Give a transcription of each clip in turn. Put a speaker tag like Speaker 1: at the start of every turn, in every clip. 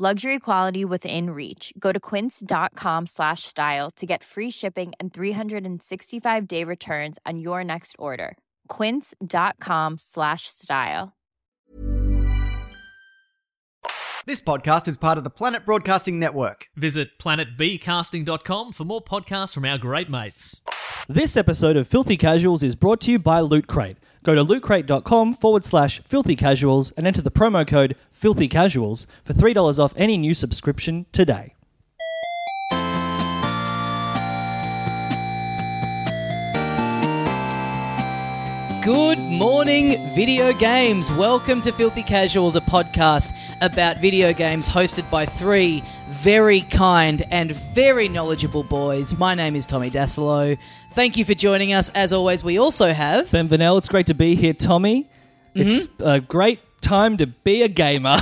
Speaker 1: Luxury quality within reach. Go to quince.com slash style to get free shipping and 365 day returns on your next order. Quince.com slash style.
Speaker 2: This podcast is part of the Planet Broadcasting Network.
Speaker 3: Visit planetbcasting.com for more podcasts from our great mates.
Speaker 4: This episode of Filthy Casuals is brought to you by Loot Crate. Go to lootcrate.com forward slash filthy casuals and enter the promo code filthy casuals for $3 off any new subscription today.
Speaker 5: Good morning, video games. Welcome to Filthy Casuals, a podcast about video games hosted by three very kind and very knowledgeable boys. My name is Tommy Dasilo. Thank you for joining us. As always, we also have.
Speaker 4: Ben Vanel, it's great to be here, Tommy. It's
Speaker 6: Mm-hmm.
Speaker 4: a great time to be a gamer.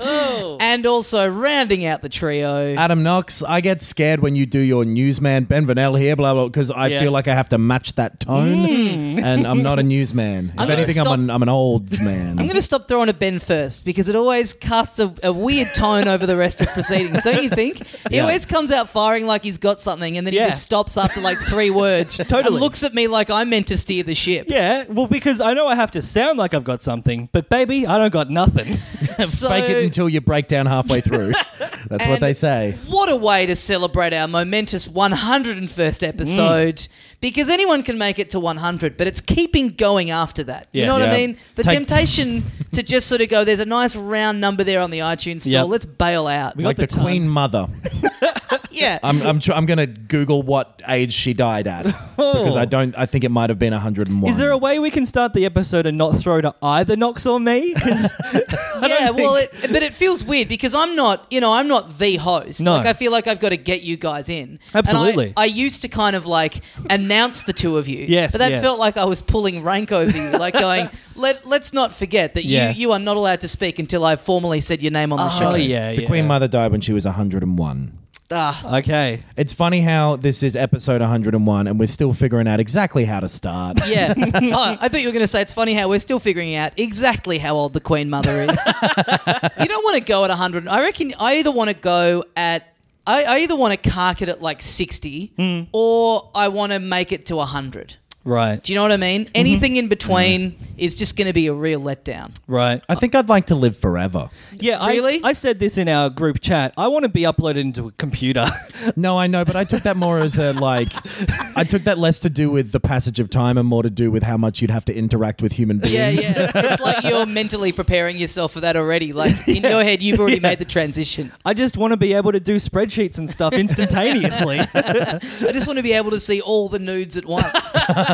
Speaker 5: And also rounding out the trio.
Speaker 6: Adam Knox, I get scared when you do your newsman Ben Vanel here, blah blah, because I
Speaker 4: Yeah. Hmm.
Speaker 6: feel like I have to match that tone, and I'm not a
Speaker 5: I'm
Speaker 6: newsman. if
Speaker 5: gonna
Speaker 6: anything,
Speaker 5: stop-
Speaker 6: I'm an I'm an olds man.
Speaker 5: I'm going to stop throwing at Ben first because it always casts a, a weird tone over the rest of proceedings, don't you think? He
Speaker 6: Yeah.
Speaker 5: always comes out firing like he's got something and then
Speaker 4: Yeah.
Speaker 5: he just stops after like three words and
Speaker 4: Totally.
Speaker 5: looks at me like I'm meant to steer the ship.
Speaker 4: yeah, well, because I know I have to sound like I've got something, but baby, I don't got nothing.
Speaker 5: So,
Speaker 6: Fake it until you break down halfway through. That's what
Speaker 5: And-
Speaker 6: they say.
Speaker 5: what a way to celebrate our momentous 101st episode
Speaker 4: Mm.
Speaker 5: because anyone can make it to 100, but it's keeping going after that. You
Speaker 4: Yes.
Speaker 5: know what I
Speaker 6: Yeah.
Speaker 5: mean? The
Speaker 6: Take-
Speaker 5: temptation to just sort of go, there's a nice round number there on the iTunes store,
Speaker 4: Yep.
Speaker 5: let's bail out.
Speaker 4: got
Speaker 6: Like
Speaker 4: the
Speaker 6: the,
Speaker 4: time.
Speaker 6: Queen Mother.
Speaker 5: yeah.
Speaker 6: I'm I'm, tr- I'm going to Google what age she died at because I don't. I think it might have been 101.
Speaker 4: Oh. Is there a way we can start the episode and not throw to either Knox or me? 'Cause-
Speaker 5: yeah, well, it, but it feels weird because I'm not, you know, I'm not the host.
Speaker 4: No.
Speaker 5: Like, I feel like I've got to get you guys in. And I-
Speaker 4: Absolutely.
Speaker 5: I, used to kind of like announce the two of you.
Speaker 4: Yes,
Speaker 5: But that
Speaker 4: yes.
Speaker 5: felt like I was pulling rank over you, like going, Let, let's not forget that
Speaker 4: Yeah.
Speaker 5: you, you are not allowed to speak until I've formally said your name on the show.
Speaker 4: oh, yeah,
Speaker 6: The
Speaker 4: yeah.
Speaker 6: Queen Mother died when she was 101.
Speaker 5: Ah,
Speaker 4: Okay.
Speaker 6: It's funny how this is episode 101 and we're still figuring out exactly how to start.
Speaker 5: yeah. oh, I thought you were going to say it's funny how we're still figuring out exactly how old the Queen Mother is. you don't want to go at 100. I reckon I either want to go at. I, I either want to cark it at like 60 or I want to make it to 100.
Speaker 4: Right,
Speaker 5: Do you know what I mean? Anything in between is just going to be a real letdown.
Speaker 4: right.
Speaker 6: I think I'd like to live forever.
Speaker 4: Yeah, I-
Speaker 5: Really?
Speaker 4: I, said this in our group chat. I want to be uploaded into a computer.
Speaker 6: No, I know, but I took that more as a like, I took that less to do with the passage of time and more to do with how much you'd have to interact with human beings.
Speaker 5: Yeah, yeah. it's like you're mentally preparing yourself for that already. Like in your head, you've already made the transition.
Speaker 4: I just want to be able to do spreadsheets and stuff instantaneously.
Speaker 5: I just want to be able to see all the nudes at once.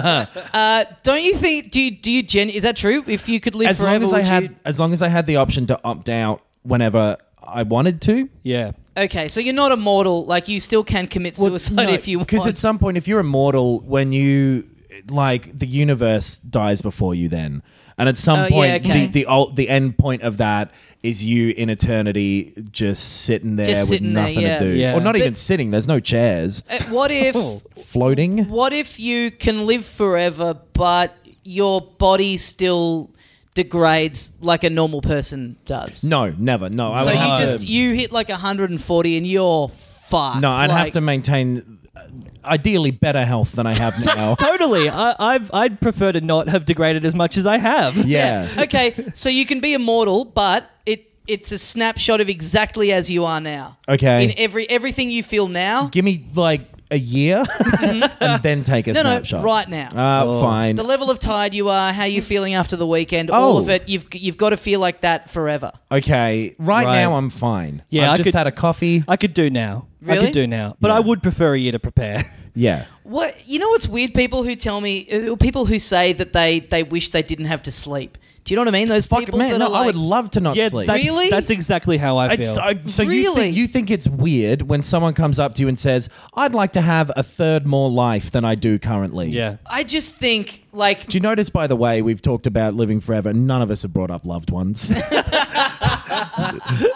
Speaker 5: uh, don't you think? Do you, do you? Gen, is that true? If you could live
Speaker 6: As
Speaker 5: forever,
Speaker 6: long as I
Speaker 5: would
Speaker 6: had,
Speaker 5: you?
Speaker 6: as long as I had the option to opt out whenever I wanted to.
Speaker 4: yeah.
Speaker 5: Okay, so you're not immortal. Like you still can commit suicide if you want.
Speaker 6: because at some point, if you're immortal, when you like the universe dies before you, then and at some
Speaker 5: Oh, yeah,
Speaker 6: point,
Speaker 5: okay.
Speaker 6: the the old, the end point of that is you in eternity just sitting there
Speaker 5: Just
Speaker 6: with
Speaker 5: sitting there,
Speaker 6: nothing
Speaker 5: yeah.
Speaker 6: to do,
Speaker 4: Yeah.
Speaker 6: or not
Speaker 5: But-
Speaker 6: even sitting. There's no chairs,
Speaker 5: Uh, what if?
Speaker 6: Oh. floating.
Speaker 5: What if you can live forever, but your body still degrades like a normal person does?
Speaker 6: No, never. No, I
Speaker 5: So
Speaker 6: would
Speaker 5: you
Speaker 6: have
Speaker 5: just
Speaker 6: to-
Speaker 5: you hit like 140 and you're fucked.
Speaker 6: no. I'd have
Speaker 5: Like,
Speaker 6: to maintain uh, ideally better health than I have now.
Speaker 4: Totally. I, I've, I'd prefer to not have degraded as much as I have.
Speaker 6: yeah.
Speaker 5: okay, so you can be immortal, but it it's a snapshot of exactly as you are now.
Speaker 6: Okay.
Speaker 5: In every everything you feel now.
Speaker 6: Give me like a year and then take a
Speaker 5: Mm-hmm. No, no,
Speaker 6: snapshot.
Speaker 5: right now.
Speaker 6: Uh, Fine.
Speaker 5: the level of tired you are, how you're feeling after the weekend, all
Speaker 6: Oh.
Speaker 5: of it, you've you've got to feel like that forever.
Speaker 6: Okay. Right,
Speaker 4: Right.
Speaker 6: now, I'm fine.
Speaker 4: Yeah,
Speaker 6: I've
Speaker 4: I
Speaker 6: just
Speaker 4: could-
Speaker 6: had a coffee.
Speaker 4: I could do now. I
Speaker 5: Really?
Speaker 4: could do now. But I would prefer a year to prepare.
Speaker 6: yeah.
Speaker 5: uh, What you know? What's weird? People who tell me, uh, people who say that they they wish they didn't have to sleep. Do you know what I mean? Those
Speaker 6: Fuck
Speaker 5: people
Speaker 6: man,
Speaker 5: that
Speaker 6: no,
Speaker 5: are like,
Speaker 6: I would love to not
Speaker 4: Yeah,
Speaker 6: sleep.
Speaker 4: that's,
Speaker 5: Really?
Speaker 4: that's exactly how I feel.
Speaker 6: It's, I, so you,
Speaker 5: Really?
Speaker 6: think, you think it's weird when someone comes up to you and says, "I'd like to have a third more life than I do currently."
Speaker 4: yeah.
Speaker 5: I just think like
Speaker 6: Do you notice, by the way, we've talked about living forever. None of us have brought up loved ones.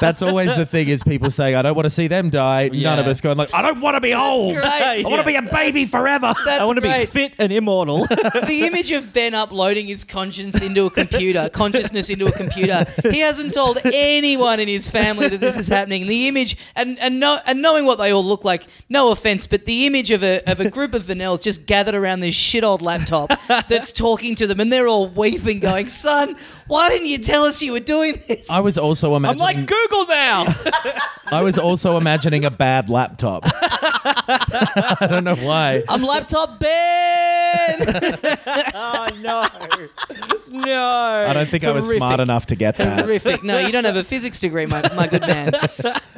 Speaker 6: That's always the thing: is people saying, "I don't want to see them die." None of
Speaker 4: Yeah.
Speaker 6: us going like, "I don't want to be old.
Speaker 5: great.
Speaker 6: I want to be a baby forever."
Speaker 5: that's
Speaker 4: I want to be
Speaker 5: great.
Speaker 4: fit and immortal.
Speaker 5: the image of Ben uploading his conscience into a computer, consciousness into a computer. He hasn't told anyone in his family that this is happening. The image and and, no, and knowing what they all look like. No offense, but the image of a of a group of vanels just gathered around this shit old laptop that's talking to them, and they're all weeping, going, "Son, why didn't you tell us you were doing this?"
Speaker 6: I was also
Speaker 4: I'm
Speaker 6: imagining.
Speaker 4: like Google now.
Speaker 6: I was also imagining a bad laptop. I don't know why.
Speaker 5: I'm laptop Ben.
Speaker 4: oh no, no.
Speaker 6: I don't think I was
Speaker 5: Horrific.
Speaker 6: smart enough to get that.
Speaker 5: Horrific. No, you don't have a physics degree, my, my good man.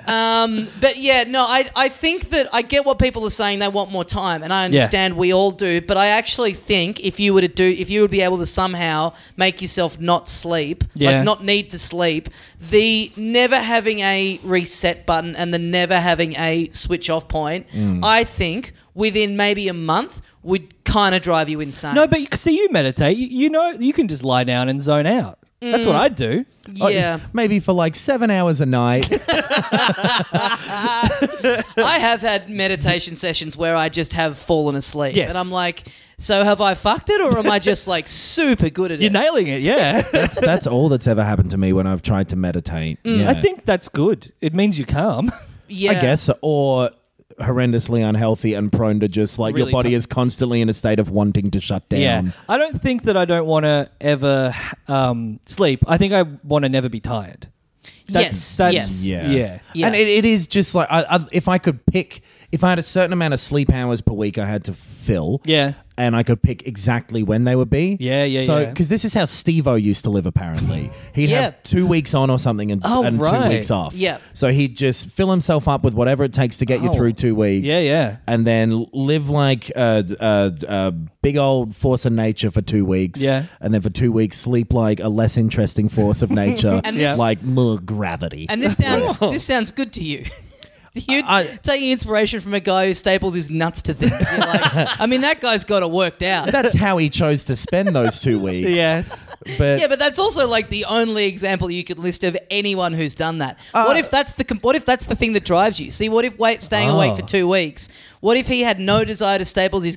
Speaker 5: Um, but yeah, no, I, I think that I get what people are saying. They want more time, and I understand we all do. But I actually think if you were to do, if you would be able to somehow make yourself not sleep,
Speaker 4: Yeah.
Speaker 5: like not need to sleep, the never having a reset button and the never having a switch off point,
Speaker 4: Mm.
Speaker 5: I think within maybe a month would kind of drive you insane.
Speaker 4: No, but you, see, you meditate. You, you know, you can just lie down and zone out. That's
Speaker 6: Mm.
Speaker 4: what I do.
Speaker 5: yeah.
Speaker 6: Oh, Maybe for like seven hours a night.
Speaker 5: I have had meditation sessions where I just have fallen asleep.
Speaker 4: Yes.
Speaker 5: And I'm like, so have I fucked it or am I just like super good at
Speaker 4: You're
Speaker 5: it?
Speaker 4: nailing it. Yeah,
Speaker 6: that's, that's all that's ever happened to me when I've tried to meditate. Yeah.
Speaker 4: I think that's good. It means you calm.
Speaker 5: yeah.
Speaker 6: I guess, or horrendously unhealthy and prone to just like
Speaker 4: Really
Speaker 6: your body
Speaker 4: tough.
Speaker 6: is constantly in a state of wanting to shut down.
Speaker 4: Yeah, I don't think that I don't want to ever um, sleep. I think I want to never be tired.
Speaker 5: yes.
Speaker 4: that's,
Speaker 5: yes.
Speaker 6: Yeah.
Speaker 4: yeah.
Speaker 5: Yeah.
Speaker 6: And it, it is just like, I, I, if I could pick, if I had a certain amount of sleep hours per week I had to fill.
Speaker 4: Yeah.
Speaker 6: And I could pick exactly when they would be.
Speaker 4: Yeah, yeah,
Speaker 6: so,
Speaker 4: yeah.
Speaker 6: Because this is how Steve O used to live, apparently. He'd
Speaker 5: Yeah.
Speaker 6: have two weeks on or something and,
Speaker 4: Oh,
Speaker 6: and
Speaker 4: right.
Speaker 6: two weeks off.
Speaker 5: Yeah.
Speaker 6: So he'd just fill himself up with whatever it takes to get you
Speaker 4: Oh.
Speaker 6: through two weeks.
Speaker 4: Yeah, yeah.
Speaker 6: and then live like a, a, a big old force of nature for two weeks.
Speaker 4: Yeah.
Speaker 6: And then for two weeks, sleep like a less interesting force of nature,
Speaker 5: And this-
Speaker 6: like more gravity.
Speaker 5: And this sounds this sounds good to you. You're
Speaker 6: I-
Speaker 5: taking inspiration from a guy who staples his nuts to things. You're like, I mean, that guy's got it worked out.
Speaker 6: That's how he chose to spend those two weeks.
Speaker 4: Yes.
Speaker 6: But
Speaker 5: Yeah, but that's also like the only example you could list of anyone who's done that. what
Speaker 4: Uh,
Speaker 5: if that's the com- what if that's the thing that drives you? See, what if wait staying awake
Speaker 4: Oh.
Speaker 5: for two weeks? What if he had no desire to staple his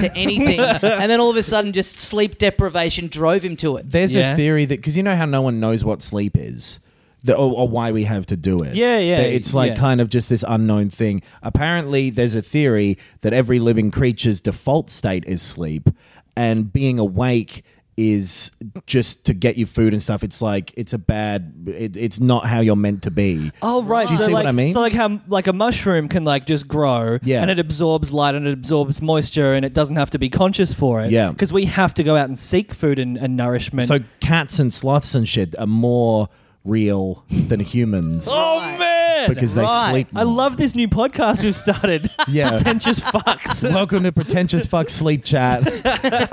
Speaker 5: to anything, and then all of a sudden just sleep deprivation drove him to it?
Speaker 6: there's
Speaker 4: Yeah.
Speaker 6: a theory that, because you know how no one knows what sleep is. The, or, or why we have to do it.
Speaker 4: Yeah, yeah,
Speaker 6: That it's like
Speaker 4: yeah.
Speaker 6: kind of just this unknown thing. Apparently, there's a theory that every living creature's default state is sleep, and being awake is just to get you food and stuff. It's like it's a bad. It, it's not how you're meant to be.
Speaker 4: Oh right.
Speaker 6: Do you
Speaker 4: so
Speaker 6: see
Speaker 4: like,
Speaker 6: what I mean?
Speaker 4: so like how like a mushroom can like just grow,
Speaker 6: Yeah.
Speaker 4: and it absorbs light and it absorbs moisture, and it doesn't have to be conscious for it.
Speaker 6: Yeah.
Speaker 4: Because we have to go out and seek food and, and nourishment.
Speaker 6: So cats and sloths and shit are more real than humans
Speaker 4: oh
Speaker 5: Right.
Speaker 4: man,
Speaker 6: because
Speaker 5: Right.
Speaker 6: they sleep.
Speaker 4: I love this new podcast we've started.
Speaker 6: Yeah.
Speaker 4: Pretentious fucks.
Speaker 6: Welcome to pretentious fuck sleep chat.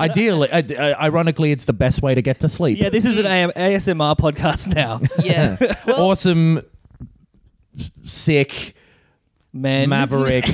Speaker 6: Ideally, uh, uh, ironically, it's the best way to get to sleep.
Speaker 4: yeah, this is an AM- ASMR podcast now.
Speaker 5: Yeah, well,
Speaker 6: awesome, sick
Speaker 4: Man,
Speaker 6: maverick.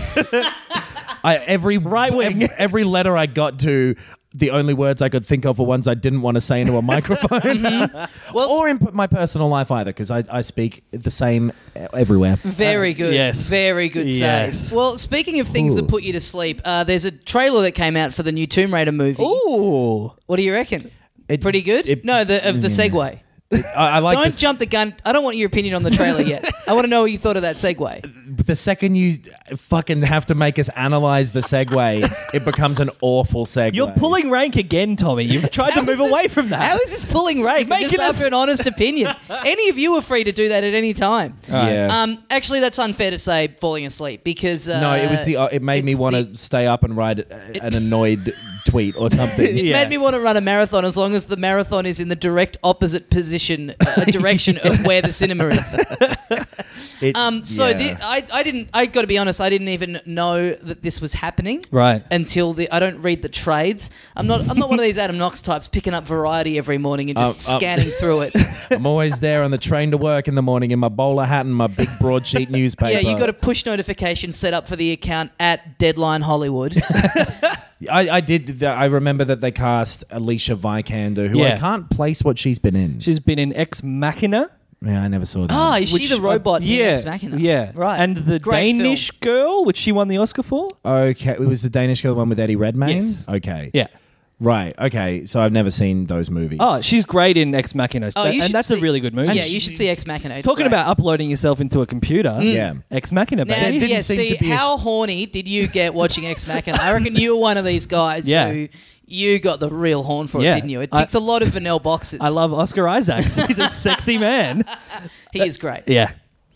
Speaker 6: I every right
Speaker 4: wing.
Speaker 6: Every, letter I got to, the only words I could think of were ones I didn't want to say into a microphone,
Speaker 5: Mm-hmm. well,
Speaker 6: or in p- my personal life either, because I, I speak the same e-, everywhere.
Speaker 5: Very good.
Speaker 4: yes.
Speaker 5: Very good save.
Speaker 4: Yes.
Speaker 5: Well, speaking of things that put you to sleep, uh, there's a trailer that came out for the new Tomb Raider movie.
Speaker 4: Ooh.
Speaker 5: What do you reckon?
Speaker 6: It-
Speaker 5: Pretty good?
Speaker 6: it- Mm-hmm.
Speaker 5: no, the, of the segue.
Speaker 6: I, I like
Speaker 5: Don't
Speaker 6: this-
Speaker 5: jump the gun. I don't want your opinion on the trailer yet. I want to know what you thought of that segue.
Speaker 6: the second you fucking have to make us analyze the segue, it becomes an awful segue.
Speaker 4: You're pulling rank again, Tommy. You've tried to
Speaker 5: How
Speaker 4: move
Speaker 5: is this-
Speaker 4: away from that.
Speaker 5: How is this pulling rank?
Speaker 4: Making
Speaker 5: Just
Speaker 4: us-
Speaker 5: after an honest opinion. Any of you are free to do that at any time.
Speaker 6: Yeah.
Speaker 5: Um, actually, that's unfair to say falling asleep because uh,
Speaker 6: no, it was the. Uh, it made me
Speaker 5: it's
Speaker 6: want
Speaker 5: the-
Speaker 6: to stay up and ride a- an annoyed tweet or something.
Speaker 4: Yeah.
Speaker 5: Made me want to run a marathon as long as the marathon is in the direct opposite position, uh, direction of where the cinema is.
Speaker 4: It-
Speaker 5: Um, so
Speaker 6: Yeah.
Speaker 5: thi- I, I didn't. I got to be honest. I didn't even know that this was happening.
Speaker 4: Right.
Speaker 5: Until the I don't read the trades. I'm not. I'm not one of these Adam Knox types picking up Variety every morning and just
Speaker 6: Um, um.
Speaker 5: scanning through it.
Speaker 6: I'm always there on the train to work in the morning in my bowler hat and my big broadsheet
Speaker 5: yeah,
Speaker 6: newspaper.
Speaker 5: you got a push notification set up for the account at Deadline Hollywood.
Speaker 6: I, I did. I remember that they cast Alicia Vikander, who
Speaker 4: Yeah.
Speaker 6: I can't place what she's been in.
Speaker 4: She's been in Ex Machina.
Speaker 6: yeah, I never saw that.
Speaker 5: Ah, is she
Speaker 4: which-
Speaker 5: the robot? in
Speaker 4: yeah,
Speaker 5: Ex Machina?
Speaker 4: yeah,
Speaker 5: right.
Speaker 4: And the
Speaker 5: Great film.
Speaker 4: Danish girl, which she won the Oscar for.
Speaker 6: Okay, it was the Danish girl, the one with Eddie Redmayne.
Speaker 4: Yes.
Speaker 6: Okay.
Speaker 4: Yeah.
Speaker 6: Right. Okay. So I've never seen those movies.
Speaker 4: Oh, she's great in Ex Machina.
Speaker 5: Oh,
Speaker 4: That-
Speaker 5: you
Speaker 4: and
Speaker 5: should
Speaker 4: that's a
Speaker 5: see-
Speaker 4: really good movie.
Speaker 5: Yeah, you should see Ex Machina. It's
Speaker 4: Talking
Speaker 5: great. Mm.
Speaker 4: about uploading yourself into a computer.
Speaker 6: Yeah.
Speaker 4: Ex Machina,
Speaker 5: Now,
Speaker 4: baby.
Speaker 6: didn't
Speaker 5: yeah,
Speaker 6: seem
Speaker 5: see,
Speaker 6: to be a-
Speaker 5: how horny did you get watching Ex Machina? I reckon you were one of these guys
Speaker 4: Yeah.
Speaker 5: who you got the real horn for,
Speaker 4: Yeah.
Speaker 5: it, didn't you? It
Speaker 4: I-
Speaker 5: ticks a lot of vanilla boxes.
Speaker 4: I love Oscar Isaacs. He's a sexy man.
Speaker 5: He is great.
Speaker 4: Yeah.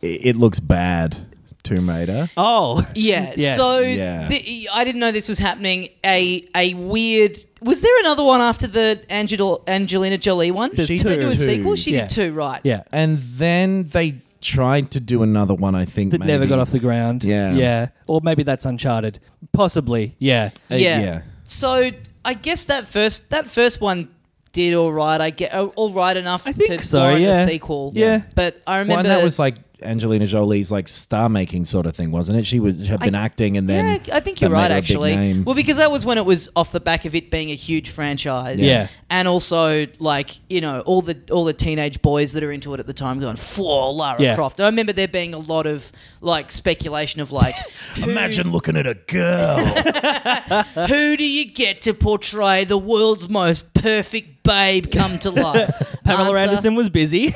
Speaker 6: I- It looks bad. Tomb Raider.
Speaker 4: Oh,
Speaker 5: Yeah.
Speaker 4: Yes.
Speaker 5: So
Speaker 6: Yeah.
Speaker 5: The, I didn't know this was happening. A a weird. Was there another one after the Angel, Angelina Jolie one?
Speaker 6: There's
Speaker 5: Did they
Speaker 6: two.
Speaker 5: do a
Speaker 6: Two.
Speaker 5: sequel? She
Speaker 4: Yeah.
Speaker 5: did two, right?
Speaker 4: yeah.
Speaker 6: And then they tried to do another one. I think
Speaker 4: That
Speaker 6: maybe.
Speaker 4: never got off the ground.
Speaker 6: Yeah.
Speaker 4: Yeah. Or maybe that's Uncharted. Possibly. Yeah.
Speaker 6: Uh,
Speaker 5: yeah.
Speaker 6: yeah.
Speaker 5: So I guess that first that first one did all right. I get all right enough
Speaker 4: I think
Speaker 5: to
Speaker 4: so,
Speaker 5: warrant
Speaker 4: yeah.
Speaker 5: a sequel.
Speaker 4: Yeah.
Speaker 5: But I
Speaker 6: Well,
Speaker 5: remember
Speaker 6: and that was like Angelina Jolie's like star making sort of thing, wasn't it? She was had been acting and then
Speaker 5: yeah, I think
Speaker 6: that
Speaker 5: you're right.
Speaker 6: made her a big
Speaker 5: Actually,
Speaker 6: name.
Speaker 5: well, because that was when it was off the back of it being a huge franchise.
Speaker 4: Yeah.
Speaker 5: and also like you know all the all the teenage boys that are into it at the time going, "Whoa, Lara
Speaker 4: Yeah.
Speaker 5: Croft." I remember there being a lot of like speculation of like, who,
Speaker 6: Imagine looking at a girl. Uh.
Speaker 5: who do you get to portray the world's most perfect babe come to life?
Speaker 4: Pamela
Speaker 5: Answer,
Speaker 4: Anderson was busy.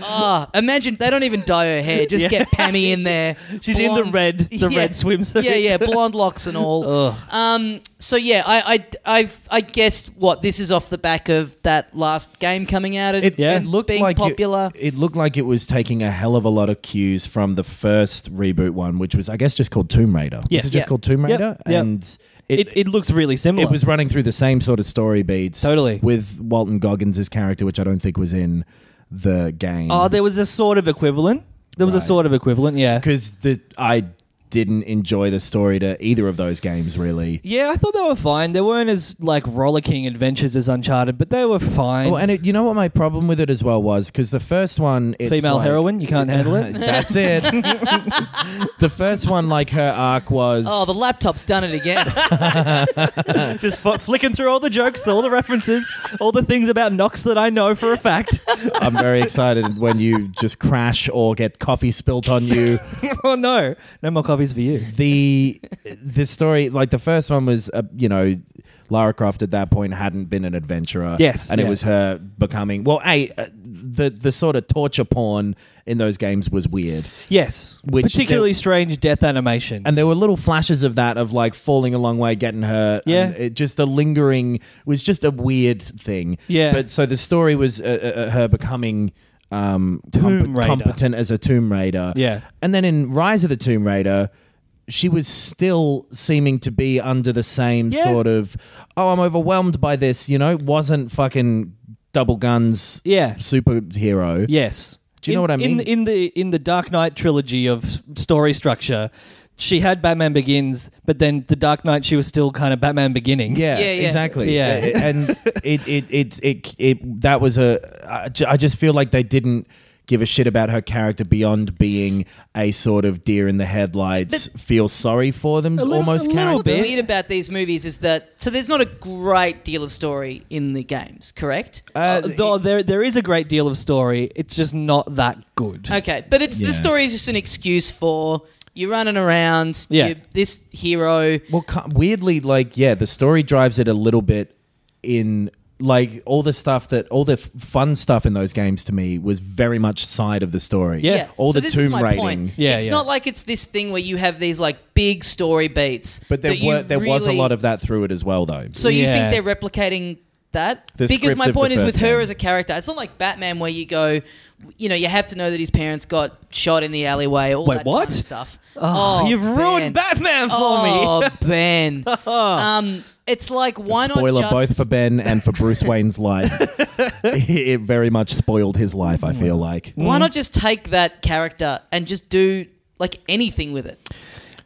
Speaker 5: Ah, imagine they don't even dye her hair; just
Speaker 4: Yeah.
Speaker 5: get Pammy in there.
Speaker 4: She's in the red- the red swimsuit.
Speaker 5: Yeah, yeah, blonde locks and all. um, so yeah, I, I, I've, I guessed what this is off the back of that last game coming out. It,
Speaker 6: It,
Speaker 4: Yeah.
Speaker 6: it looked
Speaker 5: being
Speaker 6: like it-
Speaker 5: popular.
Speaker 6: It, looked like it was taking a hell of a lot of cues from the first reboot one, which was I guess just called Tomb Raider.
Speaker 4: Yes.
Speaker 6: Was it just
Speaker 4: Yeah.
Speaker 6: called Tomb
Speaker 4: Yep,
Speaker 6: Raider?
Speaker 4: yep.
Speaker 6: And it,
Speaker 4: it,
Speaker 6: it,
Speaker 4: it looks really similar.
Speaker 6: was running through the same sort of story beats.
Speaker 4: Totally.
Speaker 6: With Walton Goggins' character, which I don't think was in the game.
Speaker 4: Oh, there was a sort of equivalent. There was a
Speaker 6: Right.
Speaker 4: sort of equivalent, yeah.
Speaker 6: because the I didn't enjoy the story to either of those games really.
Speaker 4: Yeah, I thought they were fine. They weren't as like rollicking adventures as Uncharted, but they were fine.
Speaker 6: Oh, and it, you know what my problem with it as well was because the first one, it's
Speaker 4: Female
Speaker 6: like-
Speaker 4: heroine, you can't handle it?
Speaker 6: That's it. the first one, like her arc was.
Speaker 5: oh, the laptop's done it again.
Speaker 4: Just f- flicking through all the jokes, all the references, all the things about Knox that I know for a fact.
Speaker 6: I'm very excited when you just crash or get coffee spilt on you.
Speaker 4: oh no, no more copies for you.
Speaker 6: the the story like the first one was uh, you know Lara Croft at that point hadn't been an adventurer
Speaker 4: Yes,
Speaker 6: and
Speaker 4: yeah.
Speaker 6: it was her becoming well a uh, the the sort of torture porn in those games was weird
Speaker 4: Yes,
Speaker 6: Which-
Speaker 4: particularly strange death animations.
Speaker 6: and there were little flashes of that of like falling a long way getting hurt
Speaker 4: Yeah.
Speaker 6: and it just a lingering was just a weird thing
Speaker 4: Yeah.
Speaker 6: but so the story was uh, uh, uh, her becoming um
Speaker 4: Tomb Raider.
Speaker 6: competent as a tomb raider
Speaker 4: Yeah.
Speaker 6: and then in rise of the tomb raider she was still seeming to be under the same
Speaker 4: Yeah.
Speaker 6: sort of oh i'm overwhelmed by this you know wasn't fucking double guns
Speaker 4: yeah,
Speaker 6: superhero
Speaker 4: yes.
Speaker 6: Do you know
Speaker 4: In-
Speaker 6: what I mean?
Speaker 4: In, in the in the Dark Knight trilogy of story structure, she had Batman Begins, but then the Dark Knight she was still kind of Batman Beginning.
Speaker 6: Yeah,
Speaker 5: Yeah, yeah.
Speaker 6: exactly.
Speaker 4: Yeah.
Speaker 6: and it it it, it it that was a I ju- I just feel like they didn't give a shit about her character beyond being a sort of deer in the headlights, feel sorry for them
Speaker 4: little- a
Speaker 6: almost
Speaker 4: little
Speaker 6: character.
Speaker 5: What's
Speaker 4: bit.
Speaker 5: weird about these movies is that so there's not a great deal of story in the games, correct?
Speaker 4: Uh,
Speaker 6: Uh,
Speaker 4: though there there is a great deal of story. It's just not that good.
Speaker 5: Okay, but it's
Speaker 6: Yeah.
Speaker 5: the story is just an excuse for you running around.
Speaker 4: Yeah.
Speaker 5: you- this hero.
Speaker 6: Well, ki- weirdly, like yeah, the story drives it a little bit in like all the stuff that all the f- fun stuff in those games to me was very much side of the story.
Speaker 4: Yeah.
Speaker 6: all
Speaker 5: so
Speaker 6: the
Speaker 5: this is
Speaker 6: tomb
Speaker 5: my
Speaker 6: raiding.
Speaker 5: point.
Speaker 4: Yeah,
Speaker 5: it's
Speaker 4: yeah.
Speaker 5: not like it's this thing where you have these like big story beats.
Speaker 6: But there
Speaker 5: that you
Speaker 6: were there was a
Speaker 5: really-
Speaker 6: lot of that through it as well, though.
Speaker 5: So you
Speaker 4: Yeah.
Speaker 5: think they're replicating that
Speaker 6: The
Speaker 5: because
Speaker 6: script
Speaker 5: my
Speaker 6: of the
Speaker 5: point is with
Speaker 6: first
Speaker 5: her
Speaker 6: game.
Speaker 5: as a character, it's not like Batman where you go, you know, you have to know that his parents got shot in the alleyway. All
Speaker 4: Wait,
Speaker 5: that kind of
Speaker 4: what?
Speaker 5: stuff?
Speaker 4: Oh, you've ruined
Speaker 5: Ben.
Speaker 4: Batman for me.
Speaker 5: Oh, Ben. um, it's like why
Speaker 6: Spoiler
Speaker 5: not just
Speaker 6: both for Ben and for Bruce Wayne's life. it very much spoiled his life, I feel like.
Speaker 5: why
Speaker 4: Mm.
Speaker 5: not just take that character and just do like anything with it?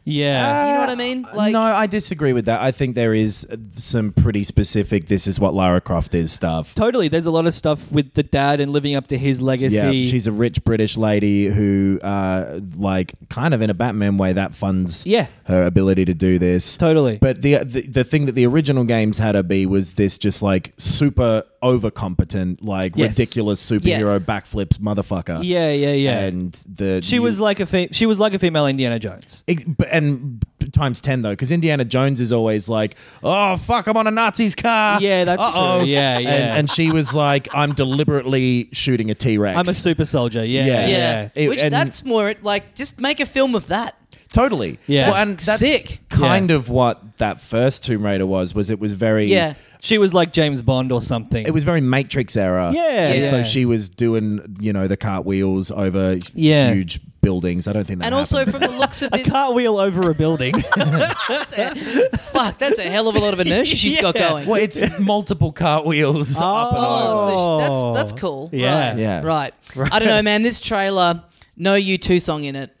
Speaker 4: Yeah.
Speaker 6: Uh,
Speaker 5: You know what I mean? Like,
Speaker 6: no, I disagree with that. I think there is uh, some pretty specific this is what Lara Croft is stuff.
Speaker 4: Totally. There's a lot of stuff with the dad and living up to his
Speaker 6: Yeah,
Speaker 4: legacy.
Speaker 6: she's a rich British lady who, uh, like, kind of in a Batman way, that funds
Speaker 4: Yeah.
Speaker 6: her ability to do this.
Speaker 4: Totally.
Speaker 6: But the, the the thing that the original games had her be was this just like super overcompetent, like
Speaker 4: Yes.
Speaker 6: ridiculous superhero backflips motherfucker.
Speaker 4: yeah, yeah, yeah.
Speaker 6: And the
Speaker 4: she
Speaker 6: you-
Speaker 4: was like a fe- she was like a female Indiana Jones.
Speaker 6: Ex- b- and b- times 10 though because indiana jones is always like oh fuck i'm on a nazi's car
Speaker 4: Yeah, that's
Speaker 6: Uh-oh."
Speaker 4: true. Yeah,
Speaker 6: And-
Speaker 4: yeah.
Speaker 6: and, she was like i'm deliberately shooting a t-rex
Speaker 4: I'm a super soldier. Yeah, yeah.
Speaker 6: Yeah.
Speaker 5: yeah,
Speaker 6: It-
Speaker 5: which
Speaker 6: and-
Speaker 5: that's more like just make a film of that.
Speaker 6: totally
Speaker 4: Yeah.
Speaker 6: well, and that's
Speaker 5: Sick.
Speaker 6: kind of what that first tomb raider was was it was very
Speaker 5: Yeah.
Speaker 4: She was like James Bond or something.
Speaker 6: it was very matrix era
Speaker 4: Yeah,
Speaker 6: And
Speaker 4: yeah.
Speaker 6: so she was doing you know the cartwheels over
Speaker 4: Yeah.
Speaker 6: huge buildings i don't think that
Speaker 5: And also,
Speaker 6: happened.
Speaker 5: from the looks of
Speaker 4: a
Speaker 5: this,
Speaker 4: cartwheel over a building.
Speaker 5: fuck, that's a hell of a lot of inertia she's got going.
Speaker 6: well, it's multiple cartwheels up and over.
Speaker 5: Oh, so she, that's that's cool.
Speaker 4: Yeah.
Speaker 5: right.
Speaker 6: Yeah.
Speaker 5: right. I don't know, man. This trailer, no U two song in it.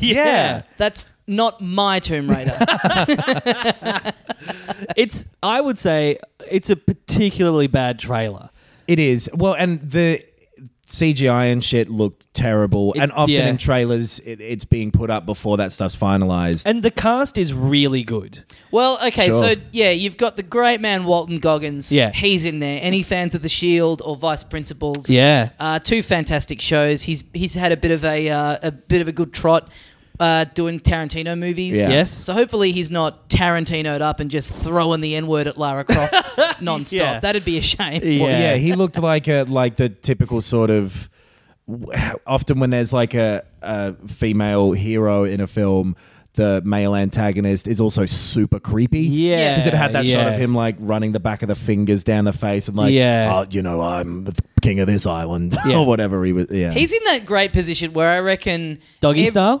Speaker 4: yeah.
Speaker 5: That's not my Tomb Raider.
Speaker 4: It's I would say it's a particularly bad trailer.
Speaker 6: It is. Well, and the CGI and shit looked terrible. and often
Speaker 4: yeah.
Speaker 6: in trailers, it, it's being put up before that stuff's finalized.
Speaker 4: And the cast is really good.
Speaker 5: well, okay,
Speaker 6: Sure.
Speaker 5: so yeah, you've got the great man Walton Goggins.
Speaker 4: Yeah.
Speaker 5: he's in there. Any fans of the Shield or Vice Principals?
Speaker 4: Yeah.
Speaker 5: uh, two fantastic shows. He's he's had a bit of a uh, a bit of a good trot. Uh, doing Tarantino movies,
Speaker 6: Yeah.
Speaker 4: Yes.
Speaker 5: So hopefully he's not Tarantinoed up and just throwing the N word at Lara Croft nonstop.
Speaker 4: Yeah.
Speaker 5: That'd be a shame.
Speaker 6: Well, yeah.
Speaker 4: yeah.
Speaker 6: he looked like a like the typical sort of. Often when there's like a, a female hero in a film, the male antagonist is also super creepy.
Speaker 4: Yeah.
Speaker 6: because it had that shot
Speaker 4: Yeah.
Speaker 6: of him like running the back of the fingers down the face and like,
Speaker 4: Yeah.
Speaker 6: oh, you know, I'm the king of this island
Speaker 4: Yeah.
Speaker 6: or whatever he was. Yeah,
Speaker 5: He's in that great position where I reckon
Speaker 4: Doggy
Speaker 5: ev-
Speaker 4: style?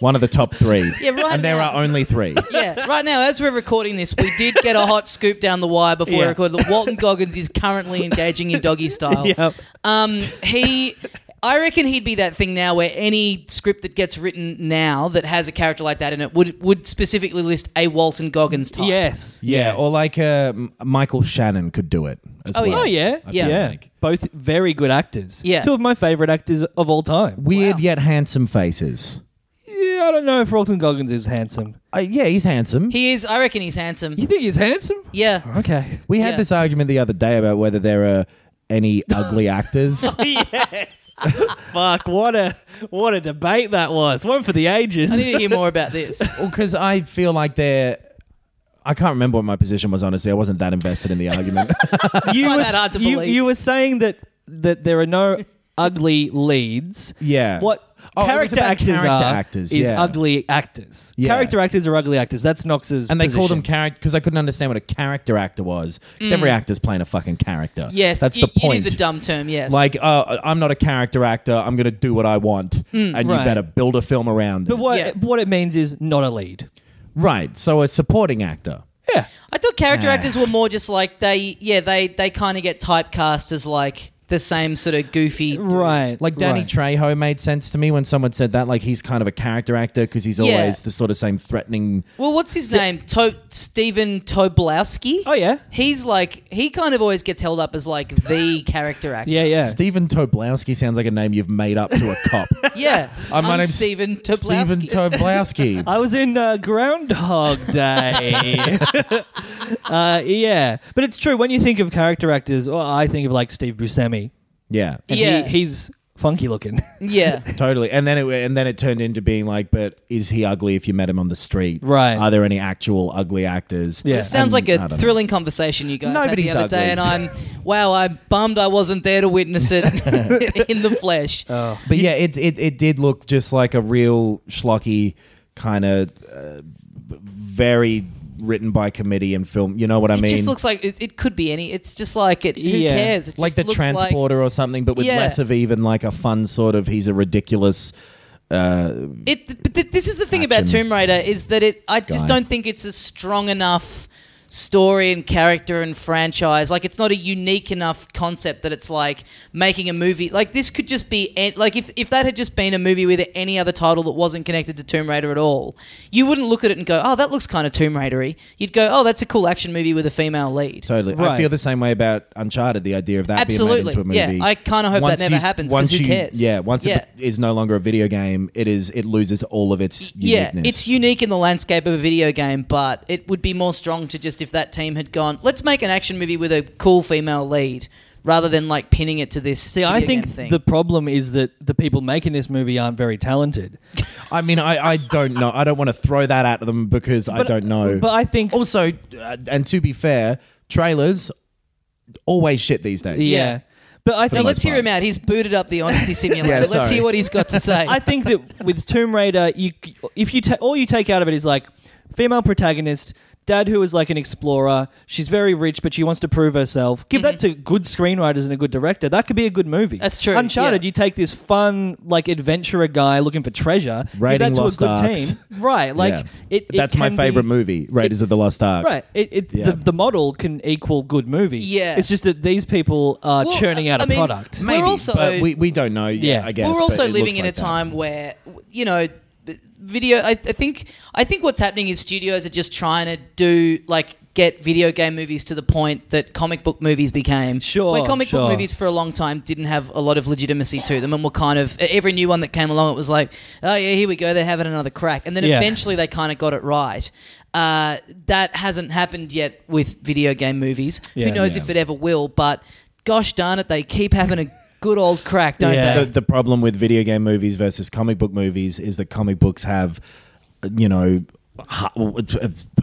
Speaker 6: one of the top three.
Speaker 5: Yeah, right
Speaker 6: and there
Speaker 5: now.
Speaker 6: are only three.
Speaker 5: Yeah, right now as we're recording this, we did get a hot scoop down the wire before we
Speaker 4: Yeah.
Speaker 5: recorded that Walton Goggins is currently engaging in doggy style.
Speaker 4: Yep.
Speaker 5: Um, he, I reckon he'd be that thing now where any script that gets written now that has a character like that in it would would specifically list a Walton Goggins type.
Speaker 4: Yes.
Speaker 6: Yeah, or like uh, M- Michael Shannon could do it as
Speaker 5: Oh,
Speaker 6: well.
Speaker 5: yeah.
Speaker 4: Oh yeah.
Speaker 6: I
Speaker 5: Yeah.
Speaker 6: feel
Speaker 4: Yeah.
Speaker 6: like.
Speaker 4: Both very good actors.
Speaker 5: Yeah.
Speaker 4: Two of my favorite actors of all time.
Speaker 6: Weird yet handsome faces.
Speaker 4: Yeah, I don't know if Walton Goggins is handsome.
Speaker 6: Uh, yeah, he's handsome.
Speaker 5: He is. I reckon he's handsome.
Speaker 4: You think he's handsome?
Speaker 5: Yeah.
Speaker 4: Okay.
Speaker 6: we had
Speaker 5: yeah.
Speaker 6: this argument the other day about whether there are any ugly actors.
Speaker 4: yes. Fuck, what a what a debate that was. One for the ages.
Speaker 5: I need to hear more about this.
Speaker 6: Because I feel like they're. I can't remember what my position was, honestly. I wasn't that invested in the argument.
Speaker 4: you, were,
Speaker 5: Find that hard to
Speaker 4: you-
Speaker 5: believe.
Speaker 4: you were saying that that there are no ugly leads.
Speaker 6: Yeah.
Speaker 4: What
Speaker 6: Oh, it was
Speaker 4: character
Speaker 6: about
Speaker 4: actors
Speaker 6: character
Speaker 4: are
Speaker 6: actors,
Speaker 4: is
Speaker 6: yeah.
Speaker 4: ugly actors.
Speaker 6: Yeah.
Speaker 4: Character actors are ugly actors. That's Knox's
Speaker 6: and they called them
Speaker 4: position. Mm.
Speaker 6: character because I couldn't understand what a character actor was. Because every actor's playing a fucking character.
Speaker 5: Yes,
Speaker 6: That's
Speaker 5: it-
Speaker 6: the point.
Speaker 5: It is a dumb term. Yes.
Speaker 6: Like, uh, I'm not a character actor. I'm going to do what I want,
Speaker 4: Mm,
Speaker 6: and
Speaker 4: right.
Speaker 6: you better build a film around.
Speaker 4: But
Speaker 6: it.
Speaker 4: what
Speaker 5: Yeah.
Speaker 4: what it means is not a lead.
Speaker 6: Right. So a supporting actor.
Speaker 4: Yeah.
Speaker 5: I thought character
Speaker 6: Nah.
Speaker 5: actors were more just like they, yeah, they they kind of get typecast as like the same sort of goofy. dude.
Speaker 4: Right.
Speaker 6: Like Danny
Speaker 4: right.
Speaker 6: Trejo made sense to me when someone said that. Like he's kind of a character actor because he's
Speaker 5: Yeah.
Speaker 6: always the sort of same threatening.
Speaker 5: Well, what's his name? To- Stephen Tobolowski.
Speaker 4: Oh yeah.
Speaker 5: He's like he kind of always gets held up as like the character actor.
Speaker 4: Yeah, yeah.
Speaker 6: Stephen Toblowski sounds like a name you've made up to a cop.
Speaker 5: yeah.
Speaker 6: Uh, my
Speaker 5: I'm
Speaker 6: name's
Speaker 5: Stephen
Speaker 6: Stephen
Speaker 5: Tobolowski.
Speaker 6: Toblowski.
Speaker 4: I was in uh, Groundhog Day. uh, yeah, but it's true. When you think of character actors, or I think of like Steve Buscemi.
Speaker 6: yeah.
Speaker 4: And
Speaker 5: Yeah.
Speaker 4: he, he's funky looking.
Speaker 5: yeah.
Speaker 6: Totally, and then it and then it turned into being like, but is he ugly if you met him on the street?
Speaker 4: Right.
Speaker 6: Are there any actual ugly actors?
Speaker 4: Yeah.
Speaker 5: It sounds
Speaker 6: And-
Speaker 5: like
Speaker 6: Um, I
Speaker 5: a
Speaker 6: don't know.
Speaker 5: thrilling conversation you guys
Speaker 6: Nobody's
Speaker 5: had the other day,
Speaker 6: ugly.
Speaker 5: and I'm wow, I'm bummed I wasn't there to witness it in the flesh.
Speaker 6: But yeah, it, it it did look just like a real schlocky kind of uh, very written by committee and film. You know what I
Speaker 5: it
Speaker 6: mean?
Speaker 5: just looks like it, it could be any. It's just like it. Who
Speaker 4: Yeah.
Speaker 5: cares? It
Speaker 6: like
Speaker 5: just
Speaker 6: the
Speaker 5: looks
Speaker 6: transporter or something, but with
Speaker 5: Yeah.
Speaker 6: less of even like a fun sort of he's a ridiculous. Uh,
Speaker 5: It. But th- this is the thing about
Speaker 6: Action
Speaker 5: Tomb Raider is that it. I just
Speaker 6: guy.
Speaker 5: don't think it's a strong enough story and character and franchise. Like it's not a unique enough concept that it's like making a movie. Like this could just be an- like if if that had just been a movie with any other title that wasn't connected to Tomb Raider at all, you wouldn't look at it and go, "Oh, that looks kind of Tomb Raidery." You'd go, "Oh, that's a cool action movie with a female lead."
Speaker 6: Totally. I
Speaker 4: Right.
Speaker 6: feel the same way about Uncharted, the idea of that
Speaker 5: Absolutely.
Speaker 6: being made into a
Speaker 5: Yeah,
Speaker 6: movie.
Speaker 5: I kinda hope that never happens, 'cause
Speaker 6: once
Speaker 5: who
Speaker 6: you-
Speaker 5: cares?
Speaker 6: Yeah, once
Speaker 5: Yeah.
Speaker 6: it be- is no longer a video game, it is it loses all of its
Speaker 5: Yeah,
Speaker 6: uniqueness.
Speaker 5: it's unique in the landscape of a video game, but it would be more strong to just if that team had gone, let's make an action movie with a cool female lead rather than like pinning it to this.
Speaker 4: See, I
Speaker 5: video
Speaker 4: think
Speaker 5: game thing.
Speaker 4: the problem is that the people making this movie aren't very talented.
Speaker 6: I mean, I, I don't know. I don't want to throw that at them because I don't
Speaker 5: uh,
Speaker 6: know.
Speaker 4: But I think
Speaker 6: also, uh, and to be fair, trailers always shit these days.
Speaker 4: yeah.
Speaker 5: Yeah.
Speaker 4: But I think
Speaker 5: Now, let's hear
Speaker 6: part.
Speaker 5: him out. He's booted up the honesty simulator. let's
Speaker 6: sorry.
Speaker 5: hear what he's got to say.
Speaker 4: I think that with Tomb Raider, you if you ta- all you take out of it is like female protagonist, dad who is like an explorer. She's very rich, but she wants to prove herself. Give that to good screenwriters and a good director. That could be a good movie.
Speaker 5: Mm-hmm. That's true,
Speaker 4: Uncharted,
Speaker 5: yeah.
Speaker 4: you take this fun like adventurer guy looking for treasure. give
Speaker 6: Raiding
Speaker 4: that to
Speaker 6: Lost
Speaker 4: a good
Speaker 6: Arks.
Speaker 4: team, right? Like
Speaker 6: Yeah.
Speaker 4: it, it
Speaker 6: That's my
Speaker 4: can
Speaker 6: favorite
Speaker 4: be-
Speaker 6: movie, Raiders of the Lost Ark.
Speaker 4: Right, it, it
Speaker 6: Yeah.
Speaker 4: the, the model can equal good movie.
Speaker 5: Yeah.
Speaker 4: it's just that these people are
Speaker 5: Well,
Speaker 4: churning out
Speaker 5: I
Speaker 4: a
Speaker 5: mean,
Speaker 4: product.
Speaker 5: We're
Speaker 6: Maybe,
Speaker 5: also-
Speaker 6: but we, we don't know. Yeah,
Speaker 4: Yeah.
Speaker 6: I guess
Speaker 5: We're
Speaker 6: but
Speaker 5: also
Speaker 6: it
Speaker 5: living
Speaker 6: looks
Speaker 5: in
Speaker 6: like
Speaker 5: a
Speaker 6: that.
Speaker 5: time where you know b- video I, I think I think what's happening is studios are just trying to do like get video game movies to the point that comic book movies became
Speaker 4: Sure,
Speaker 5: where comic
Speaker 4: sure.
Speaker 5: book movies for a long time didn't have a lot of legitimacy to them and were kind of e-, every new one that came along it was like oh yeah here we go they're having another crack and then
Speaker 4: Yeah.
Speaker 5: eventually they kind of got it right uh, that hasn't happened yet with video game movies
Speaker 4: Yeah,
Speaker 5: who knows
Speaker 4: yeah.
Speaker 5: if it ever will but gosh darn it they keep having a good old crack don't
Speaker 4: Yeah.
Speaker 5: they
Speaker 6: the, the problem with video game movies versus comic book movies is that comic books have, you know, hu-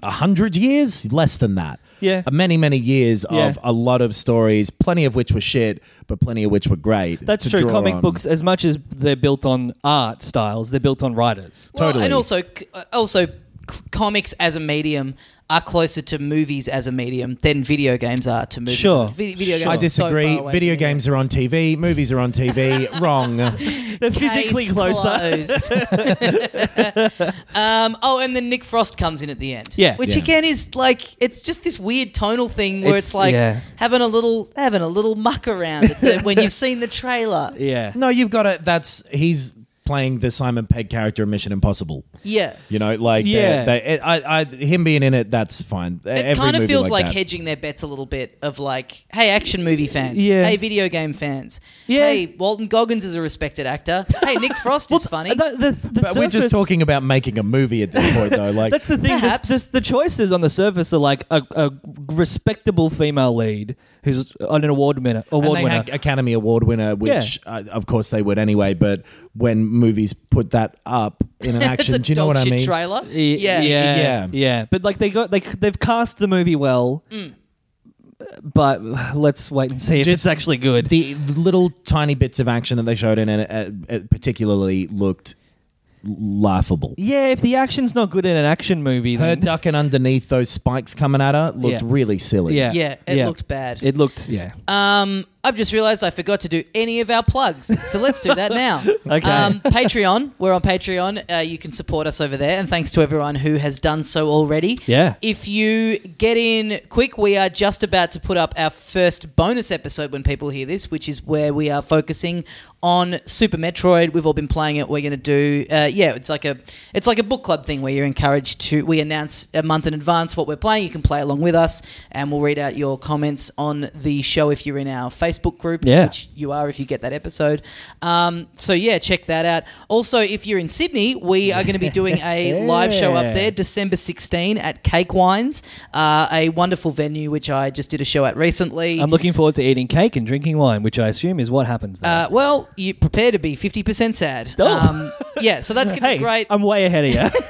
Speaker 6: a hundred years less than that. Uh,
Speaker 4: Yeah.
Speaker 6: many many years
Speaker 4: Yeah.
Speaker 6: of a lot of stories, plenty of which were shit, but plenty of which were great.
Speaker 4: That's
Speaker 6: to
Speaker 4: true.
Speaker 6: draw
Speaker 4: Comic
Speaker 6: on.
Speaker 4: books, as much as they're built on art styles, they're built on writers.
Speaker 5: Well,
Speaker 6: Totally.
Speaker 5: and also, also, c- comics as a medium are closer to movies as a medium than video games are to movies.
Speaker 4: Sure.
Speaker 5: Vid- video games.
Speaker 6: I
Speaker 5: are so
Speaker 6: disagree.
Speaker 5: far away
Speaker 6: Video
Speaker 5: from each other.
Speaker 6: games are on TV. Movies are on TV. Wrong.
Speaker 4: They're
Speaker 5: Case
Speaker 4: physically closer.
Speaker 5: closed. um, oh, and then Nick Frost comes in at the end.
Speaker 4: Yeah.
Speaker 5: which
Speaker 6: Yeah.
Speaker 5: again is like it's just this weird tonal thing where
Speaker 4: It's-
Speaker 5: it's, like
Speaker 4: yeah.
Speaker 5: having a little having a little muck around at the, when you've seen the trailer.
Speaker 4: Yeah.
Speaker 6: No, you've got to. That's he's playing the Simon Pegg character in Mission Impossible.
Speaker 5: Yeah.
Speaker 6: You know, like
Speaker 4: Yeah.
Speaker 6: yeah, they, I, I, him being in it, that's fine.
Speaker 5: It kind of feels like,
Speaker 6: that.
Speaker 5: hedging their bets a little bit of like, hey, action movie fans,
Speaker 4: Yeah.
Speaker 5: hey, video game fans,
Speaker 4: Yeah.
Speaker 5: hey, Walton Goggins is a respected actor, hey, Nick Frost is funny.
Speaker 4: That- the- the
Speaker 6: But we're
Speaker 4: surface-
Speaker 6: just talking about making a movie at this point, though. Like,
Speaker 4: That's the thing. This,
Speaker 5: Perhaps.
Speaker 4: this, the choices on the surface are like a, a respectable female lead who's on an award winner.
Speaker 6: and
Speaker 4: Award
Speaker 6: they
Speaker 4: winner.
Speaker 6: had Academy Award winner, which uh, of course they would anyway. But when movies put that up in an
Speaker 5: That's
Speaker 6: action,
Speaker 5: a
Speaker 6: do you know
Speaker 5: dog
Speaker 6: what I
Speaker 5: shit
Speaker 6: mean?
Speaker 5: trailer.
Speaker 4: Y-
Speaker 5: Yeah.
Speaker 4: yeah,
Speaker 6: Yeah.
Speaker 4: yeah. But like they got like they've cast the movie well.
Speaker 5: Mm.
Speaker 4: But let's wait and see if it's actually good.
Speaker 6: The little tiny bits of action that they showed in it, uh, uh, particularly looked laughable.
Speaker 4: yeah, if the action's not good in an action movie,
Speaker 6: Her
Speaker 4: then
Speaker 6: ducking underneath those spikes coming at her looked
Speaker 4: Yeah.
Speaker 6: really silly.
Speaker 4: yeah,
Speaker 5: Yeah, it looked bad.
Speaker 4: It looked yeah.
Speaker 5: Um, I've just realised I forgot to do any of our plugs, so let's do that now.
Speaker 4: Okay.
Speaker 5: Um, Patreon, we're on Patreon. Uh, you can support us over there, and thanks to everyone who has done so already.
Speaker 4: Yeah.
Speaker 5: If you get in quick, we are just about to put up our first bonus episode when people hear this, which is where we are focusing on Super Metroid. We've all been playing it. We're going to do, uh, yeah, it's like a it's like a book club thing where you're encouraged to. We announce a month in advance what we're playing. You can play along with us, and we'll read out your comments on the show if you're in our Facebook group.
Speaker 4: Yeah.
Speaker 5: Which you are if you get that episode. Um, so yeah, check that out. Also, if you're in Sydney, we are going to be doing a live show up there, December 16 at Cake Wines, uh, a wonderful venue which I just did a show at recently.
Speaker 4: I'm looking forward to eating cake and drinking wine, which I assume is what happens there.
Speaker 5: uh, well, you prepare to be 50% sad.
Speaker 4: Oh.
Speaker 5: Um, yeah, so that's going to
Speaker 4: hey,
Speaker 5: be great.
Speaker 4: I'm way ahead of you.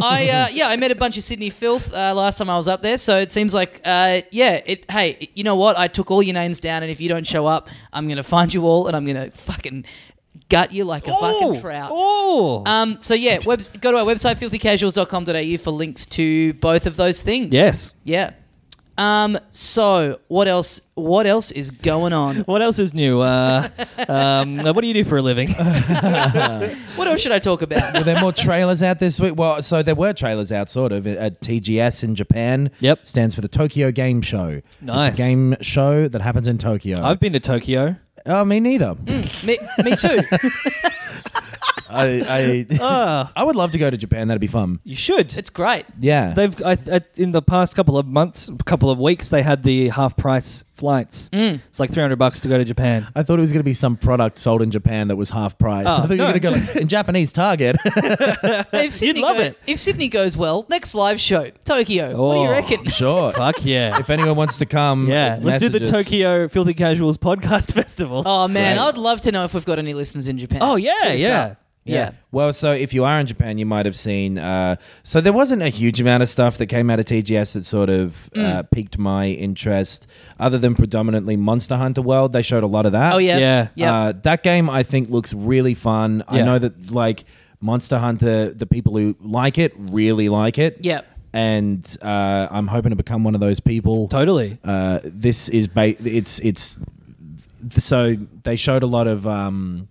Speaker 5: I uh, yeah, I met a bunch of Sydney filth uh, last time I was up there, so it seems like uh, yeah, it. Hey, you know what? I took all your names down, and if you don't show up, I'm gonna find you all, and I'm gonna fucking gut you like a fucking trout.
Speaker 4: Oh.
Speaker 5: Um, so yeah, web- go to our website filthycasuals.com.au for links to both of those things.
Speaker 4: Yes.
Speaker 5: Yeah. Um, so what else? What else is going on?
Speaker 4: What else is new? Uh, um, uh, what do you do for a living?
Speaker 5: What else should I talk about?
Speaker 6: Were there more trailers out this week? Well, so there were trailers out, sort of, at TGS in Japan.
Speaker 4: Yep.
Speaker 6: Stands for the Tokyo Game Show.
Speaker 4: Nice.
Speaker 6: It's a game show that happens in Tokyo.
Speaker 4: I've Hmm. been to Tokyo.
Speaker 6: oh, me neither.
Speaker 5: me, me too.
Speaker 6: I, I,
Speaker 4: Ah,
Speaker 6: I would love to go to Japan. That'd be fun.
Speaker 4: you should.
Speaker 5: It's great.
Speaker 6: Yeah.
Speaker 4: They've I, I, in the past couple of months, couple of weeks, they had the half price flights.
Speaker 5: Mm.
Speaker 4: It's like three hundred bucks to go to Japan.
Speaker 6: I thought it was going to be some product sold in Japan that was half price. I thought you were
Speaker 4: no.
Speaker 6: going to go like, in Japanese Target.
Speaker 5: If Sydney
Speaker 4: love
Speaker 5: go-
Speaker 4: it.
Speaker 5: If Sydney goes well, next live show Tokyo. What do you
Speaker 4: Oh.
Speaker 5: reckon?
Speaker 6: sure.
Speaker 4: Fuck yeah,
Speaker 6: If anyone wants to come,
Speaker 4: yeah. Let's do the
Speaker 6: message us.
Speaker 4: Tokyo Filthy Casuals podcast festival.
Speaker 5: Oh man,
Speaker 6: Great.
Speaker 5: I'd love to know if we've got any listeners in Japan.
Speaker 4: Oh, yeah,
Speaker 5: Hit us
Speaker 4: yeah.
Speaker 5: up. yeah.
Speaker 6: Well, so if you are in Japan, you might have seen. Uh, so there wasn't a huge amount of stuff that came out of TGS that sort of uh,
Speaker 5: Mm.
Speaker 6: piqued my interest, other than predominantly Monster Hunter World. They showed a lot of that.
Speaker 5: Oh yeah.
Speaker 4: Yeah.
Speaker 5: Yeah.
Speaker 6: Uh, that game I think looks really fun. I
Speaker 4: Yeah.
Speaker 6: know that like Monster Hunter, the people who like it really like it.
Speaker 5: Yep.
Speaker 6: And uh, I'm hoping to become one of those people.
Speaker 4: totally.
Speaker 6: Uh, this is ba- it's it's th- so they showed a lot of um,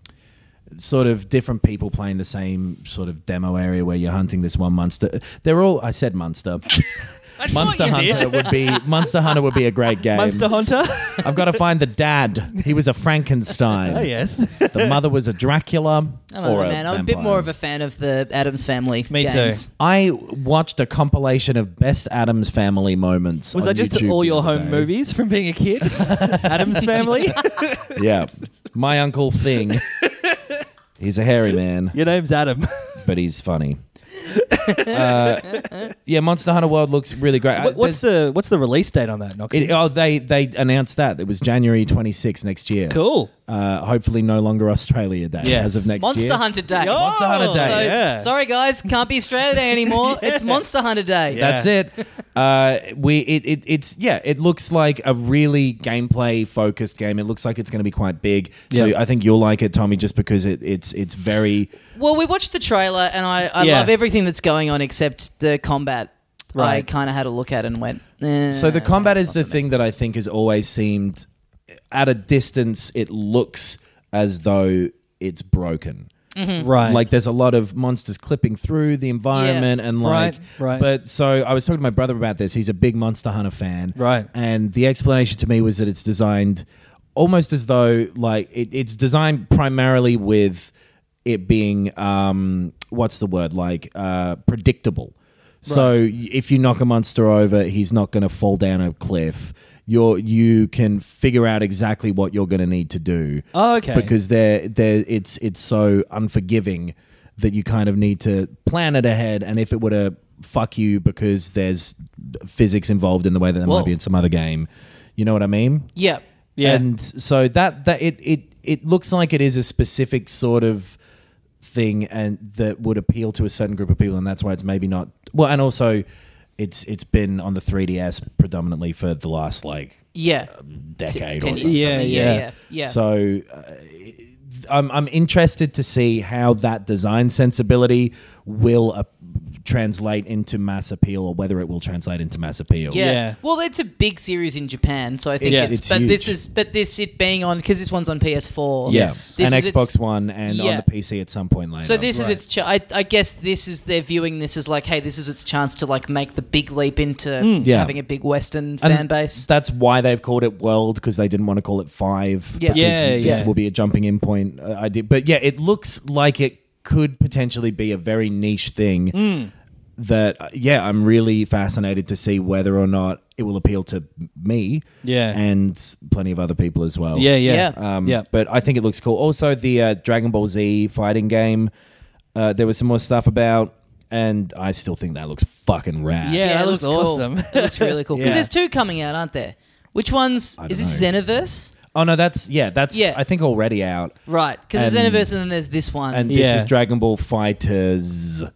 Speaker 6: sort of different people playing the same sort of demo area where you're hunting this one monster. They're all I said monster. Monster
Speaker 4: you did.
Speaker 6: Hunter would be Monster Hunter would be a great game.
Speaker 4: Monster Hunter.
Speaker 6: I've got to find the dad. He was a Frankenstein.
Speaker 4: oh yes.
Speaker 6: The mother was a Dracula.
Speaker 5: I don't
Speaker 6: or
Speaker 5: know, man. I'm a bit
Speaker 6: vampire.
Speaker 5: more of a fan of the Adams Family.
Speaker 4: Me too.
Speaker 5: games.
Speaker 6: I watched a compilation of best Adams Family moments.
Speaker 4: Was
Speaker 6: on
Speaker 4: that just
Speaker 6: YouTube
Speaker 4: all
Speaker 6: the
Speaker 4: your
Speaker 6: other
Speaker 4: home
Speaker 6: day.
Speaker 4: movies from being a kid? Adam's Family.
Speaker 6: Yeah, my uncle Thing. He's a hairy man.
Speaker 4: Your name's Adam.
Speaker 6: but he's funny. uh, yeah, Monster Hunter World looks really great.
Speaker 4: What- what's the What's the release date on that, Noxie?
Speaker 6: It, oh, they they announced that it was January 26 next year.
Speaker 4: oh, cool.
Speaker 6: Uh, hopefully, no longer Australia Day
Speaker 4: Yes.
Speaker 6: as of next
Speaker 5: Monster
Speaker 6: year.
Speaker 5: Hunter Day.
Speaker 4: Oh,
Speaker 6: Monster Hunter Day.
Speaker 5: So,
Speaker 4: yeah.
Speaker 5: sorry guys, can't be Australia Day anymore. It's Monster Hunter Day.
Speaker 4: Yeah.
Speaker 6: That's it. Uh, we it, it it's yeah. It looks like a really gameplay focused game. It looks like it's going to be quite big.
Speaker 4: Yeah.
Speaker 6: So I think you'll like it, Tommy, just because it, it's it's very
Speaker 5: Well, we watched the trailer, and I, I
Speaker 4: Yeah.
Speaker 5: love everything that's going on except the combat. I
Speaker 4: Right.
Speaker 5: kind of had a look at and went. Eh,
Speaker 6: So the combat is the thing that I think has always seemed at a distance it looks as though it's broken.
Speaker 4: Mm. Right.
Speaker 6: Like there's a lot of monsters clipping through the environment and like
Speaker 4: Right, right.
Speaker 6: but so I was talking to my brother about this. He's a big Monster Hunter fan.
Speaker 4: Right.
Speaker 6: And the explanation to me was that it's designed almost as though like it, it's designed primarily with it being um what's the word like uh predictable. So y- if you knock a monster over, he's not going to fall down a cliff. You're, you can figure out exactly what you're going to need to do.
Speaker 4: Oh, okay.
Speaker 6: Because they're, they're, it's it's so unforgiving that you kind of need to plan it ahead. And if it were to fuck you because there's physics involved in the way that there
Speaker 5: Whoa.
Speaker 6: might be in some other game, you know what I mean?
Speaker 5: yeah.
Speaker 4: Yeah.
Speaker 6: And so that that it it it looks like it is a specific sort of thing and that would appeal to a certain group of people and that's why it's maybe not well and also it's it's been on the 3DS predominantly for the last like
Speaker 5: Yeah.
Speaker 6: decade
Speaker 5: Ten
Speaker 6: or
Speaker 5: years
Speaker 6: something.
Speaker 4: Yeah,
Speaker 5: something.
Speaker 4: yeah.
Speaker 5: yeah, yeah, yeah.
Speaker 6: So uh, I'm I'm interested to see how that design sensibility will uh, translate into mass appeal or whether it will translate into mass appeal.
Speaker 5: Yeah.
Speaker 4: Yeah.
Speaker 5: Well, it's a big series in Japan, so I think
Speaker 6: It's-
Speaker 5: it's,
Speaker 6: it's
Speaker 5: but this
Speaker 6: huge.
Speaker 5: is but this it being on because this one's on PS4.
Speaker 6: Yes,
Speaker 5: This
Speaker 6: and
Speaker 5: is its-
Speaker 6: Xbox One, and
Speaker 5: Yeah.
Speaker 6: on the PC at some point later.
Speaker 5: So this is its. Ch- I, I guess this is they're viewing this as like, hey, this is its chance to like make the big leap into
Speaker 6: Yeah.
Speaker 5: having a big Western
Speaker 6: And
Speaker 5: fan base.
Speaker 6: That's why they've called it World because they didn't want to call it Five.
Speaker 5: Yeah.
Speaker 6: because
Speaker 4: Yeah,
Speaker 6: This
Speaker 4: yeah.
Speaker 6: will be a jumping in point uh, idea, but yeah, it looks like it could potentially be a very niche thing.
Speaker 4: Hmm.
Speaker 6: That uh, yeah, I'm really fascinated to see whether or not it will appeal to m- me.
Speaker 4: Yeah.
Speaker 6: and plenty of other people as well.
Speaker 4: yeah, yeah,
Speaker 5: Yeah.
Speaker 6: Um,
Speaker 4: yeah.
Speaker 6: But I think it looks cool. Also, the uh, Dragon Ball Z fighting game. Uh, there was some more stuff about, and I still think that looks fucking rad.
Speaker 4: Yeah, that
Speaker 5: it
Speaker 4: looks
Speaker 5: cool.
Speaker 4: awesome.
Speaker 5: It looks really cool because
Speaker 4: Yeah.
Speaker 5: there's two coming out, aren't there? Which one's
Speaker 6: don't
Speaker 5: is this
Speaker 6: know.
Speaker 5: Xenoverse?
Speaker 6: Oh no, that's yeah, that's
Speaker 5: Yeah.
Speaker 6: I think already out.
Speaker 5: Right, because there's
Speaker 6: And-
Speaker 5: Xenoverse and then there's this one.
Speaker 6: And this
Speaker 4: Yeah.
Speaker 6: is Dragon Ball Fighters.
Speaker 4: Yeah,
Speaker 5: right,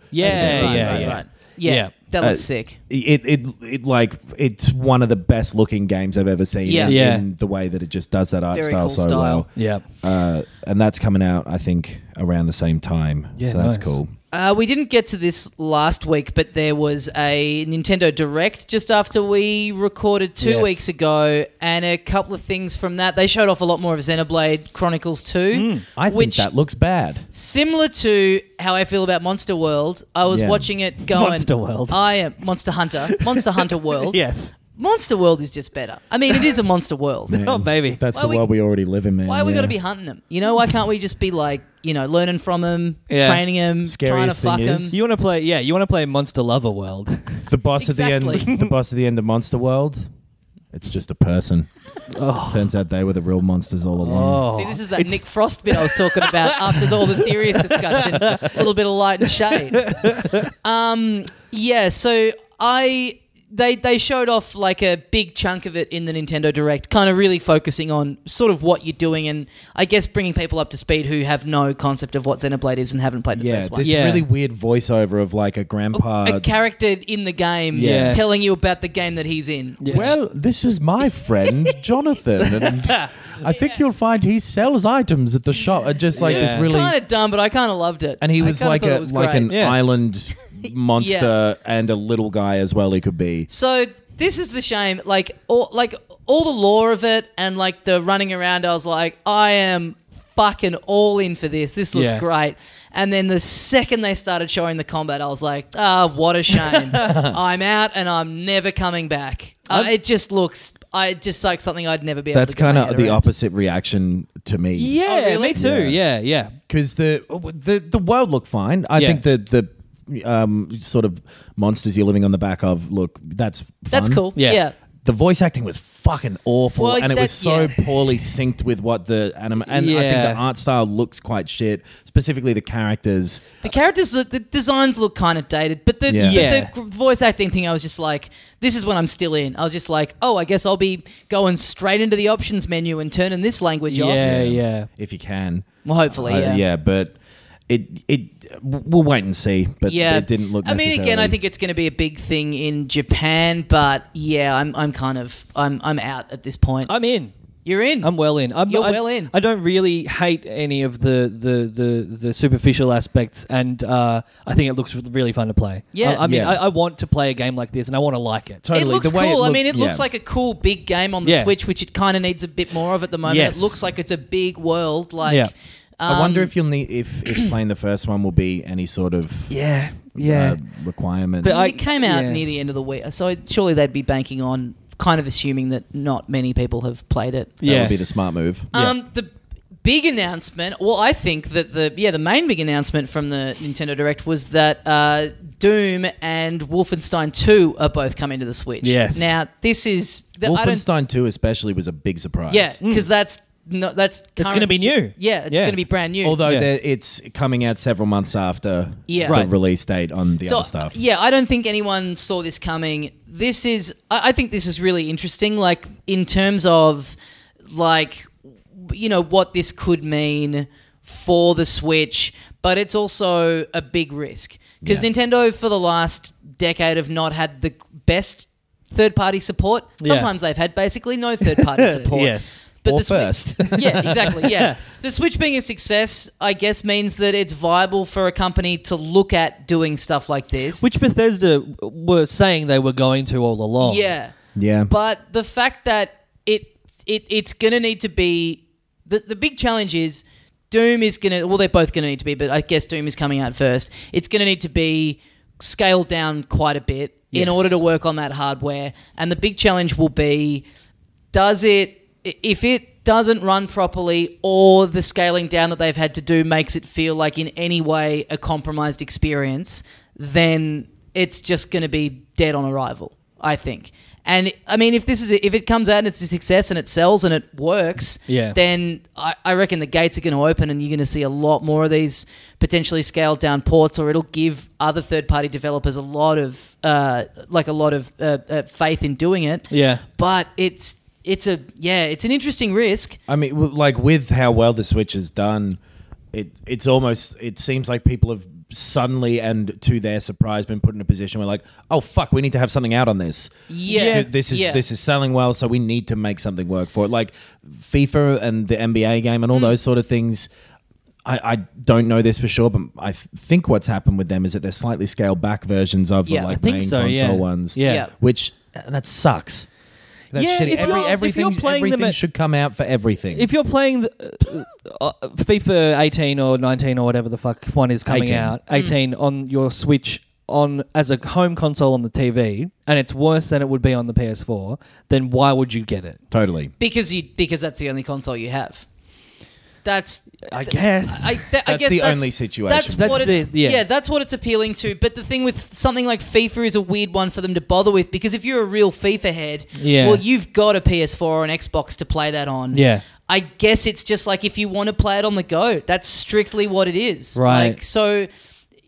Speaker 4: yeah,
Speaker 5: right,
Speaker 4: yeah.
Speaker 5: right. Yeah.
Speaker 4: Yeah.
Speaker 5: That looks sick.
Speaker 6: It, it it like it's one of the best looking games I've ever seen.
Speaker 5: Yeah.
Speaker 6: in,
Speaker 4: Yeah.
Speaker 6: in the way that it just does that art
Speaker 5: Very
Speaker 6: style
Speaker 5: cool
Speaker 6: so
Speaker 5: style.
Speaker 6: well.
Speaker 4: Yeah.
Speaker 6: Uh, and that's coming out, I think, around the same time.
Speaker 4: Yeah,
Speaker 6: so that's
Speaker 4: nice.
Speaker 6: cool.
Speaker 5: Uh, we didn't get to this last week, but there was a Nintendo Direct just after we recorded two
Speaker 4: Yes.
Speaker 5: weeks ago, and a couple of things from that. They showed off a lot more of Xenoblade Chronicles 2,
Speaker 6: Hmm, I think
Speaker 5: which,
Speaker 6: that looks bad.
Speaker 5: similar to how I feel about Monster World, I was
Speaker 6: Yeah.
Speaker 5: watching it going.
Speaker 4: Monster World.
Speaker 5: I am Monster Hunter. Monster Hunter World.
Speaker 4: Yes.
Speaker 5: Monster World is just better. I mean, it is a Monster World.
Speaker 4: Oh, baby.
Speaker 6: That's
Speaker 5: Why
Speaker 6: the
Speaker 5: we-
Speaker 6: world we already live in, man.
Speaker 5: Why we
Speaker 6: yeah.
Speaker 5: got to be hunting them? You know, why can't we just be like, you know, learning from them,
Speaker 4: Yeah.
Speaker 5: training them, trying to
Speaker 6: Scariest
Speaker 5: fuck
Speaker 6: thing
Speaker 5: them?
Speaker 6: is-
Speaker 4: You want to play? Yeah, you want to play Monster Lover World?
Speaker 6: the boss at the
Speaker 5: Exactly.
Speaker 6: end? The boss at the end of Monster World. It's just a person. Turns out they were the real monsters all along.
Speaker 4: Oh,
Speaker 5: See, this is that
Speaker 4: It's-
Speaker 5: Nick Frost bit I was talking about after the, all the serious discussion. A little bit of light and shade. Um, yeah, so I they they showed off like a big chunk of it in the Nintendo Direct, kind of really focusing on sort of what you're doing and I guess bringing people up to speed who have no concept of what Xenoblade is and haven't played the
Speaker 6: Yeah,
Speaker 5: first one. Oh,
Speaker 6: this uh,
Speaker 4: Yeah.
Speaker 6: really weird voiceover of like a grandpa.
Speaker 5: a character in the game
Speaker 4: Yeah.
Speaker 5: telling you about the game that he's in.
Speaker 6: Well, this is my friend Jonathan, and I think you'll find he sells items at the shop. Uh, Just like this
Speaker 4: Yeah.
Speaker 6: really,
Speaker 5: Kind of dumb, but I kind of loved it.
Speaker 6: and he
Speaker 5: I
Speaker 6: was
Speaker 5: kinda
Speaker 6: like
Speaker 5: thought
Speaker 6: a
Speaker 5: it was
Speaker 6: like
Speaker 5: great.
Speaker 6: an
Speaker 4: Yeah.
Speaker 6: island monster and a little guy as well. He could be.
Speaker 5: So this is the shame. Like all like all the lore of it and like the running around, I was like, I am fucking all in for this. This looks
Speaker 4: Yeah.
Speaker 5: great. And then the second they started showing the combat, I was like, ah, what a shame. I'm out and I'm never coming back. Uh, it just looks I it just like something I'd never be able
Speaker 6: That's
Speaker 5: to get my
Speaker 6: kind of
Speaker 5: head
Speaker 6: the
Speaker 5: around.
Speaker 6: opposite reaction to me.
Speaker 4: yeah,
Speaker 5: Oh, really?
Speaker 4: me too. Yeah, yeah.
Speaker 6: because the the the world looked fine. I
Speaker 4: Yeah.
Speaker 6: think the the um, sort of monsters you're living on the back of look that's fun.
Speaker 5: That's cool.
Speaker 4: Yeah.
Speaker 5: yeah.
Speaker 6: The voice acting was fucking awful,
Speaker 5: Well,
Speaker 6: and it
Speaker 5: that-
Speaker 6: was so
Speaker 5: yeah.
Speaker 6: poorly synced with what the anime. And I think
Speaker 4: Yeah.
Speaker 6: the art style looks quite shit, specifically the characters.
Speaker 5: The characters, look- the designs look kind of dated, but the,
Speaker 6: Yeah.
Speaker 5: but
Speaker 4: Yeah.
Speaker 5: the gr- voice acting thing, I was just like, this is when I'm still in. I was just like, oh, I guess I'll be going straight into the options menu and turning this language off.
Speaker 4: Yeah, yeah.
Speaker 6: If you can,
Speaker 5: Well, hopefully,
Speaker 6: Uh,
Speaker 5: yeah.
Speaker 6: but it it we'll wait and see. But
Speaker 5: Yeah.
Speaker 6: it didn't look.
Speaker 5: I mean, again,
Speaker 6: necessarily-
Speaker 5: I think it's going to be a big thing in Japan, but yeah, I'm, I'm kind of, I'm, I'm out at this point.
Speaker 4: I'm in.
Speaker 5: You're in.
Speaker 4: I'm well in. I'm,
Speaker 5: You're
Speaker 4: I-
Speaker 5: well in.
Speaker 4: I don't really hate any of the the the, the superficial aspects, and uh, I think it looks really fun to play.
Speaker 5: Yeah.
Speaker 4: I, I mean,
Speaker 6: Yeah.
Speaker 4: I, I want to play a game like this, and I want to like it.
Speaker 5: it
Speaker 6: totally
Speaker 5: looks
Speaker 6: the way
Speaker 5: cool. I
Speaker 6: looked-
Speaker 5: mean, it looks
Speaker 6: yeah.
Speaker 5: like a cool big game on the
Speaker 4: Yeah.
Speaker 5: Switch, which it kind of needs a bit more of at the moment.
Speaker 4: Yes.
Speaker 5: It looks like it's a big world. Like,
Speaker 4: Yeah.
Speaker 6: I
Speaker 5: um,
Speaker 6: wonder if you'll need if if playing the first one will be any sort of
Speaker 4: Yeah, yeah.
Speaker 6: uh, requirement.
Speaker 4: But I-
Speaker 5: it came out
Speaker 4: yeah.
Speaker 5: near the end of the week, so surely they'd be banking on kind of assuming that not many people have played it.
Speaker 6: that
Speaker 4: yeah.
Speaker 6: would be the smart move.
Speaker 5: Um, the big announcement. Well, I think that the yeah the main big announcement from the Nintendo Direct was that uh, Doom and Wolfenstein Two are both coming to the Switch.
Speaker 4: Yes.
Speaker 5: Now this is the, I don't
Speaker 6: Wolfenstein 2 especially was a big surprise.
Speaker 5: yeah because that's no, that's
Speaker 4: Mm. It's
Speaker 5: current-
Speaker 4: gonna be new.
Speaker 5: Yeah, it's
Speaker 4: Yeah.
Speaker 5: going to be brand new.
Speaker 6: Although
Speaker 4: Yeah.
Speaker 6: there- it's coming out several months after
Speaker 5: Yeah.
Speaker 6: the
Speaker 5: Right.
Speaker 6: release date on the other stuff.
Speaker 5: Yeah, I don't think anyone saw this coming. This is, I, I think this is really interesting, like in terms of, like, you know, what this could mean for the Switch, but it's also a big risk because
Speaker 6: Yeah.
Speaker 5: Nintendo for the last decade have not had the best third party support.
Speaker 4: Yeah.
Speaker 5: Sometimes they've had basically no third party support.
Speaker 4: Yes.
Speaker 5: But
Speaker 6: or
Speaker 5: the Switch-
Speaker 6: first.
Speaker 5: yeah, exactly. Yeah. The Switch being a success, I guess, means that it's viable for a company to look at doing stuff like this.
Speaker 4: Which Bethesda were saying they were going to all along.
Speaker 5: yeah.
Speaker 6: yeah.
Speaker 5: But the fact that it it it's gonna need to be the the big challenge is Doom is gonna well they're both gonna need to be, but I guess Doom is coming out first. It's gonna need to be scaled down quite a bit in
Speaker 4: Yes.
Speaker 5: order to work on that hardware. And the big challenge will be does it if it doesn't run properly or the scaling down that they've had to do makes it feel like in any way a compromised experience then it's just going to be dead on arrival i think and i mean if this is if it comes out and it's a success and it sells and it works
Speaker 4: Yeah.
Speaker 5: then I, I reckon the gates are going to open and you're going to see a lot more of these potentially scaled down ports or it'll give other third party developers a lot of uh, like a lot of uh, uh, faith in doing it
Speaker 4: Yeah.
Speaker 5: but it's it's a yeah, it's an interesting risk.
Speaker 6: I mean, w- like with how well the Switch has done, it it's almost it seems like people have suddenly and to their surprise been put in a position where like, oh fuck, we need to have something out on this.
Speaker 5: Yeah.
Speaker 6: Th- This is
Speaker 5: Yeah.
Speaker 6: this is selling well, so we need to make something work for it. Like FIFA and the NBA game
Speaker 5: Hmm.
Speaker 6: and all those sort of things. I, I don't know this for sure, but I th- think what's happened with them is that they're slightly scaled back versions of
Speaker 5: Yeah,
Speaker 6: the
Speaker 5: I
Speaker 6: like
Speaker 4: think
Speaker 6: main
Speaker 4: so,
Speaker 6: console
Speaker 4: yeah.
Speaker 6: ones.
Speaker 4: Yeah.
Speaker 5: Yeah.
Speaker 6: Which that sucks. That's
Speaker 4: Yeah,
Speaker 6: shitty.
Speaker 4: if
Speaker 6: Every,
Speaker 4: you're- if
Speaker 6: everything
Speaker 4: you're playing them
Speaker 6: everything
Speaker 4: at-
Speaker 6: should come out for everything.
Speaker 4: If you're playing the, uh, uh, FIFA 18 or 19 or whatever the fuck one is coming
Speaker 6: 18.
Speaker 4: out, 18 on your Switch on as a home console on the TV, and it's worse than it would be on the PS4, then why would you get it?
Speaker 6: totally.
Speaker 5: because you because that's the only console you have. That's
Speaker 4: I guess.
Speaker 5: I, th- I
Speaker 6: That's
Speaker 5: guess
Speaker 6: the
Speaker 5: that's,
Speaker 6: only situation.
Speaker 5: That's,
Speaker 4: That's
Speaker 5: what it's,
Speaker 4: the- yeah.
Speaker 5: yeah. that's what it's appealing to. But the thing with something like FIFA is a weird one for them to bother with because if you're a real FIFA head,
Speaker 4: Yeah.
Speaker 5: well, you've got a PS4 or an Xbox to play that on.
Speaker 4: Yeah.
Speaker 5: I guess it's just like if you want to play it on the go, that's strictly what it is.
Speaker 4: Right.
Speaker 5: Like, so,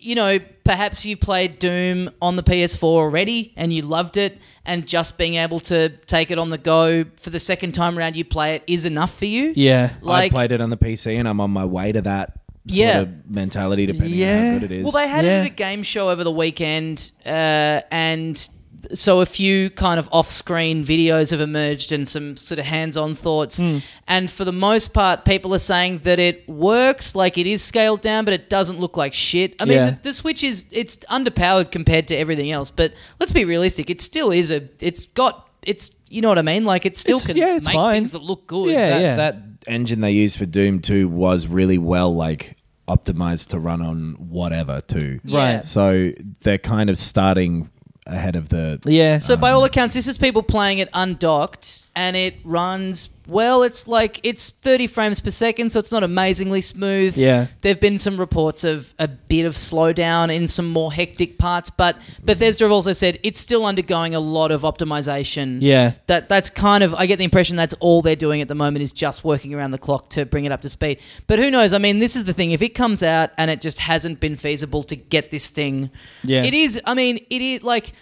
Speaker 5: you know, perhaps you played Doom on the PS4 already and you loved it, and just being able to take it on the go for the second time around you play it is enough for you.
Speaker 4: yeah.
Speaker 5: Like,
Speaker 6: I played it on the PC and I'm on my way to that sort
Speaker 5: Yeah.
Speaker 6: of mentality depending on
Speaker 4: Yeah.
Speaker 6: how good it is.
Speaker 5: Well, they had
Speaker 4: Yeah.
Speaker 5: it at a game show over the weekend, uh, and th- so a few kind of off-screen videos have emerged and some sort of hands-on thoughts.
Speaker 4: Hmm.
Speaker 5: And for the most part, people are saying that it works, like it is scaled down, but it doesn't look like shit. I mean,
Speaker 4: Yeah.
Speaker 5: the, the Switch is it's underpowered compared to everything else, but let's be realistic. It still is a. It's got. It's you know what I mean. Like it still
Speaker 4: It's-
Speaker 5: can
Speaker 4: yeah, it's
Speaker 5: make
Speaker 4: fine.
Speaker 5: things that look good.
Speaker 4: Yeah.
Speaker 6: that, that engine they used for Doom 2 was really well like optimized to run on whatever too.
Speaker 5: Yeah.
Speaker 4: Right.
Speaker 6: So they're kind of starting ahead of the
Speaker 4: Yeah.
Speaker 5: So by all accounts, this is people playing it undocked, and it runs well. It's like it's 30 frames per second, so it's not amazingly smooth.
Speaker 4: Yeah.
Speaker 5: there've been some reports of a bit of slowdown in some more hectic parts, but Bethesda have also said it's still undergoing a lot of optimization.
Speaker 4: yeah.
Speaker 5: That that's kind of I get the impression that's all they're doing at the moment is just working around the clock to bring it up to speed. But who knows? I mean, this is the thing. If it comes out and it just hasn't been feasible to get this thing,
Speaker 4: Yeah.
Speaker 5: it is. I mean, it is like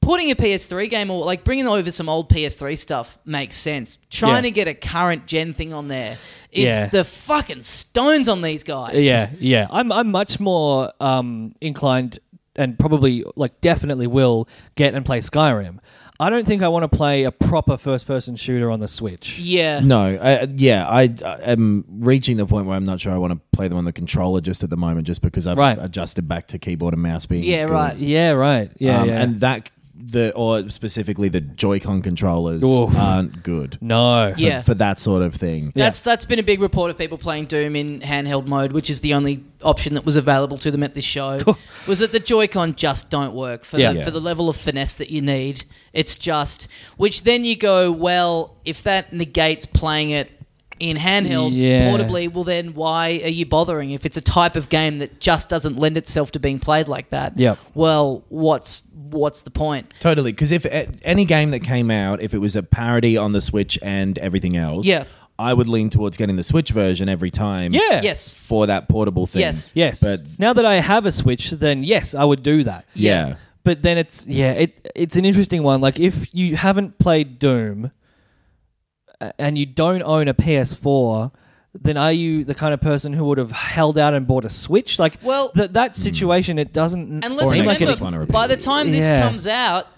Speaker 5: putting a PS3 game or like bringing over some old PS3 stuff makes sense. Trying
Speaker 4: Yeah.
Speaker 5: to get a current gen thing on there, it's
Speaker 4: Yeah.
Speaker 5: the fucking stones on these guys.
Speaker 4: Yeah, yeah. I'm I'm much more um, inclined and probably like definitely will get and play Skyrim. I don't think I want to play a proper first person shooter on the Switch.
Speaker 5: yeah.
Speaker 6: No, uh, yeah, I, I am reaching the point where I'm not sure I want to play them on the controller just at the moment, just because I've
Speaker 4: Right.
Speaker 6: adjusted back to keyboard and mouse being
Speaker 5: Yeah,
Speaker 6: good.
Speaker 5: right.
Speaker 4: Yeah, right. Yeah,
Speaker 6: Um,
Speaker 4: yeah.
Speaker 6: and that the or specifically the Joy-Con controllers
Speaker 4: Oof.
Speaker 6: aren't good
Speaker 4: no.
Speaker 5: Yeah.
Speaker 6: for that sort of thing.
Speaker 5: That's that's been a big report of people playing Doom in handheld mode, which is the only option that was available to them at this show. was that the Joy-Con just don't work for
Speaker 4: Yeah.
Speaker 5: the,
Speaker 4: Yeah.
Speaker 5: for the level of finesse that you need. It's just which then you go well if that negates playing it in handheld
Speaker 4: Yeah.
Speaker 5: portably, well then why are you bothering if it's a type of game that just doesn't lend itself to being played like that?
Speaker 4: Yep.
Speaker 5: Well, what's what's the point?
Speaker 6: Totally, because if a- any game that came out, if it was a parody on the Switch and everything else,
Speaker 5: Yeah.
Speaker 6: I would lean towards getting the Switch version every time.
Speaker 4: Yeah.
Speaker 5: Yes.
Speaker 6: for that portable thing.
Speaker 5: Yes.
Speaker 4: Yes.
Speaker 6: but
Speaker 4: now that I have a Switch, then yes, I would do that.
Speaker 6: yeah.
Speaker 4: But then it's yeah, it it's an interesting one. Like if you haven't played Doom a- and you don't own a PS4, then are you the kind of person who would have held out and bought a Switch? Like
Speaker 5: Well-
Speaker 4: th- that situation, it doesn't
Speaker 5: And
Speaker 4: seem
Speaker 5: let's
Speaker 6: Hmm. an
Speaker 4: like
Speaker 5: remember,
Speaker 4: it's
Speaker 6: excuse one to repeat
Speaker 5: by the
Speaker 6: it.
Speaker 5: time this
Speaker 4: Yeah.
Speaker 5: comes out,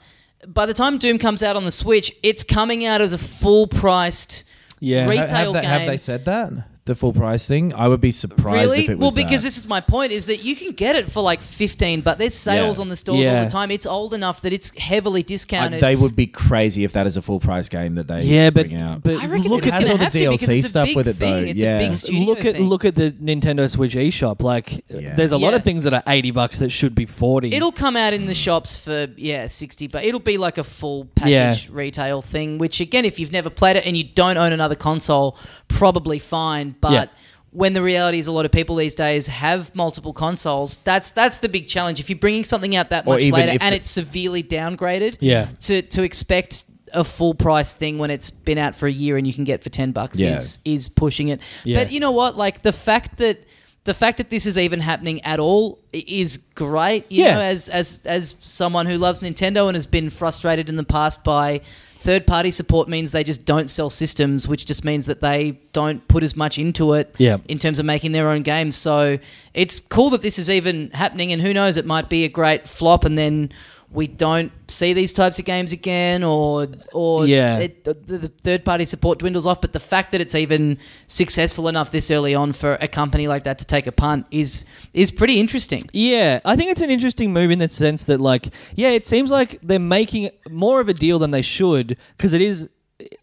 Speaker 5: by the time Doom comes out on the Switch, it's coming out as a full priced
Speaker 4: Yeah.
Speaker 5: retail
Speaker 6: Ha- have, they,
Speaker 5: game.
Speaker 6: have they said that the full price thing? I would be surprised
Speaker 5: really?
Speaker 6: if it
Speaker 5: well,
Speaker 6: was
Speaker 5: because
Speaker 6: that.
Speaker 5: this is my point: is that you can get it for like fifteen, but there's sales
Speaker 6: Yeah.
Speaker 5: on the stores all
Speaker 4: Yeah.
Speaker 5: the time. It's old enough that it's heavily
Speaker 6: I-
Speaker 5: discounted.
Speaker 6: they would be crazy if that is a full price game that they
Speaker 4: yeah, but
Speaker 6: bring out.
Speaker 4: but
Speaker 5: I reckon
Speaker 4: look
Speaker 5: it's
Speaker 4: at
Speaker 6: has
Speaker 5: gonna
Speaker 6: all the
Speaker 5: have to because
Speaker 6: DLC
Speaker 5: it's a
Speaker 6: stuff
Speaker 5: big
Speaker 6: with it,
Speaker 5: thing.
Speaker 6: though.
Speaker 5: It's
Speaker 6: Yeah.
Speaker 5: a big
Speaker 6: Look
Speaker 5: studio
Speaker 4: look at
Speaker 5: thing.
Speaker 4: look at the Nintendo Switch eShop. Like
Speaker 6: Yeah.
Speaker 4: there's a lot
Speaker 5: Yeah.
Speaker 4: of things that are 80 bucks that should be 40.
Speaker 5: It'll come out
Speaker 6: Mm.
Speaker 5: in the shops for yeah sixty, but it'll be like a full package retail thing. Which again, if you've never played it and you don't own another console, probably fine. But
Speaker 4: Yeah.
Speaker 5: when the reality is, a lot of people these days have multiple consoles. That's that's the big challenge. If you're bringing something out that
Speaker 6: Or
Speaker 5: much
Speaker 6: even
Speaker 5: later
Speaker 6: if
Speaker 5: and
Speaker 6: it-
Speaker 5: it's severely downgraded,
Speaker 4: Yeah.
Speaker 5: to to expect a full price thing when it's been out for a year and you can get for ten bucks
Speaker 6: Yeah.
Speaker 5: is is pushing it.
Speaker 4: Yeah.
Speaker 5: But you know what? Like the fact that the fact that this is even happening at all i- is great. You
Speaker 4: Yeah.
Speaker 5: know, as as as someone who loves Nintendo and has been frustrated in the past by third party support means they just don't sell systems, which just means that they don't put as much into it
Speaker 4: Yeah.
Speaker 5: in terms of making their own games. So it's cool that this is even happening, and who knows, it might be a great flop, and then we don't see these types of games again, or or
Speaker 4: Yeah.
Speaker 5: it, the, the third party support dwindles off. But the fact that it's even successful enough this early on for a company like that to take a punt is is pretty interesting.
Speaker 4: Yeah, I think it's an interesting move in the sense that, like, yeah, it seems like they're making more of a deal than they should because it is.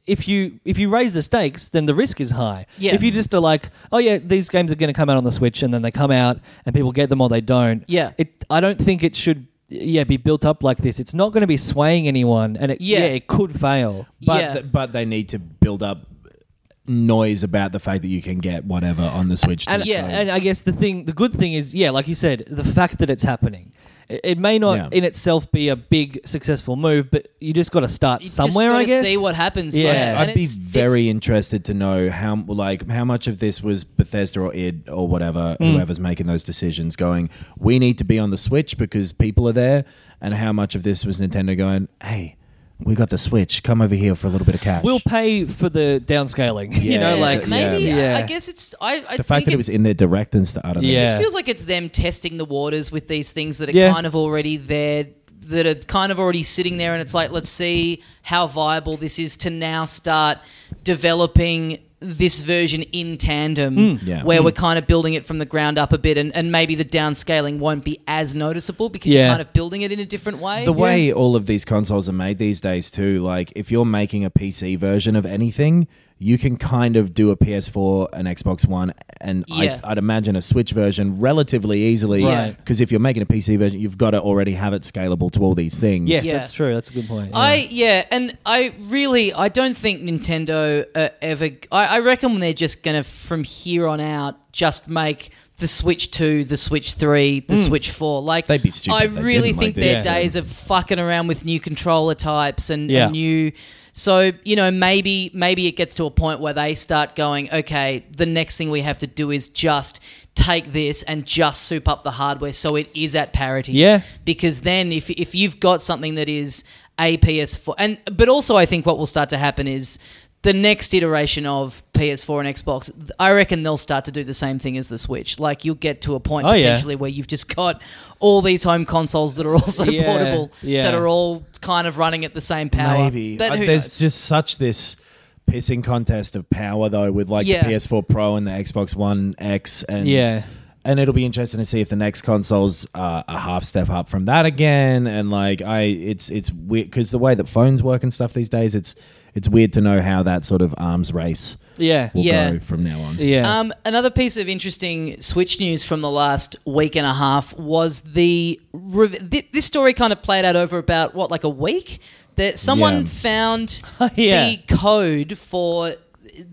Speaker 4: If you if you raise the stakes, then the risk is high.
Speaker 5: Yeah.
Speaker 4: If you just are like, oh yeah, these games are going to come out on the Switch, and then they come out, and people get them or they don't.
Speaker 5: Yeah.
Speaker 4: It. I don't think it should. Yeah, be built up like this. It's not going to be swaying anyone, and it,
Speaker 5: Yeah.
Speaker 4: yeah. it could fail.
Speaker 6: But
Speaker 5: Yeah.
Speaker 6: th- but they need to build up noise about the fact that you can get whatever on the Switch.
Speaker 4: And
Speaker 6: too,
Speaker 4: yeah,
Speaker 6: so-
Speaker 4: and I guess the thing, the good thing is, yeah, like you said, the fact that it's happening. It, it may not
Speaker 6: Yeah.
Speaker 4: in itself be a big successful move, but you just got to start
Speaker 5: You just
Speaker 4: somewhere.
Speaker 5: gotta
Speaker 4: I guess.
Speaker 5: see what happens.
Speaker 4: Yeah.
Speaker 5: and
Speaker 6: I'd be
Speaker 5: it's- it's-
Speaker 6: very interested to know how like how much of this was Bethesda or id or whatever whoever's making those decisions going we need to be on the Switch because people are there and how much of this was Nintendo going hey we got the Switch come over here for a little bit of cash
Speaker 4: we'll pay for the downscaling. you know,
Speaker 6: Yeah,
Speaker 4: like
Speaker 5: maybe
Speaker 4: yeah.
Speaker 5: I, I guess it's I, I
Speaker 6: the
Speaker 5: think
Speaker 6: fact that it was
Speaker 5: it's-
Speaker 6: in their direct and stuff I don't know.
Speaker 4: Yeah.
Speaker 5: It just feels like it's them testing the waters with these things that are
Speaker 4: Yeah.
Speaker 5: kind of already there, that are kind of already sitting there, and it's like, let's see how viable this is to now start developing this version in tandem,
Speaker 4: Hmm.
Speaker 6: Yeah.
Speaker 5: where we're kind of building it from the ground up a bit, and, and maybe the downscaling won't be as noticeable because you're
Speaker 4: Yeah.
Speaker 5: kind of building it in a different way.
Speaker 6: The way all of these consoles are made these days, too, like if you're making a PC version of anything, you can kind of do a PS4, an Xbox One, and
Speaker 5: Yeah.
Speaker 6: I, I'd imagine a Switch version relatively easily.
Speaker 5: Right.
Speaker 6: Because if you're making a PC version, you've got to already have it scalable to all these things.
Speaker 4: yes,
Speaker 5: Yeah.
Speaker 4: that's true. That's a good point. yeah.
Speaker 5: I yeah, and I really I don't think Nintendo uh, ever. I, I reckon they're just gonna from here on out just make the Switch Two, the Switch Three, the Switch Four. Like
Speaker 6: Hmm. They'd be stupid
Speaker 5: I
Speaker 6: if they
Speaker 5: really
Speaker 6: didn't like
Speaker 5: think their
Speaker 6: this.
Speaker 5: days of fucking around with new controller types and,
Speaker 4: Yeah.
Speaker 5: and new. So you know maybe maybe it gets to a point where they start going okay. The next thing we have to do is just take this and just soup up the hardware so it is at parity
Speaker 4: Yeah.
Speaker 5: because then if if you've got something that is a PS4 and but also I think what will start to happen is the next iteration of PS4 and Xbox I reckon they'll start to do the same thing as the Switch like you'll get to a point
Speaker 4: Oh, yeah.
Speaker 5: potentially where you've just got all these home consoles that are also
Speaker 4: Yeah,
Speaker 5: portable
Speaker 4: yeah.
Speaker 5: that are all kind of running at the same power
Speaker 6: Maybe.
Speaker 5: Then
Speaker 6: Uh,
Speaker 5: who
Speaker 6: there's
Speaker 5: knows?
Speaker 6: just such this pissing contest of power, though, with like
Speaker 5: Yeah.
Speaker 6: the PS4 Pro and the Xbox One X. And
Speaker 4: Yeah.
Speaker 6: And it'll be interesting to see if the next consoles are a half step up from that again. And like, I, it's it's weird because the way that phones work and stuff these days, it's it's weird to know how that sort of arms race
Speaker 4: yeah,
Speaker 6: will
Speaker 5: Yeah.
Speaker 6: go from now on.
Speaker 4: yeah.
Speaker 5: Um, another piece of interesting Switch news from the last week and a half was the rev- th- this story kind of played out over about what like a week that someone
Speaker 6: Yeah.
Speaker 5: found
Speaker 4: Yeah.
Speaker 5: the code for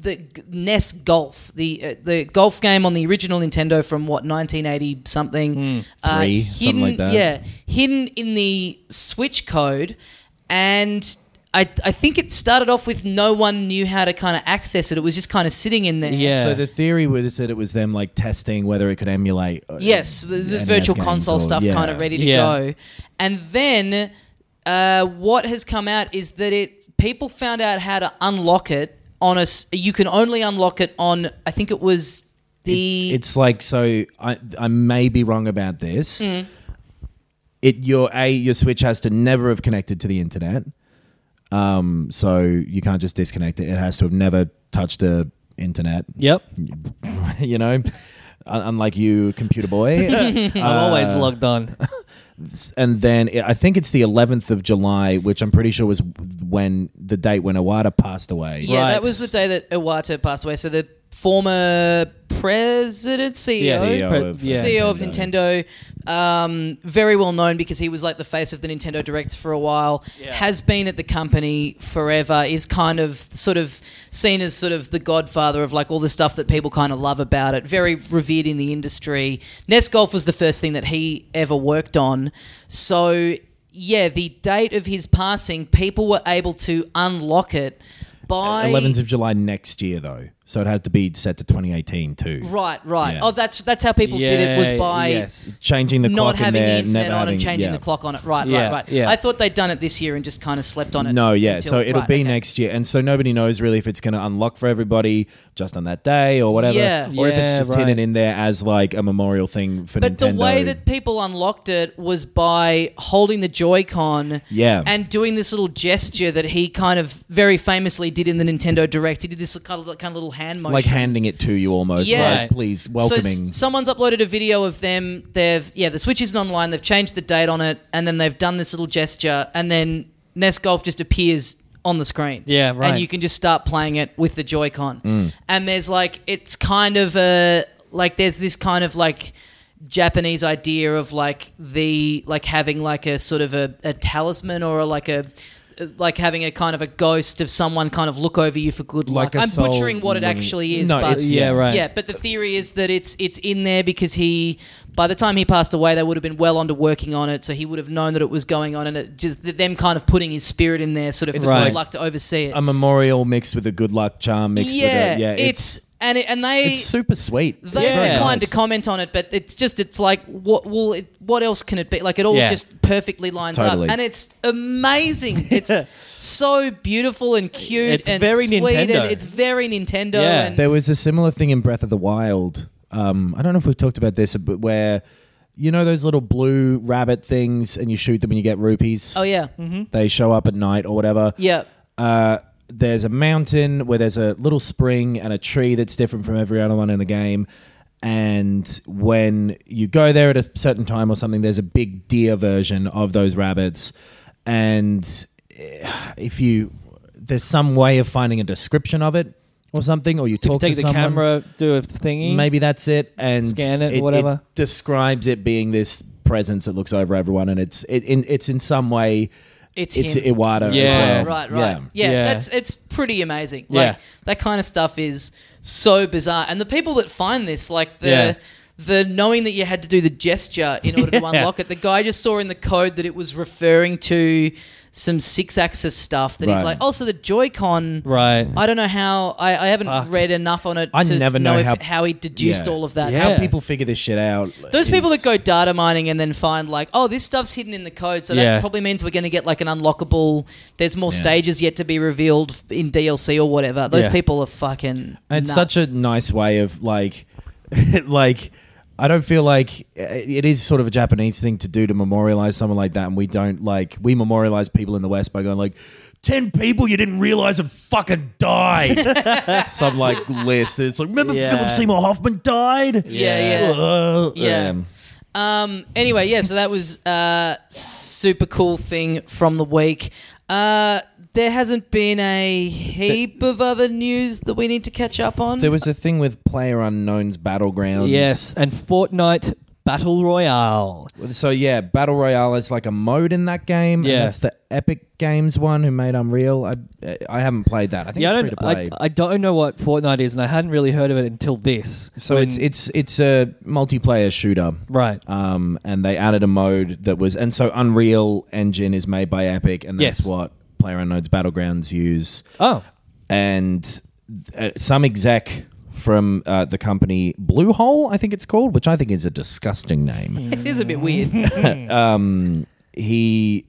Speaker 5: the G- NES Golf, the uh, the golf game on the original Nintendo from what 1980 something, uh,
Speaker 6: Hmm. Three, something like
Speaker 5: hidden-
Speaker 6: that.
Speaker 5: Yeah, hidden in the Switch code, and I I think it started off with no one knew how to kind of access it. It was just kind of sitting in there.
Speaker 4: Yeah.
Speaker 6: So the theory was that it was them like testing whether it could emulate. uh,
Speaker 5: Yes, the, the
Speaker 6: NES
Speaker 5: virtual
Speaker 6: games
Speaker 5: console
Speaker 6: or-
Speaker 5: stuff
Speaker 6: yeah.
Speaker 5: kind of ready to
Speaker 4: Yeah.
Speaker 5: go. And then uh, what has come out is that it people found out how to unlock it on a. s- You can only unlock it on. I think it was the.
Speaker 6: it's like so I I may be wrong about this.
Speaker 5: Mm.
Speaker 6: It your a your switch has to never have connected to the internet. Um, so you can't just disconnect it. It has to have never touched the internet.
Speaker 4: yep.
Speaker 6: you know, Un- unlike you, computer boy.
Speaker 4: I'm
Speaker 6: Uh,
Speaker 4: always logged on.
Speaker 6: and then it, I think it's the 11th of July, which I'm pretty sure was when the date when Iwata passed away.
Speaker 5: yeah, that
Speaker 4: right.
Speaker 5: was the day that Iwata passed away. So the former president CEO.
Speaker 4: Yes.
Speaker 6: CEO E of,
Speaker 4: Yeah.
Speaker 5: CEO E of Nintendo, um, very well known because he was like the face of the Nintendo Direct for a while, has been at the company forever, is kind of sort of seen as sort of the godfather of like all the stuff that people kind of love about it, very revered in the industry. NES Golf was the first thing that he ever worked on. So, yeah, the date of his passing, people were able to unlock it by.
Speaker 6: 11th of July next year, though. so it had to be set to 2018 too.
Speaker 5: Right, right.
Speaker 6: Yeah.
Speaker 5: Oh, that's that's how people did it was by
Speaker 4: yes.
Speaker 6: Changing the
Speaker 5: not
Speaker 6: clock in
Speaker 5: having
Speaker 6: there,
Speaker 5: the internet
Speaker 6: never
Speaker 5: on
Speaker 6: having,
Speaker 5: and changing
Speaker 6: yeah.
Speaker 5: the clock on it. Right,
Speaker 4: Yeah,
Speaker 5: right, right.
Speaker 4: yeah.
Speaker 5: I thought they'd done it this year and just kind of slept on it.
Speaker 6: No, yeah.
Speaker 5: until-
Speaker 6: so it'll
Speaker 5: right,
Speaker 6: be
Speaker 5: okay.
Speaker 6: next year, and so nobody knows really if it's going to unlock for everybody just on that day or whatever,
Speaker 5: Yeah.
Speaker 6: or if it's
Speaker 4: Yeah,
Speaker 6: just
Speaker 4: right.
Speaker 6: hidden in there as like a memorial thing for
Speaker 5: But
Speaker 6: Nintendo.
Speaker 5: the way that people unlocked it was by holding the Joy-Con
Speaker 6: Yeah.
Speaker 5: and doing this little gesture that he kind of very famously did in the Nintendo Direct. He did this kind of, kind of little hand motion.
Speaker 6: like handing it to you almost,
Speaker 5: Yeah.
Speaker 6: like please welcoming.
Speaker 5: So s- someone's uploaded a video of them. They've yeah, the Switch isn't online. They've changed the date on it, and then they've done this little gesture, and then NES Golf just appears on the screen.
Speaker 4: Yeah, right.
Speaker 5: And you can just start playing it with the Joy-Con.
Speaker 6: Mm.
Speaker 5: And there's like it's kind of a like there's this kind of like Japanese idea of like the like having like a sort of a, a talisman or a, like a like having a kind of a ghost of someone kind of look over you for good
Speaker 6: Like
Speaker 5: luck.
Speaker 6: a
Speaker 5: I'm
Speaker 6: soul
Speaker 5: butchering what it
Speaker 6: living-
Speaker 5: actually is,
Speaker 6: No,
Speaker 5: but
Speaker 6: it's-
Speaker 4: Yeah, right.
Speaker 5: yeah, but the theory is that it's it's in there because he, by the time he passed away, they would have been well onto working on it, so he would have known that it was going on, and it just th- them kind of putting his spirit in there, sort of for
Speaker 4: Right.
Speaker 5: sort of luck to oversee it.
Speaker 6: a memorial mixed with a good luck charm mixed
Speaker 5: yeah,
Speaker 6: with a yeah
Speaker 5: it's, and it, and they
Speaker 6: it's super sweet
Speaker 5: they
Speaker 4: Yeah. very
Speaker 5: declined
Speaker 6: nice.
Speaker 5: to comment on it, but it's just it's like what will it, what else can it be? Like it all
Speaker 4: Yeah.
Speaker 5: just perfectly lines
Speaker 6: Totally.
Speaker 5: up, and it's amazing. It's so beautiful and cute.
Speaker 4: It's
Speaker 5: and
Speaker 4: very
Speaker 5: sweet
Speaker 4: Nintendo.
Speaker 5: And it's very Nintendo.
Speaker 4: Yeah.
Speaker 5: and
Speaker 6: there was a similar thing in breath of the wild um, i don't know if we've talked about this but where you know those little blue rabbit things and you shoot them and you get rupees
Speaker 5: oh yeah,
Speaker 4: Mm-hmm. Hmm?
Speaker 6: they show up at night or whatever
Speaker 5: yeah.
Speaker 6: uh, there's a mountain where there's a little spring and a tree that's different from every other one in the game. And when you go there at a certain time or something, there's a big deer version of those rabbits. And eh, if you, there's some way of finding a description of it or something, or you
Speaker 4: If you
Speaker 6: talk
Speaker 4: take
Speaker 6: to
Speaker 4: the
Speaker 6: someone,
Speaker 4: camera, do a thingy.
Speaker 6: maybe that's it. And
Speaker 4: Mm-hmm. Scan it, whatever.
Speaker 6: describes it being this presence that looks over everyone, and it's it in it's in some way.
Speaker 5: It's
Speaker 6: it's
Speaker 5: him.
Speaker 6: Iwata. as
Speaker 4: Yeah.
Speaker 6: well.
Speaker 5: Oh, Right, right, right. Yeah.
Speaker 4: Yeah.
Speaker 5: that's it's pretty amazing.
Speaker 4: Yeah.
Speaker 5: Like that kind of stuff is so bizarre. And the people that find this, like the
Speaker 4: Yeah.
Speaker 5: the knowing that you had to do the gesture in order to unlock it, the guy just saw in the code that it was referring to some six axis stuff that he's
Speaker 6: Right.
Speaker 5: like, Oh, so the Joy-Con
Speaker 4: Right.
Speaker 5: I don't know how I, I haven't
Speaker 4: Fuck.
Speaker 5: read enough on it
Speaker 6: I
Speaker 5: to
Speaker 6: never
Speaker 5: know,
Speaker 6: know
Speaker 5: if, how,
Speaker 6: how-
Speaker 5: he deduced
Speaker 6: Yeah.
Speaker 5: all of that.
Speaker 4: Yeah.
Speaker 6: how people figure this shit out.
Speaker 5: Those people
Speaker 6: is-
Speaker 5: that go data mining and then find like, oh, this stuff's hidden in the code, so
Speaker 4: Yeah.
Speaker 5: that probably means we're going to get like an unlockable. There's more stages yet to be revealed in DLC or whatever. Those
Speaker 4: Yeah.
Speaker 5: people are fucking.
Speaker 6: And it's
Speaker 5: nuts.
Speaker 6: such a nice way of like, like I don't feel like eh, it is sort of a Japanese thing to do to memorialize someone like that, and we don't like we memorialize people in the West by going like. Ten people you didn't realize have fucking died. Some like list. It's like remember
Speaker 4: Yeah.
Speaker 6: Philip Seymour Hoffman died.
Speaker 5: Yeah, yeah.
Speaker 6: Uh,
Speaker 5: Yeah.
Speaker 6: um,
Speaker 5: Um. Anyway, yeah. So that was uh super cool thing from the week. Uh, there hasn't been a heap of other news that we need to catch up on.
Speaker 6: There was a thing with Player Unknown's Battlegrounds.
Speaker 4: Yes, and Fortnite Battle Royale.
Speaker 6: So yeah, battle royale is like a mode in that game.
Speaker 4: Yeah.
Speaker 6: and that's the Epic Games one who made Unreal. I I haven't played that. I think
Speaker 4: Yeah, I
Speaker 6: it's free to
Speaker 4: don't, uh,
Speaker 6: play.
Speaker 4: I, I don't know what Fortnite is, and I hadn't really heard of it until this.
Speaker 6: so
Speaker 4: When-
Speaker 6: it's it's it's a multiplayer shooter,
Speaker 4: right.
Speaker 6: um, and they added a mode that was and so Unreal Engine is made by Epic, and that's
Speaker 4: Yes.
Speaker 6: what PlayerUnknown's Battlegrounds use.
Speaker 4: Oh,
Speaker 6: and uh, some exec from uh, the company Bluehole, I think it's called, which I think is a disgusting name.
Speaker 5: it is a bit weird.
Speaker 6: he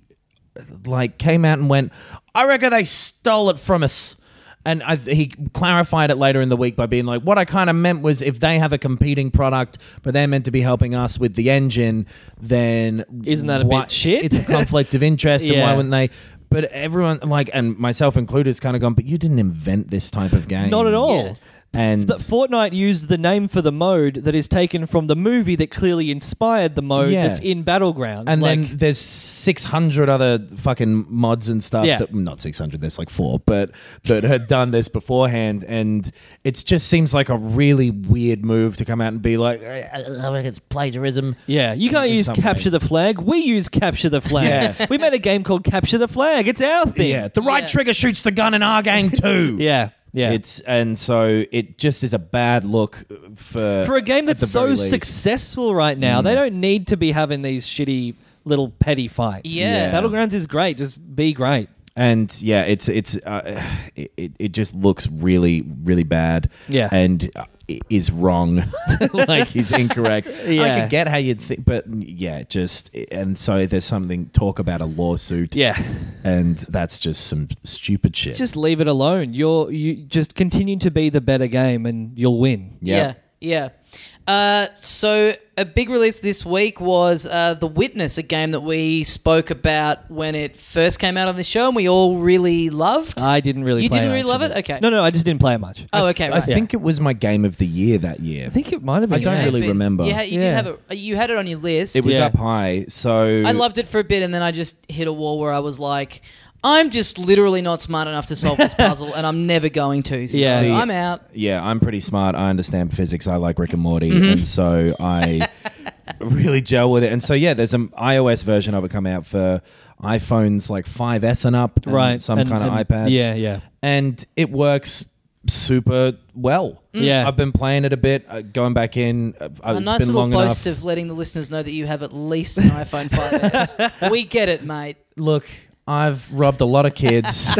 Speaker 6: like came out and went, "I reckon they stole it from us." And I, he clarified it later in the week by being like, "What I kind of meant was if they have a competing product, but they're meant to be helping us with the engine, then
Speaker 4: Isn't that a
Speaker 6: why-
Speaker 4: bit shit?"
Speaker 6: It's a conflict of interest, and why
Speaker 4: Yeah.
Speaker 6: wouldn't they?" But everyone, like, and myself included, has kind of gone, "But you didn't invent this type of game,
Speaker 4: not at all.
Speaker 5: Yeah.
Speaker 6: And
Speaker 4: That Fortnite used the name for the mode that is taken from the movie that clearly inspired the mode
Speaker 6: Yeah.
Speaker 4: that's in Battlegrounds.
Speaker 6: and
Speaker 4: like,
Speaker 6: then there's 600 other fucking mods and stuff
Speaker 4: Yeah.
Speaker 6: that not 600 there's like four but that had done this beforehand and it just seems like a really weird move to come out and be like "Eh, I think it's plagiarism
Speaker 4: yeah, you can't
Speaker 6: in
Speaker 4: use
Speaker 6: some way.
Speaker 4: capture the flag. We use capture the flag.
Speaker 6: Yeah.
Speaker 4: we made a game called Capture the Flag. It's our thing.
Speaker 6: yeah the right
Speaker 5: Yeah.
Speaker 6: trigger shoots the gun in our game too
Speaker 4: yeah, yeah.
Speaker 6: it's and so it just is a bad look for
Speaker 4: for a game
Speaker 6: uh, at
Speaker 4: that's
Speaker 6: the very
Speaker 4: so
Speaker 6: least. Mm.
Speaker 4: successful right now, they don't need to be having these shitty little petty fights.
Speaker 5: Yeah.
Speaker 4: Battlegrounds is great. Just be great.
Speaker 6: And yeah, it's it's uh, it, it- it just looks really really bad.
Speaker 4: Yeah.
Speaker 6: and uh, i- is wrong, like is incorrect. I
Speaker 4: Yeah.
Speaker 6: can get how you'd think, but yeah, just and so there's something talk about a lawsuit.
Speaker 4: Yeah.
Speaker 6: and that's just some stupid shit.
Speaker 4: Just leave it alone. You're you just continue to be the better game and you'll win.
Speaker 6: yeah.
Speaker 5: Yeah. yeah. Uh, so a big release this week was uh, The Witness, a game that we spoke about when it first came out on the show, and we all really loved.
Speaker 4: I didn't really
Speaker 5: You
Speaker 4: play
Speaker 5: didn't
Speaker 4: much
Speaker 5: really love
Speaker 4: of
Speaker 5: it? Okay.
Speaker 4: No, no, I just didn't play it much.
Speaker 5: oh, okay.
Speaker 6: I
Speaker 5: Right.
Speaker 6: think it was my game of the year that year.
Speaker 4: I think it might have been.
Speaker 6: I don't
Speaker 4: yeah.
Speaker 6: really
Speaker 5: Maybe.
Speaker 6: remember.
Speaker 5: You, ha- you
Speaker 4: Yeah.
Speaker 5: did have it. You had it on your list.
Speaker 6: it was
Speaker 4: Yeah.
Speaker 6: up high, so
Speaker 5: I loved it for a bit, and then I just hit a wall where I was like, "I'm just literally not smart enough to solve this puzzle, and I'm never going to." So
Speaker 4: Yeah.
Speaker 6: See,
Speaker 5: I'm out.
Speaker 6: yeah, I'm pretty smart. I understand physics. I like Rick and Morty,
Speaker 4: Mm-hmm.
Speaker 6: and so I really gel with it. And so yeah, there's an iOS version of it come out for iPhones like 5s and up, and
Speaker 4: Right,
Speaker 6: Some
Speaker 4: and-
Speaker 6: kind of
Speaker 4: and-
Speaker 6: iPads.
Speaker 4: yeah, yeah.
Speaker 6: and it works super well.
Speaker 4: Mm. Yeah.
Speaker 6: I've been playing it a bit, uh, going back in. Uh,
Speaker 5: A
Speaker 6: it's
Speaker 5: nice
Speaker 6: been
Speaker 5: little
Speaker 6: long
Speaker 5: boast
Speaker 6: enough.
Speaker 5: of letting the listeners know that you have at least an iPhone 5S. we get it, mate.
Speaker 6: Look. I've robbed a lot of kids,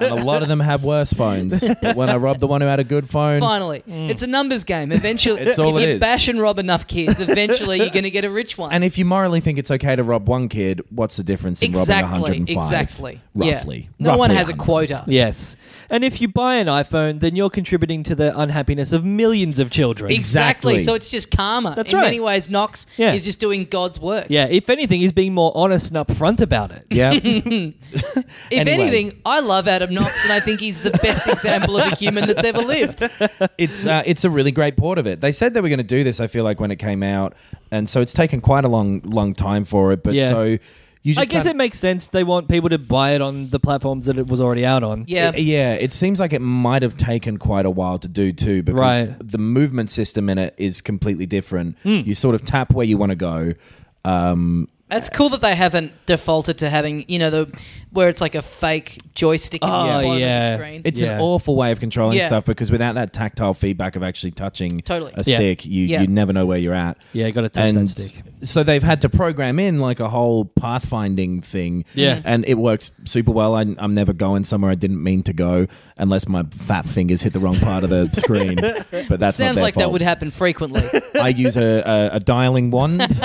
Speaker 6: and a lot of them have worse phones. But when I robbed the one who had a good phone,
Speaker 5: Finally, it's a numbers game. Eventually,
Speaker 6: It's all
Speaker 5: if
Speaker 6: it
Speaker 5: you
Speaker 6: is.
Speaker 5: bash and rob enough kids, eventually you're going to get a rich one.
Speaker 6: And if you morally think it's okay to rob one kid, what's the difference in robbing
Speaker 5: exactly,
Speaker 6: 105?
Speaker 5: exactly, Yeah.
Speaker 6: Roughly.
Speaker 5: No one
Speaker 6: Roughly
Speaker 5: has a
Speaker 6: 100.
Speaker 5: quota.
Speaker 4: Yes. And if you buy an iPhone, then you're contributing to the unhappiness of millions of children.
Speaker 5: Exactly.
Speaker 6: Exactly.
Speaker 5: So it's just karma.
Speaker 4: That's
Speaker 5: in
Speaker 4: right.
Speaker 5: many ways, Knox
Speaker 4: Yeah.
Speaker 5: is just doing God's work.
Speaker 4: yeah, if anything, he's being more honest and upfront about it.
Speaker 6: Yeah.
Speaker 5: If
Speaker 6: Anyway.
Speaker 5: anything, I love Adam Knox, and I think he's the best example of a human that's ever lived.
Speaker 6: it's uh, it's a really great port of it. They said they were going to do this, I feel like, when it came out. And so it's taken quite a long, long time for it. But
Speaker 4: Yeah.
Speaker 6: so you just.
Speaker 4: I guess it
Speaker 6: kinda-
Speaker 4: makes sense. They want people to buy it on the platforms that it was already out on.
Speaker 5: Yeah.
Speaker 6: Yeah, it seems like it might have taken quite a while to do too, because
Speaker 4: Right. Hmm.
Speaker 6: the movement system in it is completely different. You sort of tap where you want to go. Um,
Speaker 5: It's cool that they haven't defaulted to having, you know, the where it's like a fake joystick in
Speaker 4: Oh,
Speaker 5: the bottom
Speaker 4: yeah.
Speaker 5: of the screen.
Speaker 6: It's
Speaker 4: Yeah.
Speaker 6: an awful way of controlling
Speaker 5: Yeah.
Speaker 6: stuff because without that tactile feedback of actually touching
Speaker 5: Totally.
Speaker 6: a
Speaker 4: Yeah.
Speaker 6: stick, you,
Speaker 5: Yeah.
Speaker 6: you never know where you're at.
Speaker 4: Yeah, you gotta touch that
Speaker 6: And
Speaker 4: stick.
Speaker 6: So they've had to program in like a whole pathfinding thing.
Speaker 5: Mm-hmm.
Speaker 4: Yeah.
Speaker 6: And it works super well. I, I'm never going somewhere I didn't mean to go unless my fat fingers hit the wrong part of the screen. But that's not
Speaker 5: Sounds
Speaker 6: their
Speaker 5: like that
Speaker 6: fault.
Speaker 5: would happen frequently.
Speaker 6: I use a, a, a dialing wand, and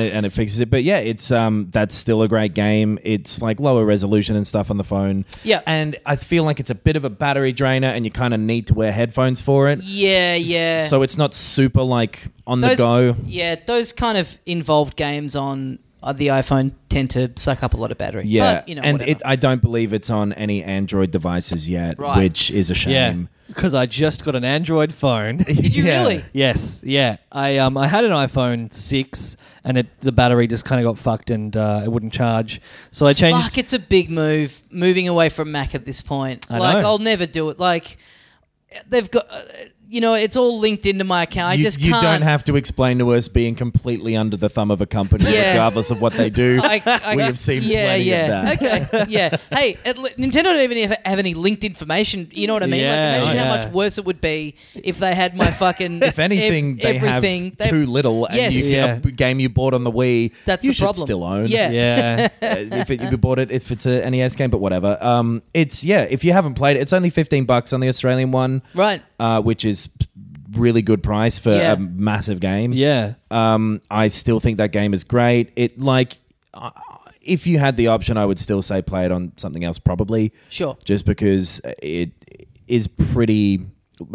Speaker 6: it and it fixes it. But yeah, it's um that's still a great game. It's like lower resolution and stuff on the phone.
Speaker 5: Yeah.
Speaker 6: and I feel like it's a bit of a battery drainer, and you kind of need to wear headphones for it.
Speaker 5: yeah, yeah.
Speaker 6: So it's not super like on
Speaker 5: those,
Speaker 6: the go.
Speaker 5: Yeah, those kind of involved games on uh, the iPhone tend to suck up a lot of battery.
Speaker 6: Yeah,
Speaker 5: But, you know,
Speaker 6: and
Speaker 5: whatever.
Speaker 6: it, I don't believe it's on any Android devices yet,
Speaker 5: Right.
Speaker 6: which is a
Speaker 4: Yeah.
Speaker 6: shame.
Speaker 4: Because I just got an Android phone.
Speaker 5: Did you
Speaker 6: yeah.
Speaker 5: really?
Speaker 4: yes. Yeah. I um I had an iPhone six and it the battery just kind of got fucked and uh, it wouldn't charge. So I changed.
Speaker 5: Fuck, it's a big move moving away from Mac at this point.
Speaker 4: I
Speaker 5: like,
Speaker 4: know.
Speaker 5: I'll never do it. Like, they've got, uh, you know, it's all linked into my account. I
Speaker 6: you,
Speaker 5: just
Speaker 6: you
Speaker 5: can't.
Speaker 6: don't have to explain to us being completely under the thumb of a company,
Speaker 5: Yeah.
Speaker 6: regardless of what they do.
Speaker 5: I, I,
Speaker 6: we have seen
Speaker 5: yeah,
Speaker 6: plenty
Speaker 5: yeah.
Speaker 6: of that.
Speaker 5: Okay, yeah. Hey, at, le- Nintendo don't even have, have any linked information. You know what I mean?
Speaker 4: Yeah,
Speaker 5: like, imagine
Speaker 4: yeah.
Speaker 5: how much worse it would be if they had my fucking.
Speaker 6: if anything,
Speaker 5: ev-
Speaker 6: they
Speaker 5: everything.
Speaker 6: have
Speaker 5: They've-
Speaker 6: too little, and
Speaker 5: Yes.
Speaker 6: you
Speaker 4: Yeah.
Speaker 6: a game you bought on the Wii,
Speaker 5: That's
Speaker 6: you
Speaker 5: the
Speaker 6: should
Speaker 5: problem.
Speaker 6: still own.
Speaker 5: Yeah.
Speaker 4: yeah.
Speaker 6: Uh, if it, you bought it, if it's a NES game, but whatever. Um, it's yeah. If you haven't played it, it's only fifteen bucks on the Australian one,
Speaker 5: Right.
Speaker 6: uh, which is really good price for
Speaker 5: Yeah.
Speaker 6: a massive game.
Speaker 4: yeah.
Speaker 6: Um, I still think that game is great. It like. Uh, if you had the option, I would still say play it on something else, probably.
Speaker 5: Sure.
Speaker 6: Just because it is pretty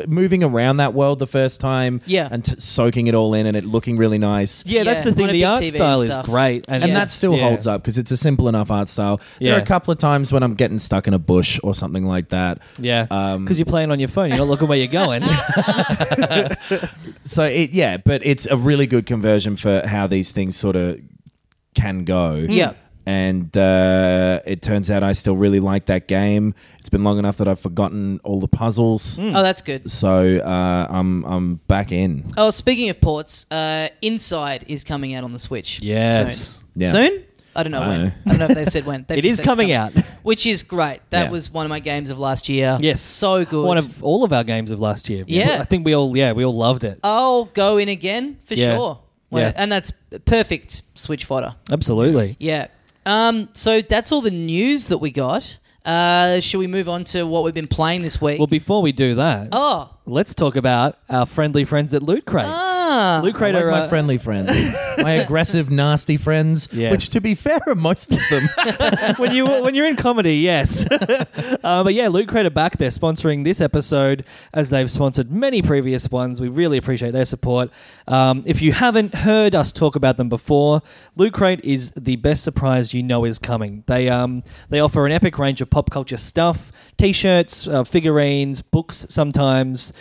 Speaker 6: moving around that world the first time,
Speaker 5: Yeah.
Speaker 6: and t- soaking it all in, and it looking really nice.
Speaker 4: Yeah, that's
Speaker 5: Yeah,
Speaker 4: the thing.
Speaker 5: on a
Speaker 4: The
Speaker 5: big
Speaker 4: art
Speaker 5: TV and
Speaker 4: style is
Speaker 5: stuff.
Speaker 4: great, and,
Speaker 5: And
Speaker 6: And
Speaker 5: Yeah.
Speaker 6: that still holds up because it's a simple enough art style. There
Speaker 4: Yeah.
Speaker 6: are a couple of times when I'm getting stuck in a bush or something like that.
Speaker 4: Yeah, because
Speaker 6: Um,
Speaker 4: you're playing on your phone, you're not looking where you're going.
Speaker 6: So it yeah, but it's a really good conversion for how these things sort of can go.
Speaker 5: Yeah.
Speaker 6: And uh, it turns out I still really like that game. It's been long enough that I've forgotten all the puzzles.
Speaker 5: Oh, that's good.
Speaker 6: So uh, I'm I'm back in.
Speaker 5: Oh, speaking of ports, uh, Inside is coming out on the Switch.
Speaker 4: Yes.
Speaker 5: Soon.
Speaker 6: Yeah.
Speaker 5: Soon? I don't know
Speaker 6: I
Speaker 5: when.
Speaker 6: don't know.
Speaker 5: I don't know if they said when. They
Speaker 4: it
Speaker 5: just
Speaker 4: is
Speaker 5: said it's
Speaker 4: coming out.
Speaker 5: Which is great. That
Speaker 6: Yeah.
Speaker 5: was one of my games of last year.
Speaker 4: Yes,
Speaker 5: So good.
Speaker 4: One of all of our games of last year.
Speaker 5: Yeah.
Speaker 4: I think we all yeah we all loved it.
Speaker 5: I'll go in again for
Speaker 4: Yeah.
Speaker 5: sure.
Speaker 4: Yeah.
Speaker 5: And that's perfect Switch fodder.
Speaker 4: Absolutely.
Speaker 5: Yeah. Um, so that's all the news that we got. Uh, should we move on to what we've been playing this week?
Speaker 4: Well, before we do that,
Speaker 5: oh,
Speaker 4: let's talk about our friendly friends at Loot Crate. Loot
Speaker 6: I
Speaker 4: Crate
Speaker 6: like
Speaker 4: are
Speaker 6: my
Speaker 4: uh,
Speaker 6: friendly friends, my aggressive, nasty friends.
Speaker 4: Yes.
Speaker 6: Which, to be fair, are most of them.
Speaker 4: when you when you're in comedy, yes. uh, but yeah, Loot Crate are back. They're sponsoring this episode as they've sponsored many previous ones. We really appreciate their support. Um, if you haven't heard us talk about them before, Loot Crate is the best surprise you know is coming. They um they offer an epic range of pop culture stuff: t-shirts, uh, figurines, books, sometimes.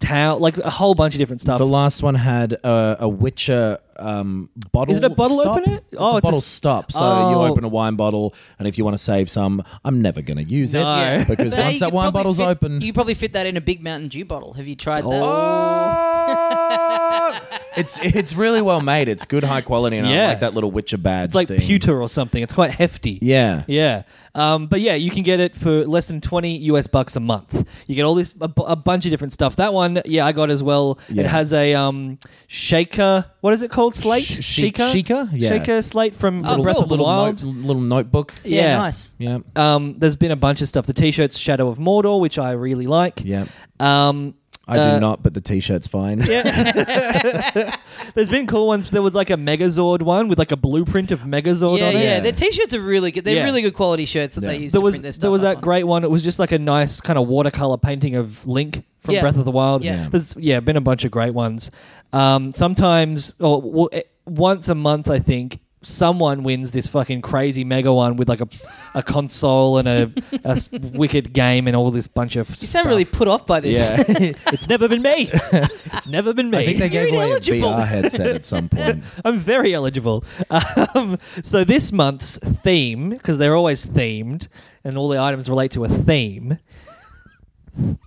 Speaker 4: Towel, like a whole bunch of different stuff.
Speaker 6: the last one had a, a Witcher um, bottle.
Speaker 4: Is it a bottle
Speaker 6: stop.
Speaker 4: opener?
Speaker 6: It's
Speaker 4: Oh,
Speaker 6: a
Speaker 4: it's a
Speaker 6: bottle
Speaker 4: s-
Speaker 6: stop. So
Speaker 4: Oh.
Speaker 6: you open a wine bottle, and if you want to save some, I'm never going to use it
Speaker 4: No. Yeah.
Speaker 6: because
Speaker 5: But
Speaker 6: once
Speaker 5: you
Speaker 6: that
Speaker 5: could
Speaker 6: wine
Speaker 5: probably
Speaker 6: bottle's
Speaker 5: fit-
Speaker 6: open,
Speaker 5: you could probably fit that in a big Mountain Dew bottle. Have you tried that?
Speaker 6: Oh. it's it's really well made. It's good, high quality, and
Speaker 4: Yeah.
Speaker 6: I like that little Witcher badge.
Speaker 4: It's like
Speaker 6: thing.
Speaker 4: pewter or something. It's quite hefty.
Speaker 6: Yeah.
Speaker 4: Yeah. Um, but yeah, you can get it for less than 20 US bucks a month. You get all this, a, bu- a bunch of different stuff. That one, yeah, I got as well.
Speaker 6: Yeah.
Speaker 4: It has a um, shaker. What is it called? Slate?
Speaker 6: Sh- she- shaker? Yeah.
Speaker 4: Shaker slate from, from
Speaker 5: cool.
Speaker 4: Breath of the
Speaker 6: little
Speaker 4: Wild.
Speaker 6: note- little notebook.
Speaker 5: Oh, Yeah,
Speaker 4: Oh, yeah.
Speaker 5: nice.
Speaker 6: Yeah.
Speaker 4: Um, there's been a bunch of stuff. The t shirts Shadow of Mordor, which I really like.
Speaker 6: Yeah.
Speaker 4: Um,
Speaker 6: I
Speaker 4: Uh,
Speaker 6: do not, but the t-shirt's fine.
Speaker 4: there's been cool ones. There was like a Megazord one with like a blueprint of Megazord
Speaker 5: yeah,
Speaker 4: on it.
Speaker 5: yeah.
Speaker 6: Yeah.
Speaker 5: Their t-shirts are really good. They're
Speaker 4: Yeah.
Speaker 5: really good quality shirts that they
Speaker 6: Yeah.
Speaker 5: use
Speaker 4: there
Speaker 5: to
Speaker 4: was
Speaker 5: print their stuff.
Speaker 4: there was
Speaker 5: up
Speaker 4: that
Speaker 5: on.
Speaker 4: great one. It was just like a nice kind of watercolor painting of Link from
Speaker 5: Yeah.
Speaker 4: Breath of the Wild.
Speaker 5: Yeah.
Speaker 4: There's yeah, been a bunch of great ones. Um, sometimes or well, eh, once a month, I think someone wins this fucking crazy mega one with like a a console and a, a s- wicked game and all this bunch of.
Speaker 5: You sound really put off by this.
Speaker 6: yeah.
Speaker 4: It's never been me. it's never been me.
Speaker 6: I think they
Speaker 5: You're
Speaker 6: gave away a
Speaker 5: ineligible.
Speaker 6: VR headset at some point.
Speaker 4: I'm very eligible. Um, so this month's theme, because they're always themed, and all the items relate to a theme.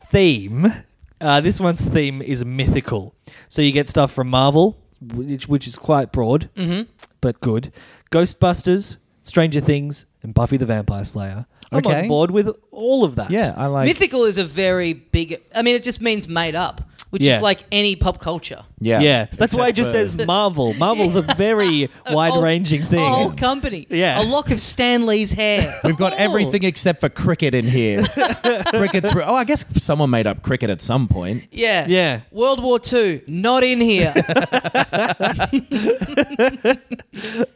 Speaker 4: Theme. Uh, this one's theme is mythical. So you get stuff from Marvel, which which is quite broad,
Speaker 6: Mm-hmm.
Speaker 4: but good. Ghostbusters, Stranger Things, and Buffy the Vampire Slayer. I'm
Speaker 6: Okay.
Speaker 4: on board with all of that.
Speaker 6: yeah, I like.
Speaker 5: Mythical is a very big. I mean, it just means made up, which
Speaker 4: Yeah.
Speaker 5: is like any pop culture.
Speaker 6: yeah,
Speaker 4: yeah. That's why it just
Speaker 6: Except for-
Speaker 4: says Marvel. Marvel's a very
Speaker 6: Oh,
Speaker 4: wide-ranging
Speaker 5: A whole
Speaker 4: thing.
Speaker 5: company.
Speaker 4: Yeah.
Speaker 5: A lock of Stan Lee's hair.
Speaker 6: We've got everything except for cricket in here. Cricket's. Re- oh, I guess someone made up cricket at some point.
Speaker 5: Yeah.
Speaker 4: Yeah.
Speaker 5: World War II, not in here.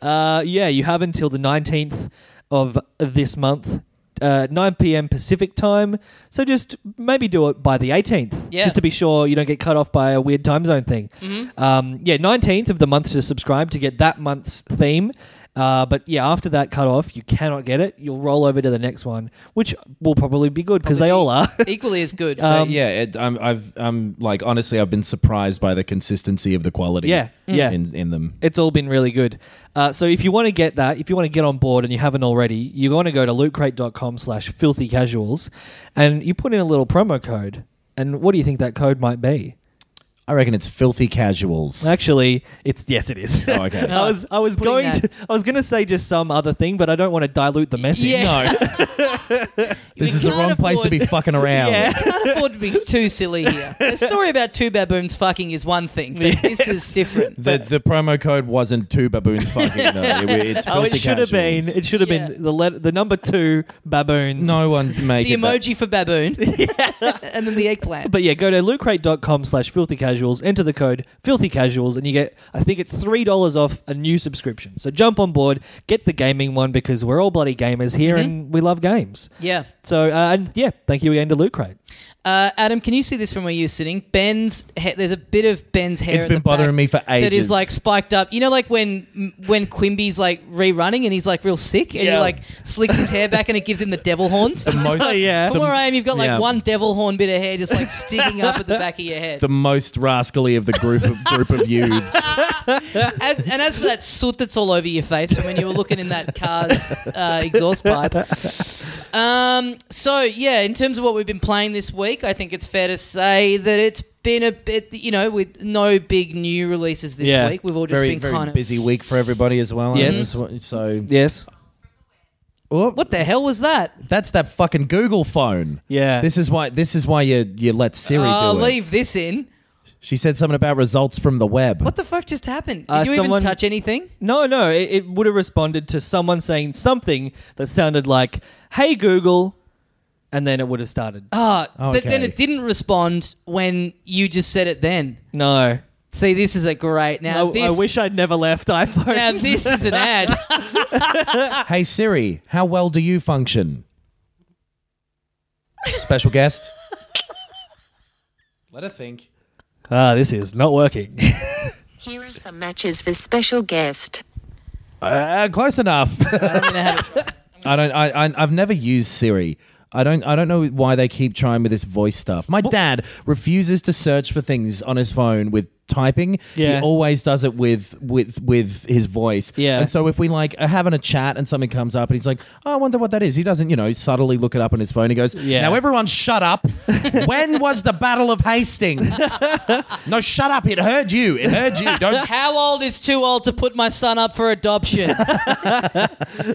Speaker 4: Uh, yeah, you have until the 19th of this month, uh, 9 p.m. Pacific time. So just maybe do it by the 18th,
Speaker 5: Yeah.
Speaker 4: just to be sure you don't get cut off by a weird time zone thing. Um, yeah, 19th of the month to subscribe to get that month's theme. Uh, but yeah, after that cut off, you cannot get it. You'll roll over to the next one, which will probably be good because they all are.
Speaker 5: Equally as good.
Speaker 4: Um,
Speaker 6: But yeah, it, I'm, I've, I'm like honestly, I've been surprised by the consistency of the quality.
Speaker 4: Yeah, Mm. yeah.
Speaker 6: In, in them.
Speaker 4: It's all been really good. Uh, so if you want to get that, if you want to get on board and you haven't already, you want to go to lootcrate.com slash filthy casuals and you put in a little promo code. And what do you think that code might be?
Speaker 6: I reckon it's filthy casuals.
Speaker 4: Actually, it's yes, it is.
Speaker 6: Oh, okay.
Speaker 4: I was I was
Speaker 5: Putting
Speaker 4: going
Speaker 5: that-
Speaker 4: to I was going to say just some other thing, but I don't want to dilute the message.
Speaker 5: Yeah.
Speaker 6: this is the
Speaker 5: can't
Speaker 6: wrong place to be
Speaker 5: afford-
Speaker 6: fucking around.
Speaker 4: Yeah.
Speaker 5: can't afford to be too silly here. The story about two baboons fucking is one thing, but this is different.
Speaker 6: The, the promo code wasn't two baboons fucking. No, it, it's filthy
Speaker 4: Oh, it should have been.
Speaker 6: casuals.
Speaker 4: It should have
Speaker 5: Yeah.
Speaker 4: been the let, the number two baboons.
Speaker 6: no one made
Speaker 5: The
Speaker 6: it that-
Speaker 5: emoji for baboon, and then the eggplant.
Speaker 4: But yeah, go to lootcrate.com slash filthy casuals, enter the code filthy casuals, and you get, I think it's $3 off a new subscription. So jump on board, get the gaming one because we're all bloody gamers here
Speaker 5: Mm-hmm.
Speaker 4: and we love games.
Speaker 5: yeah.
Speaker 4: So, uh, and yeah, thank you again to Loot Crate.
Speaker 5: Uh, Adam, can you see this from where you're sitting? Ben's he- there's a bit of Ben's hair.
Speaker 6: It's
Speaker 5: at
Speaker 6: been
Speaker 5: the
Speaker 6: bothering
Speaker 5: back
Speaker 6: me for
Speaker 5: That is
Speaker 6: ages.
Speaker 5: like spiked up. You know, like when when Quimby's like rerunning and he's like real sick, and he
Speaker 4: Yeah.
Speaker 5: like slicks his hair back and it gives him the devil horns. You just-
Speaker 6: most-
Speaker 4: yeah.
Speaker 5: From where I am, you've got like
Speaker 6: yeah.
Speaker 5: one devil horn bit of hair just like sticking up at the back of your head.
Speaker 6: the most rascally of the group of, group of youths.
Speaker 5: As, and as for that soot that's all over your face from when you were looking in that car's uh, exhaust pipe. Um, so, yeah, in terms of what we've been playing this week, I think it's fair to say that it's been a bit, you know, with no big new releases this
Speaker 4: Yeah.
Speaker 5: week. We've all just
Speaker 6: very
Speaker 5: been
Speaker 6: very
Speaker 5: kind of.
Speaker 6: busy week for everybody as well. I
Speaker 4: Yes.
Speaker 6: guess. So
Speaker 4: Yes.
Speaker 6: Oh,
Speaker 5: What the hell was that?
Speaker 6: that's that fucking Google phone.
Speaker 4: Yeah.
Speaker 6: This is why this is why you you let Siri
Speaker 5: I'll
Speaker 6: do it.
Speaker 5: leave Ah, this in.
Speaker 6: She said something about results from the web.
Speaker 5: What the fuck just happened? Did
Speaker 4: Uh,
Speaker 5: you
Speaker 4: someone-
Speaker 5: even touch anything?
Speaker 4: No, no, it, it would have responded to someone saying something that sounded like, "Hey Google," and then it would have started.
Speaker 5: Ah, but then
Speaker 6: Okay.
Speaker 5: it didn't respond when you just said it. Then
Speaker 4: No,
Speaker 5: see, this is a great. Now
Speaker 4: I,
Speaker 5: this,
Speaker 4: I wish I'd never left iPhone.
Speaker 5: now this is an ad.
Speaker 6: hey Siri, how well do you function? Special guest. Let her think.
Speaker 4: ah, this is not working.
Speaker 7: Here are some matches for special guest.
Speaker 6: Uh, close enough. I don't. I, I. I've never used Siri. I don't. I don't know why they keep trying with this voice stuff. My dad refuses to search for things on his phone with typing.
Speaker 4: Yeah.
Speaker 6: He always does it with with with his voice.
Speaker 4: Yeah.
Speaker 6: And so if we like are having a chat and something comes up and he's like, oh, I wonder what that is. He doesn't, you know, subtly look it up on his phone. He goes,
Speaker 4: Yeah.
Speaker 6: Now everyone, shut up. when was the Battle of Hastings? no, shut up. It heard you. It heard you. Don't.
Speaker 5: How old is too old to put my son up for adoption?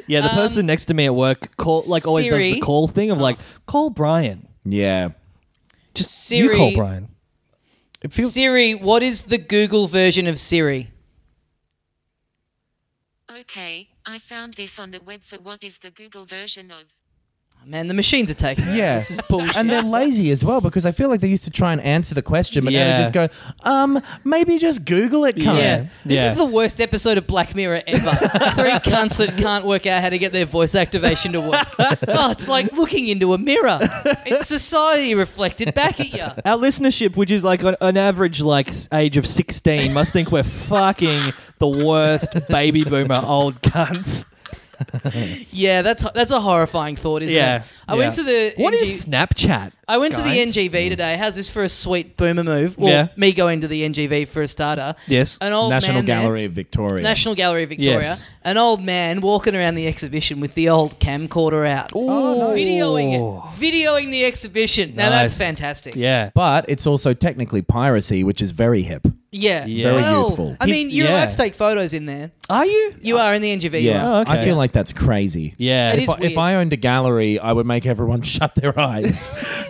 Speaker 4: yeah, the person next to me at work call like always does
Speaker 5: Um, Siri. Oh.
Speaker 4: the call thing of like, "Call Brian."
Speaker 6: Yeah.
Speaker 4: Just you
Speaker 5: Siri.
Speaker 4: call Brian. It feels
Speaker 5: Siri, what is the Google version of Siri?
Speaker 7: Okay, I found this on the web for what is the Google version of.
Speaker 5: Man, the machines are taking. it.
Speaker 6: Yeah.
Speaker 5: this is bullshit.
Speaker 6: And they're lazy as well because I feel like they used to try and answer the question, but now
Speaker 4: Yeah.
Speaker 6: they just go, um, maybe just Google it, cunt.
Speaker 5: yeah. This
Speaker 4: Yeah.
Speaker 5: is the worst episode of Black Mirror ever. Three cunts that can't work out how to get their voice activation to work. Oh, it's like looking into a mirror. It's society reflected back at you.
Speaker 4: Our listenership, which is like on an average like s- age of sixteen, must think we're fucking the worst baby boomer old cunts.
Speaker 5: Yeah, that's that's a horrifying thought, isn't
Speaker 4: Yeah.
Speaker 5: it? I went to
Speaker 4: Yeah.
Speaker 5: the
Speaker 4: What
Speaker 5: NG
Speaker 4: is Snapchat?
Speaker 5: I went
Speaker 4: guys?
Speaker 5: to the NGV today. How's this for a sweet boomer move? Well,
Speaker 4: Yeah.
Speaker 5: me going to the NGV for a starter.
Speaker 4: Yes.
Speaker 5: An old
Speaker 6: National
Speaker 5: man there-
Speaker 6: Gallery of Victoria.
Speaker 5: National Gallery of Victoria.
Speaker 4: Yes.
Speaker 5: An old man walking around the exhibition with the old camcorder out. Videoing it. Videoing the exhibition. Now that's
Speaker 4: Nice.
Speaker 5: fantastic.
Speaker 4: Yeah.
Speaker 6: but it's also technically piracy, which is very hip.
Speaker 5: Yeah.
Speaker 4: Very
Speaker 5: well,
Speaker 6: youthful.
Speaker 5: I mean, you're
Speaker 4: Yeah.
Speaker 5: allowed to take photos in there.
Speaker 4: Are you?
Speaker 5: You are in the NGV. you
Speaker 6: Yeah.
Speaker 5: are.
Speaker 4: Oh, okay.
Speaker 6: I feel like that's crazy.
Speaker 4: Yeah.
Speaker 5: It
Speaker 6: If
Speaker 5: is
Speaker 6: I, if
Speaker 5: weird.
Speaker 6: I owned a gallery, I would make everyone shut their eyes.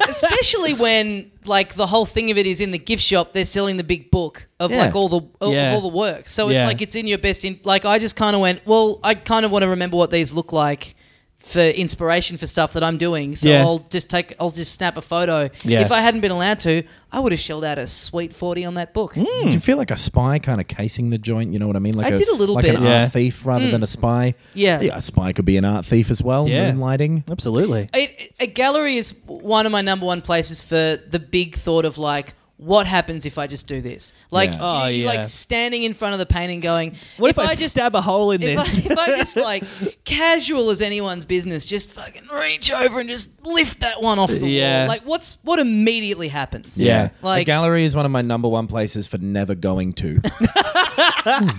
Speaker 5: Especially when like the whole thing of it is in the gift shop, they're selling the big book of
Speaker 6: Yeah.
Speaker 5: like all the of
Speaker 4: Yeah.
Speaker 5: all the works. So it's
Speaker 4: Yeah.
Speaker 5: like it's in your best in like I just kind of went, well, I kind of want to remember what these look like for inspiration for stuff that I'm doing. So
Speaker 4: Yeah.
Speaker 5: I'll just take I'll just snap a photo.
Speaker 4: Yeah.
Speaker 5: If I hadn't been allowed to, I would have shelled out a sweet 40 on that book.
Speaker 4: Mm.
Speaker 6: Do you feel like a spy kind of casing the joint? You know what I mean? Like
Speaker 5: I did a little
Speaker 6: like
Speaker 5: bit. Mm.
Speaker 6: an
Speaker 4: Yeah.
Speaker 6: art thief rather than a spy.
Speaker 5: Yeah.
Speaker 6: Yeah, a spy could be an art thief as well.
Speaker 4: Yeah.
Speaker 6: Moonlighting.
Speaker 4: Absolutely.
Speaker 5: It, a gallery is one of my number one places for the big thought of like, what happens if I just do this? Like,
Speaker 6: Yeah.
Speaker 4: Oh,
Speaker 5: you,
Speaker 4: yeah.
Speaker 5: like standing in front of the painting, going,
Speaker 4: What if, I,
Speaker 5: just
Speaker 4: stab a hole in
Speaker 5: if I,
Speaker 4: this?
Speaker 5: if I just like casual as anyone's business, just fucking reach over and just lift that one off the
Speaker 4: Yeah.
Speaker 5: wall. Like, what's what immediately happens?
Speaker 4: Yeah.
Speaker 6: a
Speaker 5: like
Speaker 6: gallery is one of my number one places for never going to.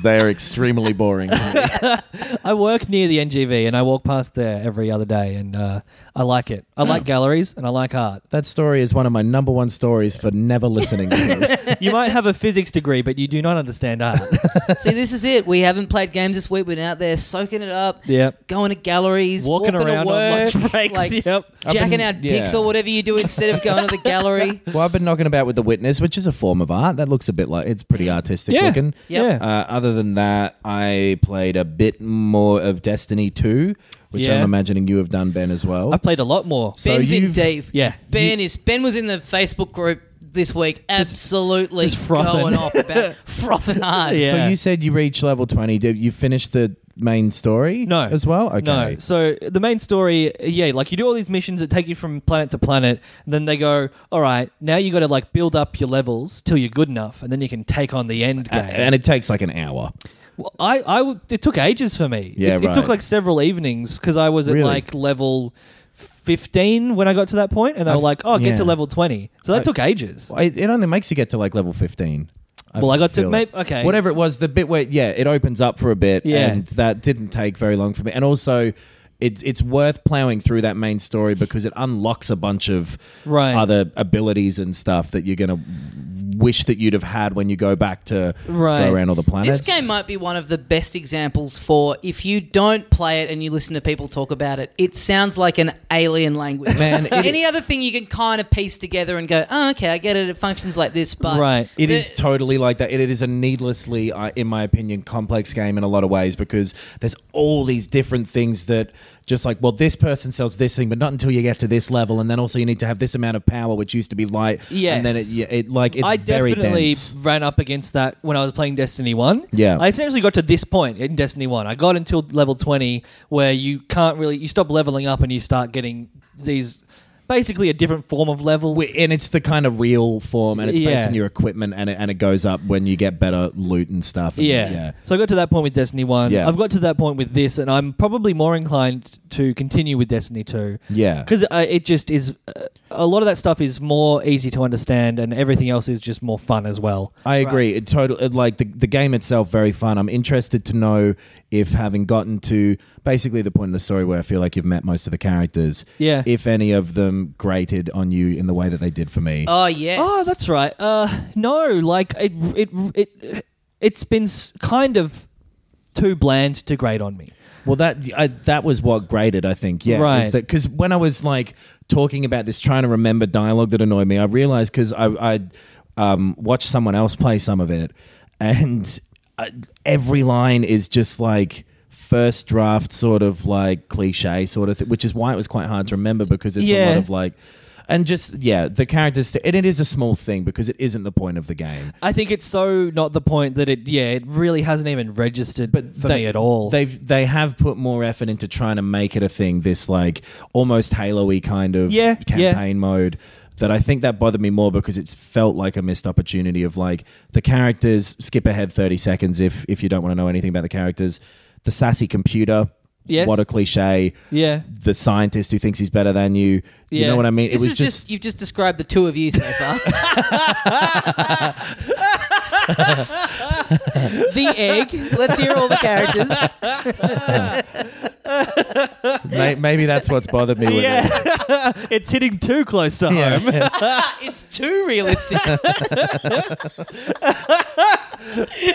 Speaker 6: They're extremely boring to me.
Speaker 4: I work near the NGV and I walk past there every other day, and uh, I like it.
Speaker 5: Oh.
Speaker 4: I like galleries and I like art.
Speaker 6: That story is one of my number one stories for never listening to.
Speaker 4: You might have a physics degree, but you do not understand art.
Speaker 5: see, this is it. We haven't played games this week. We're out there soaking it up.
Speaker 4: Yep.
Speaker 5: going to galleries,
Speaker 4: Walking
Speaker 5: walking,
Speaker 4: around
Speaker 5: to
Speaker 4: on lunch
Speaker 5: work,
Speaker 4: breaks,
Speaker 5: like,
Speaker 4: yep.
Speaker 6: I've
Speaker 5: jacking
Speaker 6: been-
Speaker 5: out dicks
Speaker 6: yeah.
Speaker 5: or whatever you do instead of going to the gallery.
Speaker 6: well, I've been knocking about with the witness, which is a form of art. That looks a bit like it's pretty artistic
Speaker 4: Yeah.
Speaker 6: looking.
Speaker 5: Mm. Yep.
Speaker 4: Yeah.
Speaker 6: Uh, other than that, I played a bit more of Destiny 2, which
Speaker 4: Yeah.
Speaker 6: I'm imagining you have done, Ben, as well.
Speaker 4: I've played a lot more.
Speaker 6: So
Speaker 5: Ben's in
Speaker 6: you've-
Speaker 5: deep.
Speaker 4: yeah.
Speaker 5: Ben is Ben was in the Facebook group this week, absolutely
Speaker 4: just frothing.
Speaker 5: going off about frothing hard.
Speaker 4: Yeah.
Speaker 6: So you said you reached level 20. Did you finish the main story
Speaker 4: No.
Speaker 6: as well? Okay.
Speaker 4: No. So the main story, yeah, like you do all these missions that take you from planet to planet, and then they go, all right, now you got to like build up your levels till you're good enough, and then you can take on the end
Speaker 6: A-
Speaker 4: game.
Speaker 6: and it takes like an hour.
Speaker 4: Well, I, I w- it took ages for me.
Speaker 6: Yeah,
Speaker 4: it, it took
Speaker 6: right.
Speaker 4: like several evenings because I was at
Speaker 6: Really?
Speaker 4: like level fifteen when I got to that point, and they were like, "Oh, get to
Speaker 6: yeah.
Speaker 4: level 20. So that
Speaker 6: I-
Speaker 4: took ages.
Speaker 6: Well, It, it only makes you get to like level 15.
Speaker 4: Well, I got to-
Speaker 6: feel
Speaker 4: may-
Speaker 6: it.
Speaker 4: okay.
Speaker 6: Whatever it was, the bit where, yeah, it opens up for a bit.
Speaker 4: Yeah.
Speaker 6: And that didn't take very long for me. And also, it's, it's worth plowing through that main story because it unlocks a bunch of
Speaker 4: Right.
Speaker 6: other abilities and stuff that you're going to wish that you'd have had when you go back to
Speaker 4: Right.
Speaker 6: go around all the planets.
Speaker 5: This game might be one of the best examples for if you don't play it and you listen to people talk about it, it sounds like an alien language.
Speaker 6: Man, it-
Speaker 5: any other thing you can kind of piece together and go, oh, okay, I get it. It functions like this, but
Speaker 4: Right.
Speaker 6: It
Speaker 5: The-
Speaker 6: is totally like that. It- it is a needlessly, uh, in my opinion, complex game in a lot of ways because there's all these different things that just like, well, this person sells this thing, but not until you get to this level, and then also you need to have this amount of power, which used to be light. and then it,
Speaker 4: Yes.
Speaker 6: yeah, it like it's
Speaker 4: I
Speaker 6: very
Speaker 4: definitely
Speaker 6: dense.
Speaker 4: ran up against that when I was playing Destiny 1.
Speaker 6: Yeah.
Speaker 4: I essentially got to this point in Destiny 1. I got until level 20 where you can't really, you stop leveling up and you start getting these basically a different form of levels.
Speaker 6: Wi- And it's the kind of real form, and it's
Speaker 4: Yeah.
Speaker 6: based on your equipment, and it, and it goes up when you get better loot and stuff. and-
Speaker 4: yeah. So I got to that point with Destiny 1.
Speaker 6: Yeah.
Speaker 4: I've got to that point with this, and I'm probably more inclined to continue with Destiny 2.
Speaker 6: Yeah.
Speaker 4: Because uh, it just is, uh, a lot of that stuff is more easy to understand, and everything else is just more fun as well.
Speaker 6: I agree. It totally like the the game itself very fun. I'm interested to know if having gotten to basically the point in the story where I feel like you've met most of the characters,
Speaker 4: Yeah.
Speaker 6: if any of them grated on you in the way that they did for me.
Speaker 5: Oh, yes.
Speaker 4: Oh, that's right. Uh, no, like it, it, it, it's been s- kind of too bland to grade on me.
Speaker 6: Well, that I, that was what graded, I think. Yeah,
Speaker 4: Right.
Speaker 6: Because when I was like talking about this, trying to remember dialogue that annoyed me, I realized because I I um, watched someone else play some of it, and uh, every line is just like first draft sort of like cliche sort of thing, which is why it was quite hard to remember because it's a
Speaker 4: Yeah.
Speaker 6: lot of like. And just yeah, the characters, and it is a small thing because it isn't the point of the game.
Speaker 4: I think it's so not the point that it, yeah, it really hasn't even registered for me at all.
Speaker 6: They've they have put more effort into trying to make it a thing. This like almost Halo-y kind of
Speaker 4: Yeah, yeah.
Speaker 6: campaign mode. That I think that bothered me more because it felt like a missed opportunity of like the characters. Skip ahead thirty seconds if if you don't want to know anything about the characters. The sassy computer.
Speaker 4: Yes.
Speaker 6: What a cliche.
Speaker 4: Yeah.
Speaker 6: The scientist who thinks he's better than you. You
Speaker 4: Yeah.
Speaker 6: know what I mean?
Speaker 5: This is just, you've just described the two of you so far. the egg. Let's hear all the characters.
Speaker 6: may- maybe that's what's bothered me. With it.
Speaker 4: it's hitting too close to home.
Speaker 5: it's too realistic.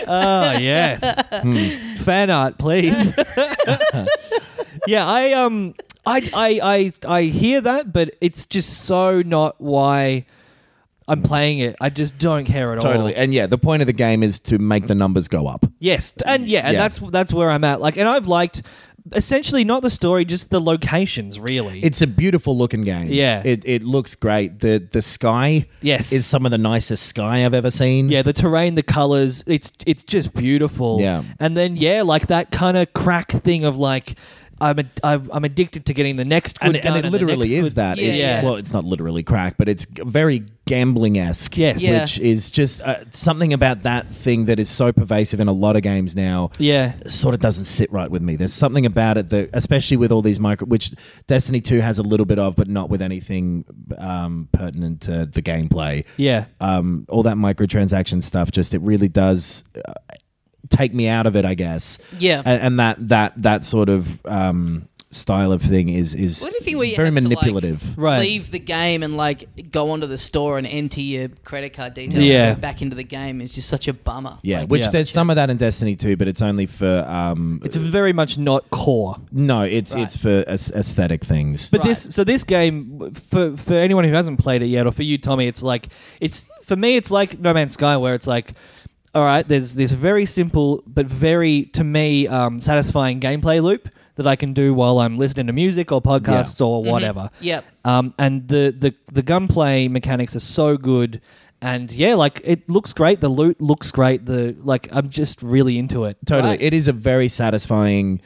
Speaker 4: Oh yes, Hmm. fan art, please. yeah, I um, I, I I I hear that, but it's just so not why I'm playing it. I just don't care at all.
Speaker 6: Totally. And yeah, the point of the game is to make the numbers go up.
Speaker 4: Yes, t- and yeah, and
Speaker 6: Yeah.
Speaker 4: that's that's where I'm at. Like, and I've liked essentially not the story, just the locations. Really,
Speaker 6: It's a beautiful looking game.
Speaker 4: Yeah.
Speaker 6: It, it looks great. The the sky
Speaker 4: Yes.
Speaker 6: is some of the nicest sky I've ever seen.
Speaker 4: yeah, the terrain, the colors. It's it's just beautiful.
Speaker 6: Yeah.
Speaker 4: and then yeah, like that kind of crack thing of like. I'm, a, I'm I'm addicted to getting the next good
Speaker 6: And,
Speaker 4: gun
Speaker 6: and it
Speaker 4: the
Speaker 6: literally
Speaker 4: next
Speaker 6: is
Speaker 4: good-
Speaker 6: that.
Speaker 5: Yeah.
Speaker 6: It's,
Speaker 5: Yeah.
Speaker 6: Well, it's not literally crack, but it's g- very gambling esque.
Speaker 4: Yes.
Speaker 5: Yeah.
Speaker 6: Which is just uh, something about that thing that is so pervasive in a lot of games now.
Speaker 4: Yeah,
Speaker 6: sort of doesn't sit right with me. There's something about it that, especially with all these micro, which Destiny 2 has a little bit of, but not with anything um, pertinent to the gameplay.
Speaker 4: Yeah.
Speaker 6: Um, all that microtransaction stuff, just it really does uh, take me out of it, I guess.
Speaker 5: Yeah.
Speaker 6: A- And, that that that sort of um, style of thing is is
Speaker 5: What do you think we
Speaker 6: very
Speaker 5: have to, like,
Speaker 6: manipulative.
Speaker 4: Right.
Speaker 5: Leave the game and like go onto the store and enter your credit card details.
Speaker 4: Yeah.
Speaker 5: And go back into the game is just such a bummer.
Speaker 6: Yeah,
Speaker 5: Like,
Speaker 6: which
Speaker 4: Yeah.
Speaker 6: there's some of that in Destiny 2, but it's only for um,
Speaker 4: it's very much not core.
Speaker 6: no, it's
Speaker 5: Right.
Speaker 6: it's for as- aesthetic things.
Speaker 4: But
Speaker 5: Right.
Speaker 4: this, so this game for for anyone who hasn't played it yet, or for you, Tommy, it's like it's for me, it's like No Man's Sky, where it's like, all right, there's this very simple but very to me um, satisfying gameplay loop that I can do while I'm listening to music or podcasts or whatever.
Speaker 5: Yep.
Speaker 4: Um, and the, the the gunplay mechanics are so good, and yeah, like it looks great. The loot looks great. The like, I'm just really into it.
Speaker 6: totally.
Speaker 5: Right.
Speaker 6: It is a very satisfying,